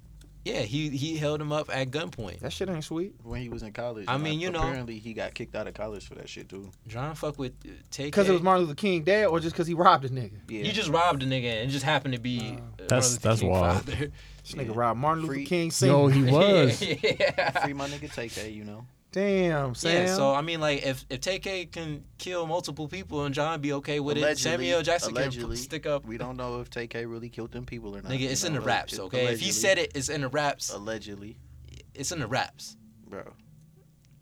S1: yeah. He he held him up at gunpoint.
S4: that shit ain't sweet.
S3: when he was in college.
S1: I
S3: and
S1: mean, you know-
S3: apparently he got kicked out of college for that shit too.
S1: Trying to fuck with uh, take.
S4: Because it was Martin Luther King dad, or just because he robbed a nigga.
S3: Yeah,
S1: You just robbed a nigga and it just happened to be. uh,
S2: That's-
S1: Martin Luther
S2: that's
S1: King's
S2: wild.
S1: father.
S4: This
S3: Yeah.
S4: nigga robbed Martin
S3: Free-
S4: Luther King Senior.
S2: No, he was.
S1: yeah.
S3: free my nigga take that, you know.
S4: Damn, Sam.
S1: Yeah, so I mean, like, if if TK can kill multiple people and John be okay with it,
S3: Allegedly-
S1: Samuel Jackson can
S3: allegedly,
S1: p- stick up.
S3: We don't know if TK really killed them people or not.
S1: Nigga,
S3: you
S1: it's in
S3: know,
S1: the
S3: but
S1: raps,
S3: it-
S1: okay? If he
S3: allegedly-
S1: said it, it's in the raps.
S3: allegedly,
S1: It's in the raps.
S3: bro,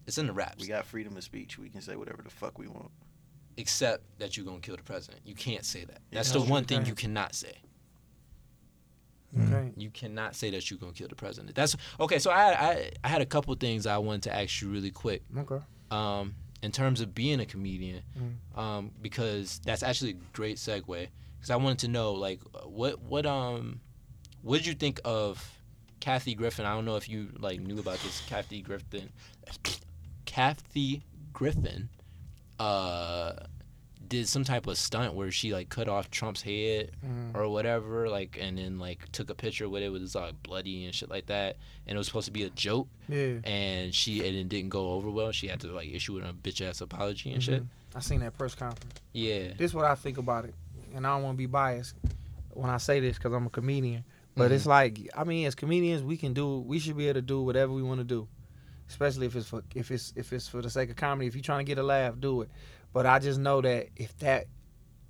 S1: It's in the raps.
S3: we got freedom of speech. We can say whatever the fuck we want.
S1: Except that you're gonna kill the president. You can't say that. That's
S4: that's
S1: the one
S4: true.
S1: thing
S4: Right.
S1: you cannot say.
S2: Mm.
S4: Okay.
S1: You cannot say that you're gonna kill the president. That's okay. So I I, I had a couple things I wanted to ask you really quick.
S4: Okay.
S1: um, in terms of being a comedian, um, because that's actually a great segue. Because I wanted to know, like, what what um, what did you think of Kathy Griffin? I don't know if you like knew about this Kathy Griffin, Kathy Griffin, uh, did some type of stunt where she like cut off Trump's head
S4: Mm-hmm. Mm,
S1: or whatever, like, and then like took a picture with it with his like bloody and shit like that, and it was supposed to be a joke,
S4: Yeah,
S1: and she and it didn't go over well. She had to like issue a bitch ass apology and shit.
S4: Mm-hmm. I seen that press conference.
S1: Yeah,
S4: This is what I think about it, and I don't want to be biased when I say this because I'm a comedian. But it's like, I mean, as comedians, we can do, we should be able to do whatever we want to do, especially if it's for, if it's, if it's for the sake of comedy. If you're trying to get a laugh, do it. But I just know that if that,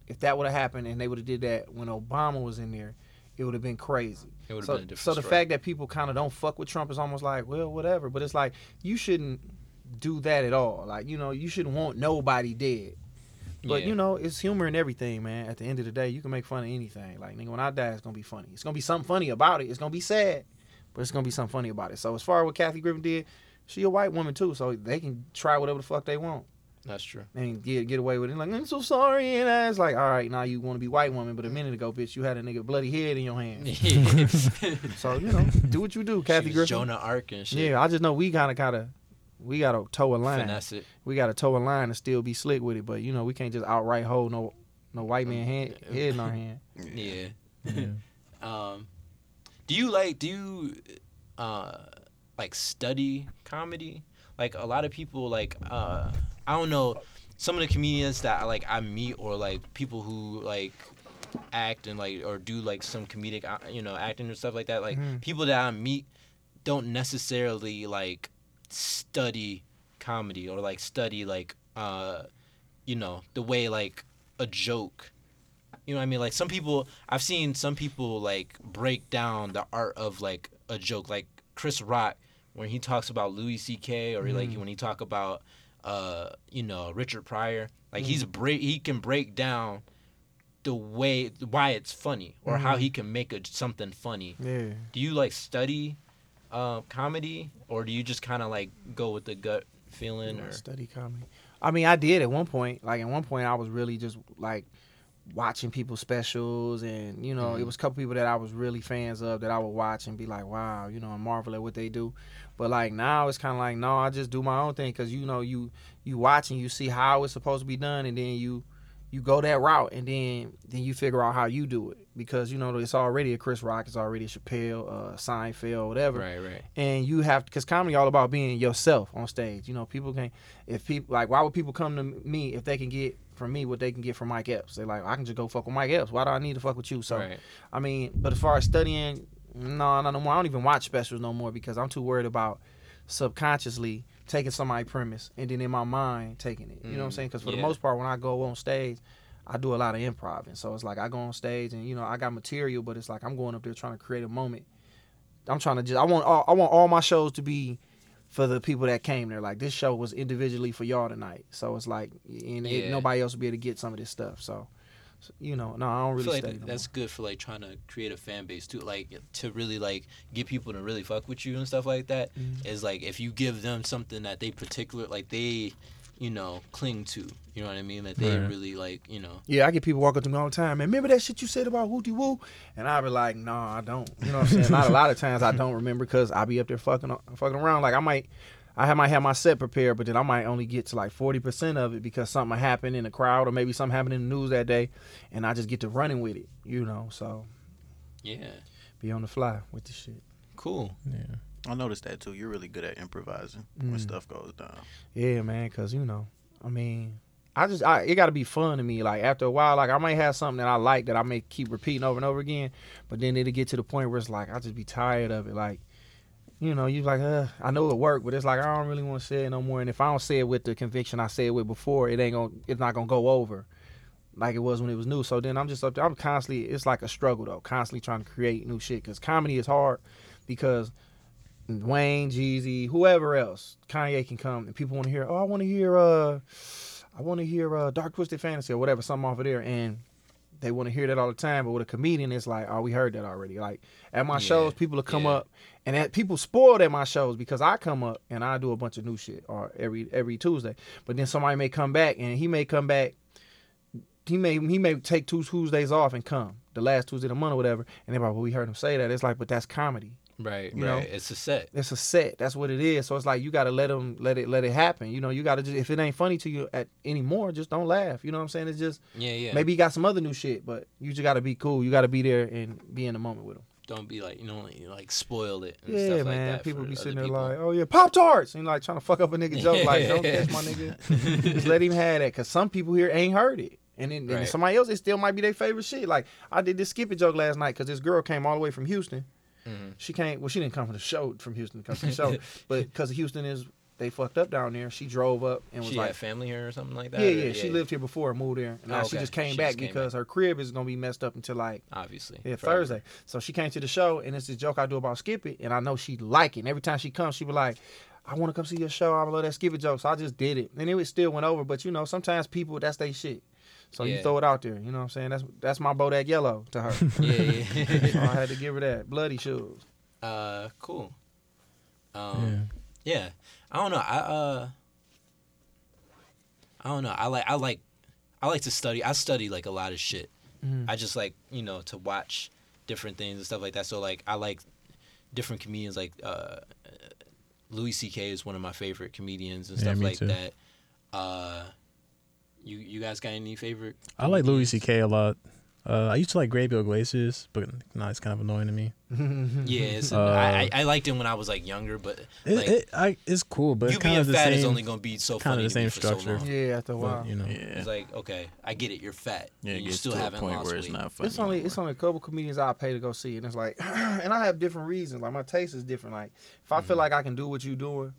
S4: if that would have happened and they would have did that when Obama was in there, it would have been crazy.
S1: it would have
S4: so,
S1: been a different.
S4: so the
S1: story.
S4: fact that people kind of don't fuck with Trump is almost like, well, whatever. But it's like you shouldn't do that at all. Like you know, you shouldn't want nobody dead. But
S1: Yeah.
S4: you know, it's humor and everything, man. At the end of the day, you can make fun of anything. Like nigga, when I die, it's gonna be funny. It's gonna be something funny about it. It's gonna be sad, but it's gonna be something funny about it. So as far as what Kathy Griffin did, she a white woman too, so they can try whatever the fuck they want
S1: that's true.
S4: and get get away with it. Like I'm so sorry, and I was like, all right, now you want to be white woman, but a minute ago, bitch, you had a nigga bloody head in your hand. So you know, do what you do,
S1: She
S4: Kathy
S1: was
S4: Griffin.
S1: Jonah Ark and shit.
S4: Yeah, I just know we gotta gotta we gotta toe a line.
S1: finesse it.
S4: We gotta toe a line and still be slick with it, but you know we can't just outright hold no no white man
S1: Mm,
S4: hand, head in our hand.
S1: Yeah. um, do you like do you uh like study comedy? Like a lot of people like uh I don't know some of the comedians that I, like I meet or like people who like act and like or do like some comedic uh, you know acting and stuff like that like
S4: Mhm.
S1: people that I meet don't necessarily like study comedy or like study like uh you know the way like a joke you know what I mean? Like some people, I've seen some people like break down the art of like a joke, like Chris Rock when he talks about Louis C.K. or like when he talk about, uh, you know, Richard Pryor. Like he's break, he can break down the way why it's funny or how he can make a, something funny.
S4: Yeah.
S1: Do you like study uh, comedy or do you just kind of like go with the gut feeling? Or
S4: Study comedy. I mean, I did at one point. Like at one point, I was really just like watching people's specials, and you know, it was a couple people that I was really fans of that I would watch and be like, wow, you know, and marvel at what they do. But like now, it's kind of like no, I just do my own thing because you know, you you watch and you see how it's supposed to be done, and then you you go that route, and then then you figure out how you do it because you know it's already a Chris Rock, it's already a Chappelle, uh, Seinfeld, whatever
S1: right, right.
S4: and you have because comedy all about being yourself on stage. You know, people can if people like why would people come to me if they can get from me what they can get from Mike Epps? They're like, I can just go fuck with Mike Epps. Why do I need to fuck with you? So
S1: Right.
S4: I mean, but as far as studying, no, no, no more. I don't even watch specials no more because I'm too worried about subconsciously taking somebody's premise and then in my mind taking it. You know what I'm
S1: Mm,
S4: saying? Because for the
S1: yeah.
S4: most part, when I go on stage. I do a lot of improv, and so it's like I go on stage, and you know I got material, but it's like I'm going up there trying to create a moment I'm trying to just I want all, I want all my shows to be for the people that came there. Like this show was individually for y'all tonight, so it's like and it-
S1: Yeah.
S4: nobody else will be able to get some of this stuff. So, so, you know, no, I don't
S1: I
S4: really
S1: feel like
S4: study no
S1: that- that's good for like trying to create a fan base too, like to really like get people to really fuck with you and stuff like that. Is
S4: Mm-hmm.
S1: like if you give them something that they particular like they, you know, cling to. You know what I mean? That they
S2: Right.
S1: really like. You know.
S4: Yeah, I get people walking to me all the time, and remember that shit you said about Hootie Woo? And I be like, no, I don't. You know what I'm saying? Not a lot of times I don't remember because I be up there fucking fucking around. Like I might, I ha- might have my set prepared, but then I might only get to like 40% of it because something happened in the crowd or maybe something happened in the news that day, and I just get to running with it. You know, so
S1: Yeah.
S4: be on the fly with the shit.
S1: Cool.
S2: Yeah.
S3: I noticed that too. You're really good at improvising
S4: Mm.
S3: when stuff goes down.
S4: Yeah, man, cause you know, I mean, I just I, it got to be fun to me. Like after a while, like I might have something that I like that I may keep repeating over and over again, but then it'll get to the point where it's like I just be tired of it. Like, you know, you like, uh, I know it worked, but it's like I don't really want to say it no more. And if I don't say it with the conviction I said it with before, it ain't gonna, it's not gonna go over. Like it was when it was new. So then I'm just up there. I'm constantly. It's like a struggle though. Constantly trying to create new shit. Cause comedy is hard. Because Wayne, Jeezy, whoever else, Kanye can come and people want to hear, oh, I want to hear, uh, I want to hear uh, Dark Twisted Fantasy or whatever, something off of there. And they want to hear that all the time. But with a comedian, it's like, oh, we heard that already. Like at my
S1: Yeah,
S4: shows, people will come
S1: yeah.
S4: up and that people spoiled at my shows because I come up and I do a bunch of new shit or every every Tuesday. But then somebody may come back and he may come back he may he may take two Tuesdays off and come. the last Tuesday of the month or whatever, and everybody, well, we heard him say that. It's like, but that's comedy.
S1: Right,
S4: You
S1: right.
S4: know?
S1: It's a set.
S4: It's a set. That's what it is. So it's like you gotta let them let it let it happen. You know, you gotta just if it ain't funny to you at anymore, just don't laugh. You know what I'm saying? It's just
S1: Yeah, yeah.
S4: maybe you got some other new shit, but you just gotta be cool. You gotta be there and be in the moment with them.
S1: Don't be like you know, like- like spoil it and stuff like that.
S4: people
S1: for
S4: be
S1: other
S4: sitting there
S1: people.
S4: like, oh yeah, Pop Tarts, and like trying to fuck up a nigga joke. Like, don't
S1: Yeah.
S4: catch my nigga. Just let him have that, cause some people here ain't heard it. And then and
S1: Right.
S4: somebody else, it still might be their favorite shit. Like I did this skip it joke last night, cause this girl came all the way from Houston.
S1: Mm-hmm.
S4: She came. Well, she didn't come from the show from Houston, come from the show, but cause Houston is they fucked up down there. She drove up and was
S1: she
S4: like,
S1: had family here or something like that.
S4: yeah,
S1: or-
S4: yeah, She lived here before and moved there, and now
S1: Oh,
S4: she
S1: okay.
S4: just came
S1: She
S4: back
S1: just came
S4: because her crib is gonna be messed up until like
S1: Obviously.
S4: yeah,
S1: forever.
S4: Thursday. So she came to the show, and it's this joke I do about Skip It, and I know she like it. And every time she comes, she be like, I want to come see your show. I love that Skip It joke. So I just did it. And it was- still went over, but you know, sometimes people, that's they shit. So you
S1: Yeah.
S4: throw it out there. You know what I'm saying? That's that's my Bodak Yellow to her. so
S1: Yeah,
S4: I
S1: yeah.
S4: had to give her that. Bloody shoes.
S1: uh, cool. Um, yeah. I don't know. I uh, I don't know. I like I like I like to study. I study like a lot of shit.
S2: Mm.
S1: I just like you know to watch different things and stuff like that. So like I like different comedians. Like uh, Louis C.K. is one of my favorite comedians and
S2: Yeah,
S1: stuff
S2: me
S1: like
S2: too.
S1: that. Uh, you you guys got any favorite?
S2: I like
S1: comedians?
S2: Louis C.K. a lot. Uh, I used to like Gabriel Iglesias, but now it's kind of annoying to me.
S1: Yeah, it's,
S2: Uh,
S1: I, I I liked him when I was like younger, but
S2: It,
S1: like
S2: it I, it's cool, but
S1: you
S2: it's kind
S1: being
S2: of the
S1: fat
S2: same.
S1: is only gonna be so
S2: kinda
S1: funny
S2: the
S1: to
S2: same
S1: me for so
S2: structure.
S1: long.
S4: Yeah, after a while.
S2: but, you know,
S3: Yeah.
S1: It's like okay, I get it. You're fat.
S3: Yeah,
S1: and
S3: it
S1: you
S3: gets
S1: still
S3: to a
S1: haven't
S3: point
S1: lost
S3: where it's
S1: weight.
S3: not funny.
S4: It's only
S3: anymore.
S4: it's only a couple comedians I pay to go see, and it's like, and I have different reasons. Like my taste is different. Like if I feel like I can do what you doing,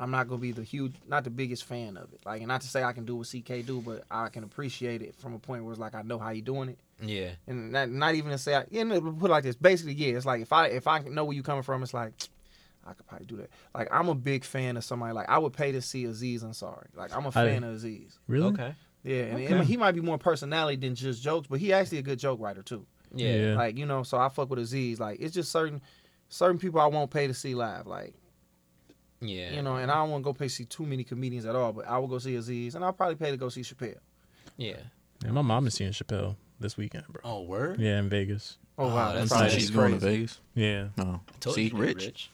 S4: I'm not gonna be the huge, not the biggest fan of it. Like, and not to say I can do what CK do, but I can appreciate it from a point where it's like I know how you doing it,
S1: Yeah,
S4: and not, not even to say, I, you know, put it like this. Basically, yeah, it's like if I if I know where you coming from, it's like. I could probably do that. Like I'm a big fan of somebody. Like I would pay to see Aziz Ansari. Like I'm a fan of Aziz.
S2: really?
S1: okay,
S4: Yeah, and, and
S2: Okay.
S4: he might be more personality than just jokes, but he actually a good joke writer too.
S1: yeah,
S2: Yeah.
S4: Like you know, so I fuck with Aziz. Like it's just certain certain people I won't pay to see live. Like
S1: yeah.
S4: you know, and I don't want to go pay see too many comedians at all. But I will go see Aziz, and I'll probably pay to go see Chappelle.
S1: yeah.
S2: Yeah, my mom is seeing Chappelle this weekend, bro.
S1: Oh, word.
S2: Yeah, in Vegas.
S4: Oh
S1: Oh,
S4: wow,
S1: that's
S4: that's,
S3: So
S4: probably
S1: nice.
S3: she's
S4: she's
S3: going to
S4: crazy.
S3: Vegas.
S2: Yeah.
S3: No,
S1: Told
S3: see,
S1: you, you're
S3: rich.
S1: rich.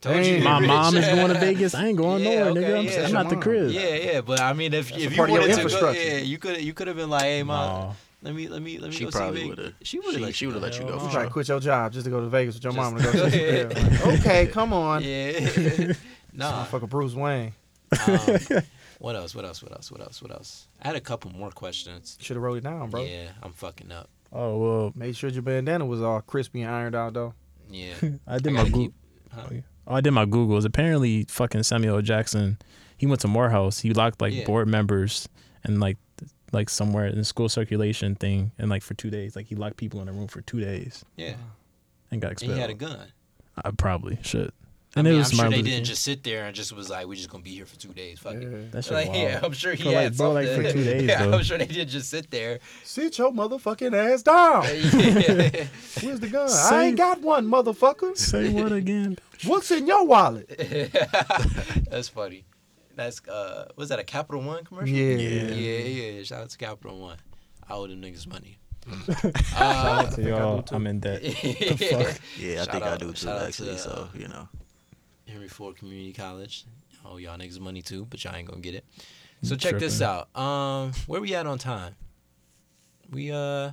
S1: Told you,
S4: Damn.
S1: you're
S2: My
S1: rich.
S2: mom is going to Vegas. I ain't going
S1: Yeah,
S2: nowhere,
S1: okay,
S2: nigga. I'm,
S1: yeah.
S2: I'm not the
S4: Come on.
S2: crib.
S1: Yeah, yeah, but I mean, if if you
S4: part of your
S1: wanted to go,
S4: infrastructure.
S1: yeah, you could you could have been like, hey, mom,
S2: Nah.
S1: let me let me let me.
S3: She
S1: go
S3: probably
S1: see
S3: would have.
S1: Big- She would have.
S3: She would have let you go.
S2: Hell
S3: For
S4: You try to
S3: sure.
S4: quit your job just to go to Vegas with your
S1: Just-
S4: mom to go see Chappelle. Like, okay, come on.
S1: Yeah. nah.
S4: Fuck a Bruce Wayne.
S1: Um, what else? What else? What else? What else? What else? I had a couple more questions.
S4: Should have wrote it down, bro.
S1: Yeah, I'm fucking up.
S2: Oh, well,
S4: Made sure your bandana was all crispy and ironed out though.
S1: Yeah.
S2: I did
S1: I
S2: my
S1: gotta
S2: Google.
S1: keep- huh?
S2: Oh, I did my Googles. Apparently, fucking Samuel L. Jackson, he went to Morehouse. He locked like
S1: Yeah.
S2: board members and like th- like somewhere in the school circulation thing, and like for two days, like he locked people in a room for two days
S1: Yeah.
S2: and got
S1: And
S2: expelled.
S1: he had a gun.
S2: I probably shit.
S1: I
S2: And
S1: mean,
S2: it was
S1: I'm
S2: my
S1: sure they didn't just sit there and just was like, we're just gonna be here for two days. Fuck it.
S2: that shit
S1: Like,
S2: wild.
S1: yeah, I'm sure he
S2: For, like,
S1: had
S2: bro, like, for
S1: something.
S2: two days,
S1: yeah,
S2: though.
S1: I'm sure they didn't just sit there.
S4: Sit your motherfucking ass down.
S1: yeah.
S4: Where's the gun? I
S2: Say-
S4: ain't got one, motherfucker.
S2: Say what again?
S4: What's in your wallet?
S1: That's funny. That's uh, was that a Capital One commercial?
S4: Yeah.
S1: yeah,
S4: Yeah.
S1: yeah. yeah. Shout out to Capital One. I owe them niggas money. Uh,
S2: bitch? So y'all, I'm in debt.
S3: Yeah, I
S1: Shout
S3: think I
S1: out-
S3: do too.
S1: shout out
S3: Actually,
S1: to,
S3: so
S1: uh,
S3: you know,
S1: Henry Ford Community College. I owe y'all niggas money too, but y'all ain't gonna get it. So check this out. Um, where we at on time? We uh,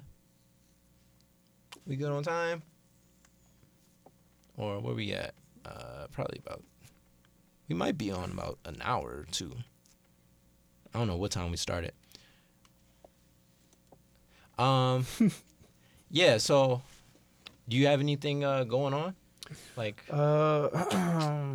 S1: we good on time? Or where we at? Uh, probably about. We might be on about an hour or two. I don't know what time we started. Um, yeah. So, do you have anything uh going on? Like,
S4: Uh,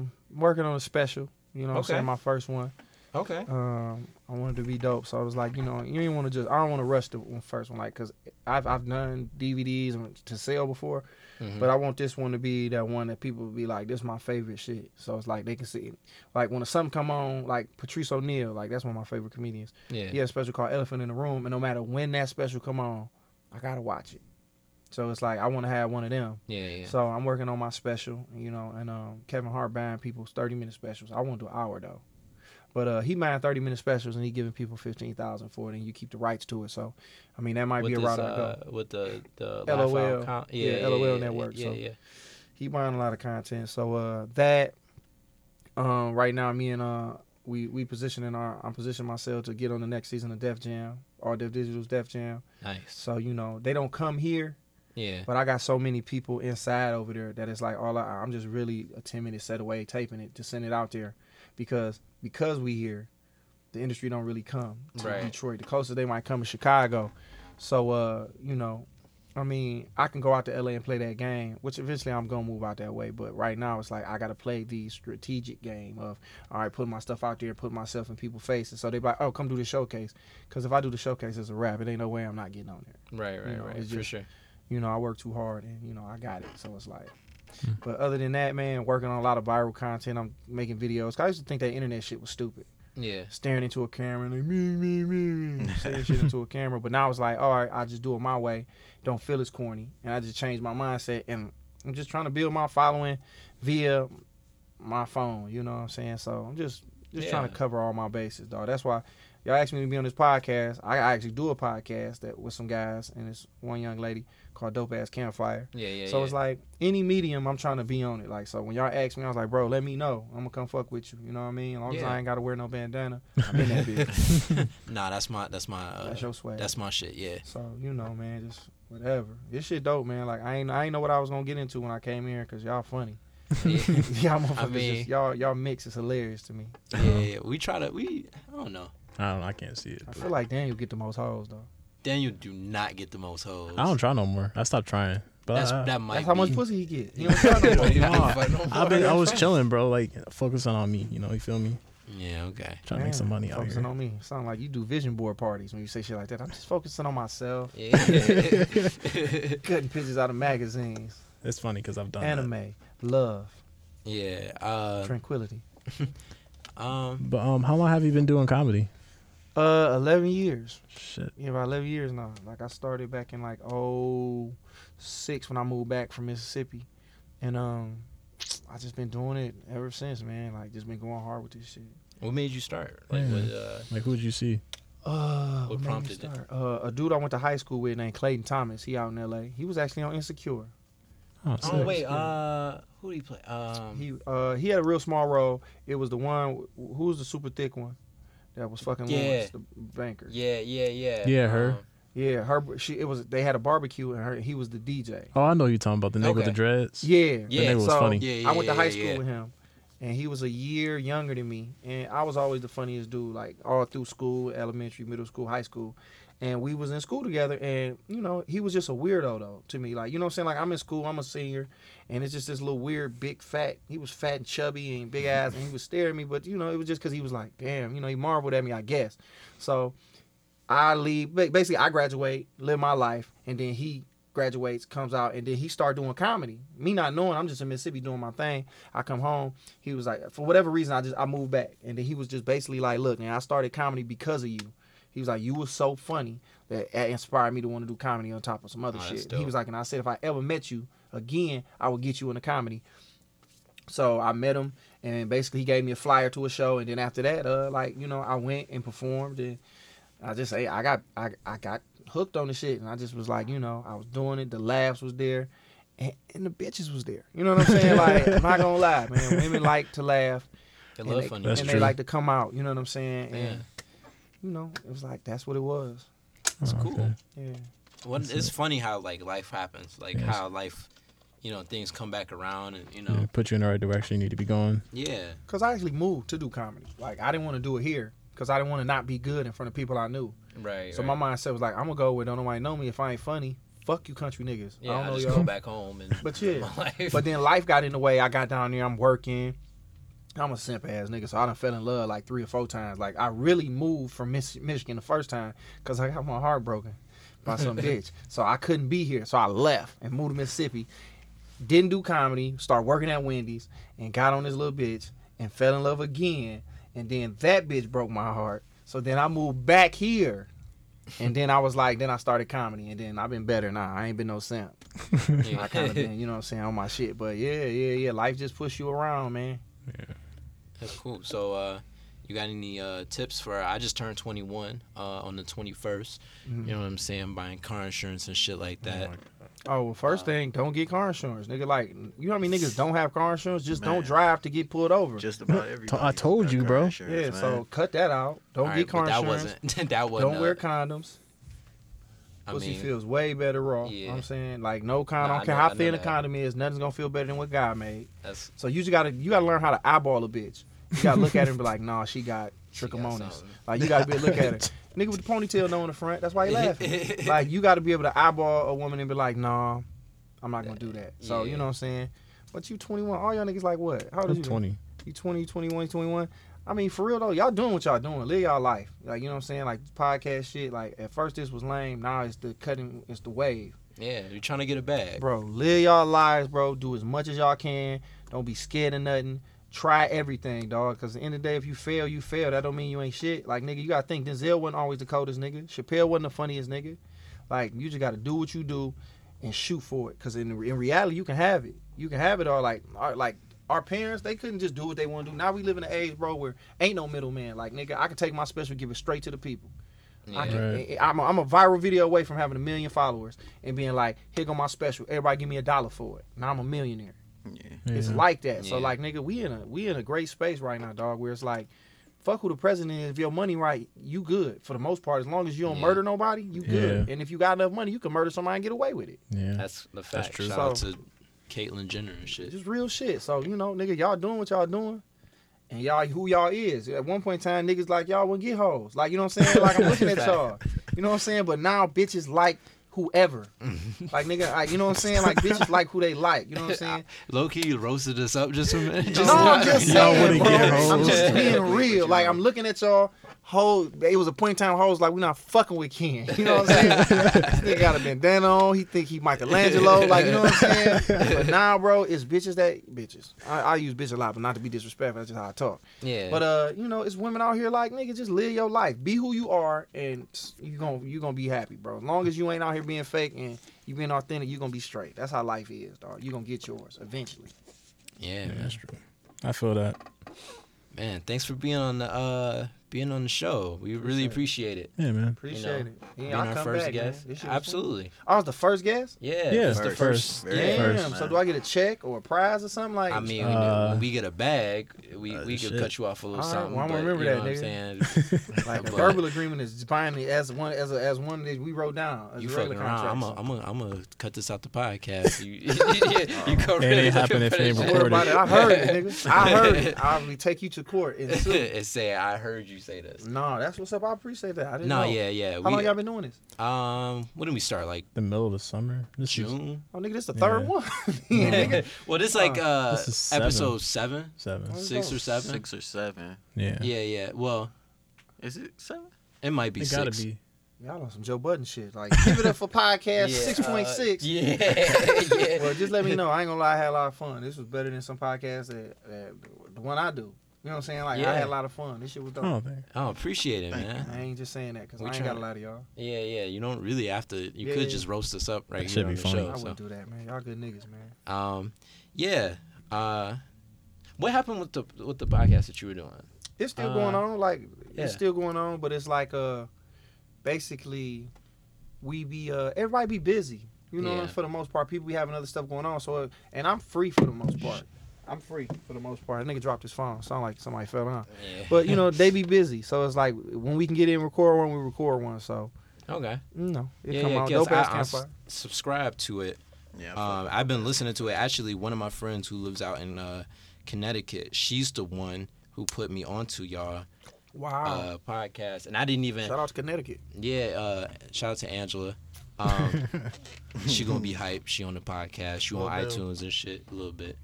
S4: working on a special. You know what I'm
S1: Okay.
S4: saying? My first one.
S1: okay.
S4: Um, I wanted to be dope, so I was like, you know, you ain't want to just. I don't want to rush the one first one, like, cause I've I've done DVDs and to sell before,
S1: Mm-hmm.
S4: but I want this one to be that one that people be like, this is my favorite shit. So it's like they can see, it. like when something come on, like Patrice O'Neal, like that's one of my favorite comedians.
S1: Yeah.
S4: He had a special called Elephant in the Room, and no matter when that special come on, I gotta watch it. So it's like I want to have one of them.
S1: Yeah. Yeah.
S4: So I'm working on my special, you know, and um, Kevin Hart buying people's 30 minute specials. I want to do an hour though. But uh, he made thirty minute specials and he giving people fifteen thousand for it, and you keep the rights to it. So, I mean, that might
S1: with
S4: be a
S1: this,
S4: route to go.
S1: uh, with the the
S4: LOL.
S1: Live File con-
S4: Yeah,
S1: yeah,
S4: LOL
S1: yeah, yeah,
S4: network,
S1: Yeah,
S4: so.
S1: yeah.
S4: he buying a lot of content. So uh that um right now me and uh we we positioning our I'm positioning myself to get on the next season of Def Jam or Def Digital's Def Jam.
S1: Nice.
S4: So you know they don't come here,
S1: Yeah.
S4: but I got so many people inside over there that it's like all I, I'm just really a ten minute set away taping it to send it out there because because we here the industry don't really come to
S1: Right.
S4: Detroit. The closest they might come is Chicago. So uh, you know, I mean, I can go out to LA and play that game, which eventually I'm gonna move out that way. But right now, it's like I gotta play the strategic game of all right, put my stuff out there, put myself in people's faces. So they be like, oh, come do the showcase, because if I do the showcase as a rap, it ain't no way I'm not getting on there.
S1: Right, right,
S4: know,
S1: right.
S4: it's
S1: For
S4: just-
S1: sure.
S4: You know, I work too hard and you know I got it. So it's like. But other than that, man, working on a lot of viral content. I'm making videos. 'Cause I used to think that internet shit was stupid
S1: Yeah.
S4: staring into a camera and like me me me me saying shit into a camera. But now it's like, all right, I just do it my way. Don't feel as corny, and I just changed my mindset. And I'm just trying to build my following via my phone. You know what I'm saying? So I'm just just trying to
S1: Yeah.
S4: cover all my bases, dog. That's why y'all asked me to be on this podcast. I I actually do a podcast that with some guys and it's one young lady called Dope Ass Campfire.
S1: Yeah, yeah.
S4: So
S1: yeah.
S4: it's like any medium, I'm trying to be on it. Like so, when y'all ask me, I was like, bro, let me know. I'm gonna come fuck with you. You know what I mean? As long as
S1: Yeah.
S4: I ain't gotta wear no bandana, I'm in that bitch.
S1: nah, that's my that's my uh,
S4: That's
S1: that's,
S4: your swag.
S1: my shit. Yeah.
S4: so you know, man, just whatever. This shit dope, man. Like I ain't I ain't know what I was gonna get into when I came here because y'all funny.
S1: Yeah.
S4: y'all motherfuckers,
S1: I mean-
S4: just, y'all y'all mix is hilarious to me.
S1: yeah, yeah, yeah. We try to we I don't know.
S2: I don't. know, I can't see it.
S4: I
S2: but-
S4: feel like Daniel get the most hoes though.
S1: Daniel do not get the most hoes.
S2: I don't uh, try no more. I stopped trying. But
S1: That's
S2: I,
S1: that might.
S4: That's how
S1: be.
S4: much pussy he get. He don't try no more.
S2: I've been. I was chilling, bro. Like focusing on me. You know. You feel me?
S1: Yeah. Okay.
S2: Trying to make some
S4: Man,
S2: money out
S4: Focusing
S2: here.
S4: on me. Sound like you do vision board parties when you say shit like that. I'm just focusing on myself.
S1: Yeah.
S4: Cutting pictures out of magazines.
S2: It's funny because I've done that.
S4: Anime. Love.
S1: yeah. Uh,
S4: Tranquility.
S1: um.
S2: But um, how long have you been doing comedy?
S4: Uh, eleven years.
S2: Shit.
S4: Yeah, about eleven years now. Like I started back in like oh six when I moved back from Mississippi, and um, I just been doing it ever since, man. Like just been going hard with this shit.
S1: What made you start? Like,
S2: Yeah.
S1: what, uh,
S2: Like who'd you see?
S4: Uh,
S1: What
S4: made me
S1: prompted it?
S4: start? Uh, a dude I went to high school with named Clayton Thomas. He out in L.A. He was actually on Insecure.
S1: oh
S2: Oh, sick.
S1: wait. Uh, who do you play? Um.
S4: He uh he had a real small role. It was the one who was the super thick one that was fucking
S1: Yeah.
S4: Lawrence, the banker.
S1: yeah. Yeah. Yeah.
S2: Yeah, her.
S1: um,
S4: Yeah, her she it was they had a barbecue and her he was the DJ.
S2: Oh, I know you talking about the nigga with
S1: Okay.
S2: the dreads.
S4: Yeah.
S1: Yeah.
S2: nigga was
S4: so
S2: funny.
S1: Yeah, yeah,
S4: I went
S1: yeah,
S4: to high
S1: yeah,
S4: school
S1: yeah.
S4: with him, and he was a year younger than me, and I was always the funniest dude, like all through school, elementary, middle school, high school, and we was in school together, and you know he was just a weirdo though to me, like you know what I'm saying, like I'm in school, I'm a senior, and it's just this little weird big fat, he was fat and chubby and big ass, and he was staring at me, but you know it was just because he was like, damn, you know he marveled at me, I guess, so. I leave. ba- Basically, I graduate, live my life, and then he graduates, comes out, and then he start doing comedy. Me not knowing, I'm just in Mississippi doing my thing. I come home. He was like, for whatever reason, I just I moved back, and then he was just basically like, look, man, I started comedy because of you. He was like, you was so funny that it inspired me to want to do comedy on top of some other
S1: Oh, that's
S4: shit.
S1: dope.
S4: He was like, and I said, if I ever met you again, I would get you into comedy. So I met him, and basically he gave me a flyer to a show, and then after that, uh, like you know, I went and performed, and I just say I got I, I got hooked on the shit, and I just was like, you know, I was doing it. The laughs was there, and, and the bitches was there. You know what I'm saying? Like I'm not gonna lie, man. Women like to laugh,
S1: They
S4: and,
S1: love
S4: they,
S1: funny.
S2: That's
S4: and
S2: true.
S4: they like to come out. You know what I'm saying?
S1: Yeah.
S4: And you know, it was like that's what it was.
S1: It's
S2: Oh,
S1: cool.
S2: okay.
S4: Yeah.
S1: Well, it's funny how like life happens, like
S2: Yes.
S1: how life, you know, things come back around, and you
S2: Yeah,
S1: know,
S2: put you in the right direction. You need to be going.
S1: yeah,
S4: Cause I actually moved to do comedy. Like I didn't want to do it here, cause I didn't want to not be good in front of people I knew.
S1: right.
S4: So
S1: right.
S4: my mindset was like, I'm gonna go where don't nobody know me. If I ain't funny, fuck you, country niggas.
S1: yeah,
S4: I
S1: I,
S4: don't know
S1: just
S4: y'all.
S1: go back home and
S4: But
S1: live
S4: yeah.
S1: my life.
S4: But then life got in the way. I got down there. I'm working. I'm a simp ass nigga, so I done fell in love like three or four times. Like I really moved from Mich- Michigan the first time because I got my heart broken by some bitch. So I couldn't be here, so I left and moved to Mississippi. Didn't do comedy. Started working at Wendy's and got on this little bitch and fell in love again. And then that bitch broke my heart. So then I moved back here. And then I was like, then I started comedy, and then I've been better now. I ain't been no simp. I kind of been, you know what I'm saying, on my shit. But yeah, yeah, yeah. Life just push you around, man.
S1: That's cool. So, uh, You got any uh, tips for? I just turned 21 uh, on the 21st.
S4: Mm-hmm.
S1: You know what I'm saying? Buying car insurance and shit like that.
S4: Oh, well, first thing, don't get car insurance, nigga. Like, you know how many niggas don't have car insurance? Just
S3: Man.
S4: don't drive to get pulled over.
S3: Just about everybody.
S2: told
S3: got
S2: you,
S3: car
S2: bro.
S3: insurance,
S4: yeah,
S3: man.
S4: so cut that out. Don't
S1: All
S4: get
S1: right,
S4: car
S1: but that
S4: insurance.
S1: wasn't that wasn't.
S4: don't
S1: uh,
S4: wear condoms.
S1: I
S4: Pussy
S1: mean,
S4: feels way better raw.
S1: Yeah.
S4: I'm saying, like, no condom.
S1: Nah,
S4: I
S1: I
S4: don't care
S1: know-
S4: how
S1: I know
S4: thin a
S1: that.
S4: condom is. Nothing's gonna feel better than what God made.
S1: that's
S4: So you just gotta you gotta learn how to eyeball a bitch. You gotta look at her and be like, nah, she got
S1: She got
S4: trichomonas.
S1: something.
S4: Like you gotta be look at her. Nigga with the ponytail no in the front. That's why he laughing. like you gotta be able to eyeball a woman and be like, nah, I'm not gonna do that. So
S1: Yeah.
S4: you know what I'm saying? But you 21, all y'all niggas like what? How old is
S2: I'm
S4: you?
S2: 20.
S4: You 20, 21, 21. I mean, for real though, y'all doing what y'all doing. Live y'all life. Like you know what I'm saying? Like podcast shit. Like at first this was lame. Now it's the cutting. It's the wave.
S1: yeah. You're trying to get a bag.
S4: Bro, live y'all lives, bro. Do as much as y'all can. Don't be scared of nothing. Try everything, dog. Cause at the end of the day, if you fail, you fail. That don't mean you ain't shit. Like nigga, you gotta think Denzel wasn't always the coldest nigga. Chappelle wasn't the funniest nigga. Like you just gotta do what you do and shoot for it. Cause in in reality, you can have it. You can have it all. Like our, like our parents, they couldn't just do what they want to do. Now we live in an age, bro, where ain't no middleman. Like nigga, I can take my special, give it straight to the people. I
S1: Yeah.
S4: can,
S2: Right.
S4: I- I'm, a, I'm a viral video away from having a million followers and being like, here go my special. Everybody give me a dollar for it. Now I'm a millionaire. It's
S2: Yeah.
S4: like that. So
S1: Yeah.
S4: like, nigga, we in a we in a great space right now, dog. Where it's like, fuck who the president is. If your money right, you good for the most part. As long as you don't
S1: Yeah.
S4: murder nobody, you good. And if you got enough money, you can murder somebody and get away with it.
S2: Yeah.
S1: That's the fact.
S2: true.
S1: Shout
S4: So-
S1: out to Caitlyn Jenner and shit.
S4: Just real shit. So you know, nigga, y'all doing what y'all doing. And y'all who y'all is. At one point in time, niggas like y'all wouldn't get hoes. Like you know what I'm saying? Like I'm looking at y'all. You know what I'm saying? But now bitches like whoever. Like nigga, like, you know what I'm saying? Like bitches like who they like. You know what I'm saying?
S1: Low key, you roasted us up just a minute. Just
S4: no, I'm
S1: now.
S4: just
S2: Y'all
S4: saying,
S2: wouldn't
S4: bro.
S2: get
S4: I'm
S2: hoes.
S4: just
S1: Yeah.
S4: being real. Like I'm looking at y'all. Whole, it was a point in time. Whole was like, "We not fucking with Ken." You know what I'm saying? this nigga got a bandana on. He think he Michelangelo. Like you know what I'm saying? But now, bro, it's bitches that bitches. I, I use bitch a lot, but not to be disrespectful. That's just how I talk.
S1: Yeah.
S4: But uh, you know, it's women out here like nigga, just live your life, be who you are, and you gonna you gonna be happy, bro. As long as you ain't out here being fake and you being authentic, you gonna be straight. That's how life is, dog. You gonna get yours eventually.
S1: yeah, man.
S2: That's true. I feel that.
S1: man. Thanks for being on the uh being on the show. We really appreciate it.
S2: Yeah, man.
S4: Appreciate
S1: You know,
S4: it.
S1: Being
S4: Yeah, I'll
S1: our
S4: come
S1: first
S4: back, man.
S1: guest.
S4: This shit was
S1: Absolutely.
S4: fun. I was the first guest.
S1: Yeah.
S2: Yeah.
S1: it's the
S2: First.
S1: first.
S3: Very
S4: Damn.
S2: first,
S4: so
S3: man.
S4: do I get a check or a prize or something like?
S1: I mean,
S2: Uh,
S1: when we get a bag, we,
S3: uh,
S1: we could
S3: shit.
S1: cut you off a little
S4: All right,
S1: something.
S4: well, I'ma
S1: but
S4: remember
S1: you know
S4: that,
S1: what I'm saying?
S4: like a
S1: but
S4: verbal agreement is binding as one as a, as one that we wrote down. As
S1: You
S4: a
S1: fucking
S4: regular
S1: around. I'm
S4: contract.
S1: gonna I'm a, I'm a cut this out the podcast. You, yeah, you come
S2: It
S1: really
S2: ain't happening if it ain't
S1: finish
S4: Don't worry about it. I heard it, nigga. I heard it.
S1: Yeah.
S4: I'll be take you to court and sue.
S1: and say, I heard you say this.
S4: No, that's what's up. I appreciate that. I didn't
S1: No,
S4: know.
S1: yeah, yeah.
S4: How long
S1: we,
S4: y'all been doing this?
S1: um, when did we start? Like
S2: The middle of the summer. This is
S1: June?
S4: Oh, nigga, this the third
S2: Yeah.
S4: one. yeah, nigga.
S1: well, this like uh,
S2: This is seven.
S1: episode seven,
S2: seven.
S4: Where's
S1: six
S4: those?
S1: or seven.
S3: six or seven.
S2: Yeah.
S1: Yeah, yeah. Well,
S3: Is it seven?
S1: it might be
S2: It
S1: 6
S2: gotta be.
S4: Y'all on some Joe Budden shit. Like, give it up for
S1: Yeah,
S4: podcast six point
S1: uh,
S4: six.
S1: Yeah, yeah.
S4: Well, just let me know. I ain't gonna lie, I had a lot of fun. This was better than some podcasts that, that the one I do. You know what I'm saying? Like I
S1: Yeah.
S4: had a lot of fun. This shit was dope.
S2: Oh, thank
S1: Oh, appreciate it,
S3: Thank
S1: man.
S4: I ain't just saying that because I
S1: We
S4: ain't got a
S1: tryna-
S4: lot of y'all.
S1: Yeah, yeah. You don't really have to. You
S4: Yeah,
S1: could
S4: yeah.
S1: just roast us up right
S2: That
S1: here
S2: should
S1: on
S2: be
S1: the
S2: funny.
S1: show.
S4: I
S1: so.
S4: wouldn't do that, man. Y'all good niggas, man.
S1: Um, yeah. Uh, what happened with the with the podcast that you were doing?
S4: It's still
S1: Uh,
S4: going on. Like
S1: yeah.
S4: it's still going on, but it's like uh, basically, we be uh, everybody be busy. You know,
S1: Yeah.
S4: for the most part, people be having other stuff going on. So, uh, and I'm free for the most part. I'm free for the most part. That nigga dropped his phone. Sound like somebody fell down.
S1: Yeah.
S4: But you know, they be busy. So it's like when we can get in and record one, we record one. So
S1: okay.
S4: you know, it
S1: yeah,
S4: come
S1: yeah,
S4: out
S1: 'cause
S4: dope ass
S1: I, I s-
S4: campfire.
S1: subscribe to it.
S3: Yeah.
S1: Um, I've been listening to it. Actually, one of my friends who lives out in uh, Connecticut, she's the one who put me onto y'all
S3: Oh.
S4: Wow.
S1: uh, podcast, and I didn't even.
S4: Shout out to Connecticut.
S1: Yeah, uh, shout out to Angela. Um, she gonna be hype. She on the podcast. She on
S2: Lil Bill.
S1: iTunes and shit a little bit.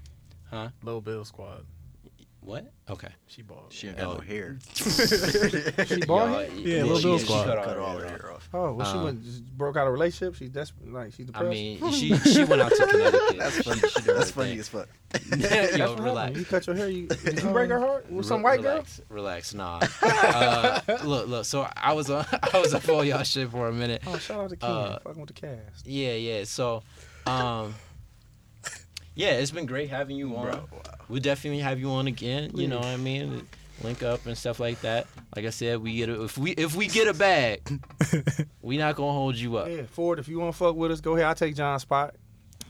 S2: Little Bill Squad.
S1: What? Okay.
S2: She bought.
S3: she ain't got no
S1: oh.
S3: hair.
S4: She bald
S1: Y'all-
S4: head?
S2: Yeah, Lil
S1: she-
S2: Bill
S1: she
S2: Squad.
S1: cut all
S3: Cut
S1: her
S3: all
S1: hair
S3: her
S1: off.
S3: hair off.
S4: Oh, well, she
S1: Um,
S4: went just broke out of a relationship. She's desperate. Like she's
S1: I
S4: depressed.
S1: mean, she she went out to Connecticut.
S3: That's funny.
S1: She, she did
S3: That's
S1: her
S3: funny
S1: thing.
S3: as fuck.
S1: Yo,
S4: That's what happened. You
S1: relax.
S4: cut your hair. You, did you break her heart with some white girl?
S1: relax, girl? Relax, nah. uh, look, look. So I was on, I was up all y'all shit for a minute.
S4: Oh, shout out to Ken.
S1: Uh,
S4: fucking with the cast.
S1: Yeah, yeah. So, um, yeah, it's been great having you on. We'll definitely have you on again. You know what I mean? link up and stuff like that. Like I said, we get a, if we if we get a bag, we not gonna hold you up.
S4: Yeah, Ford, if you want to fuck with us, go ahead. I'll take John's spot.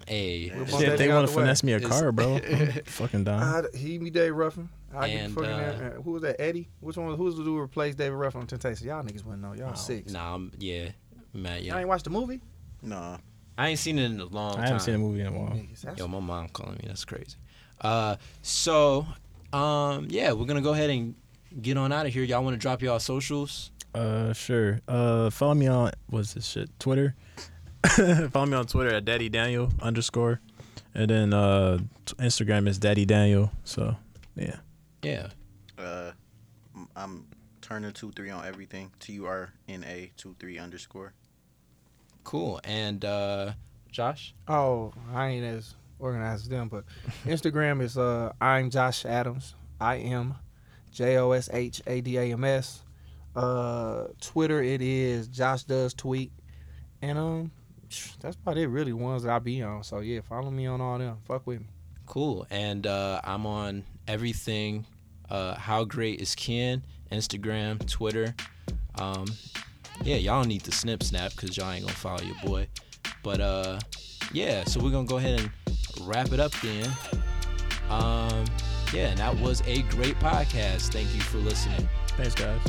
S1: Hey,
S4: We'll bump
S2: Shit,
S4: that
S2: if they
S4: nigga out
S2: want
S4: the
S2: to
S4: way.
S2: finesse me a
S1: It's-
S2: car, bro. I'm fucking down.
S4: I'd, he be Dave Ruffin. I get
S1: Uh-huh. And,
S4: fucking
S1: uh,
S4: that. Who was that? Eddie? Which one? Who's the dude who replaced David Ruffin on Temptation? Y'all niggas wouldn't know. Y'all six.
S1: Nah, I'm, yeah, Matt.
S4: Y'all
S1: Yeah,
S4: ain't watched the movie?
S3: Nah.
S1: I ain't seen it in a long
S2: I
S1: time.
S2: haven't seen a movie in a while.
S4: Niggas, that's-
S1: Yo, my mom calling me. That's crazy. Uh, so, um, yeah, we're gonna go ahead and get on out of here. Y'all want to drop y'all socials?
S2: Uh, sure. Uh, follow me on what's this shit? Twitter. follow me on Twitter at Daddy Daniel underscore, and then uh, t- Instagram is Daddy Daniel. So yeah,
S1: Yeah.
S3: Uh, m- I'm Turner two three on everything. T U R N A two three underscore.
S1: Cool. And uh, Josh.
S4: Oh, I ain't as organized as them, but Instagram is uh I'm Josh Adams. I am J O S H A D A M S. Uh Twitter it is Josh Does Tweet. And um that's about it really the ones that I be on. So yeah, follow me on all them. Fuck with me.
S1: Cool. And uh, I'm on everything. Uh, How great is Ken? Instagram, Twitter. Um, yeah, y'all need to snip snap because y'all ain't gonna follow your boy. But uh, yeah, so we're gonna go ahead and wrap it up then. Um, yeah, and that was a great podcast. Thank you for listening.
S2: thanks guys.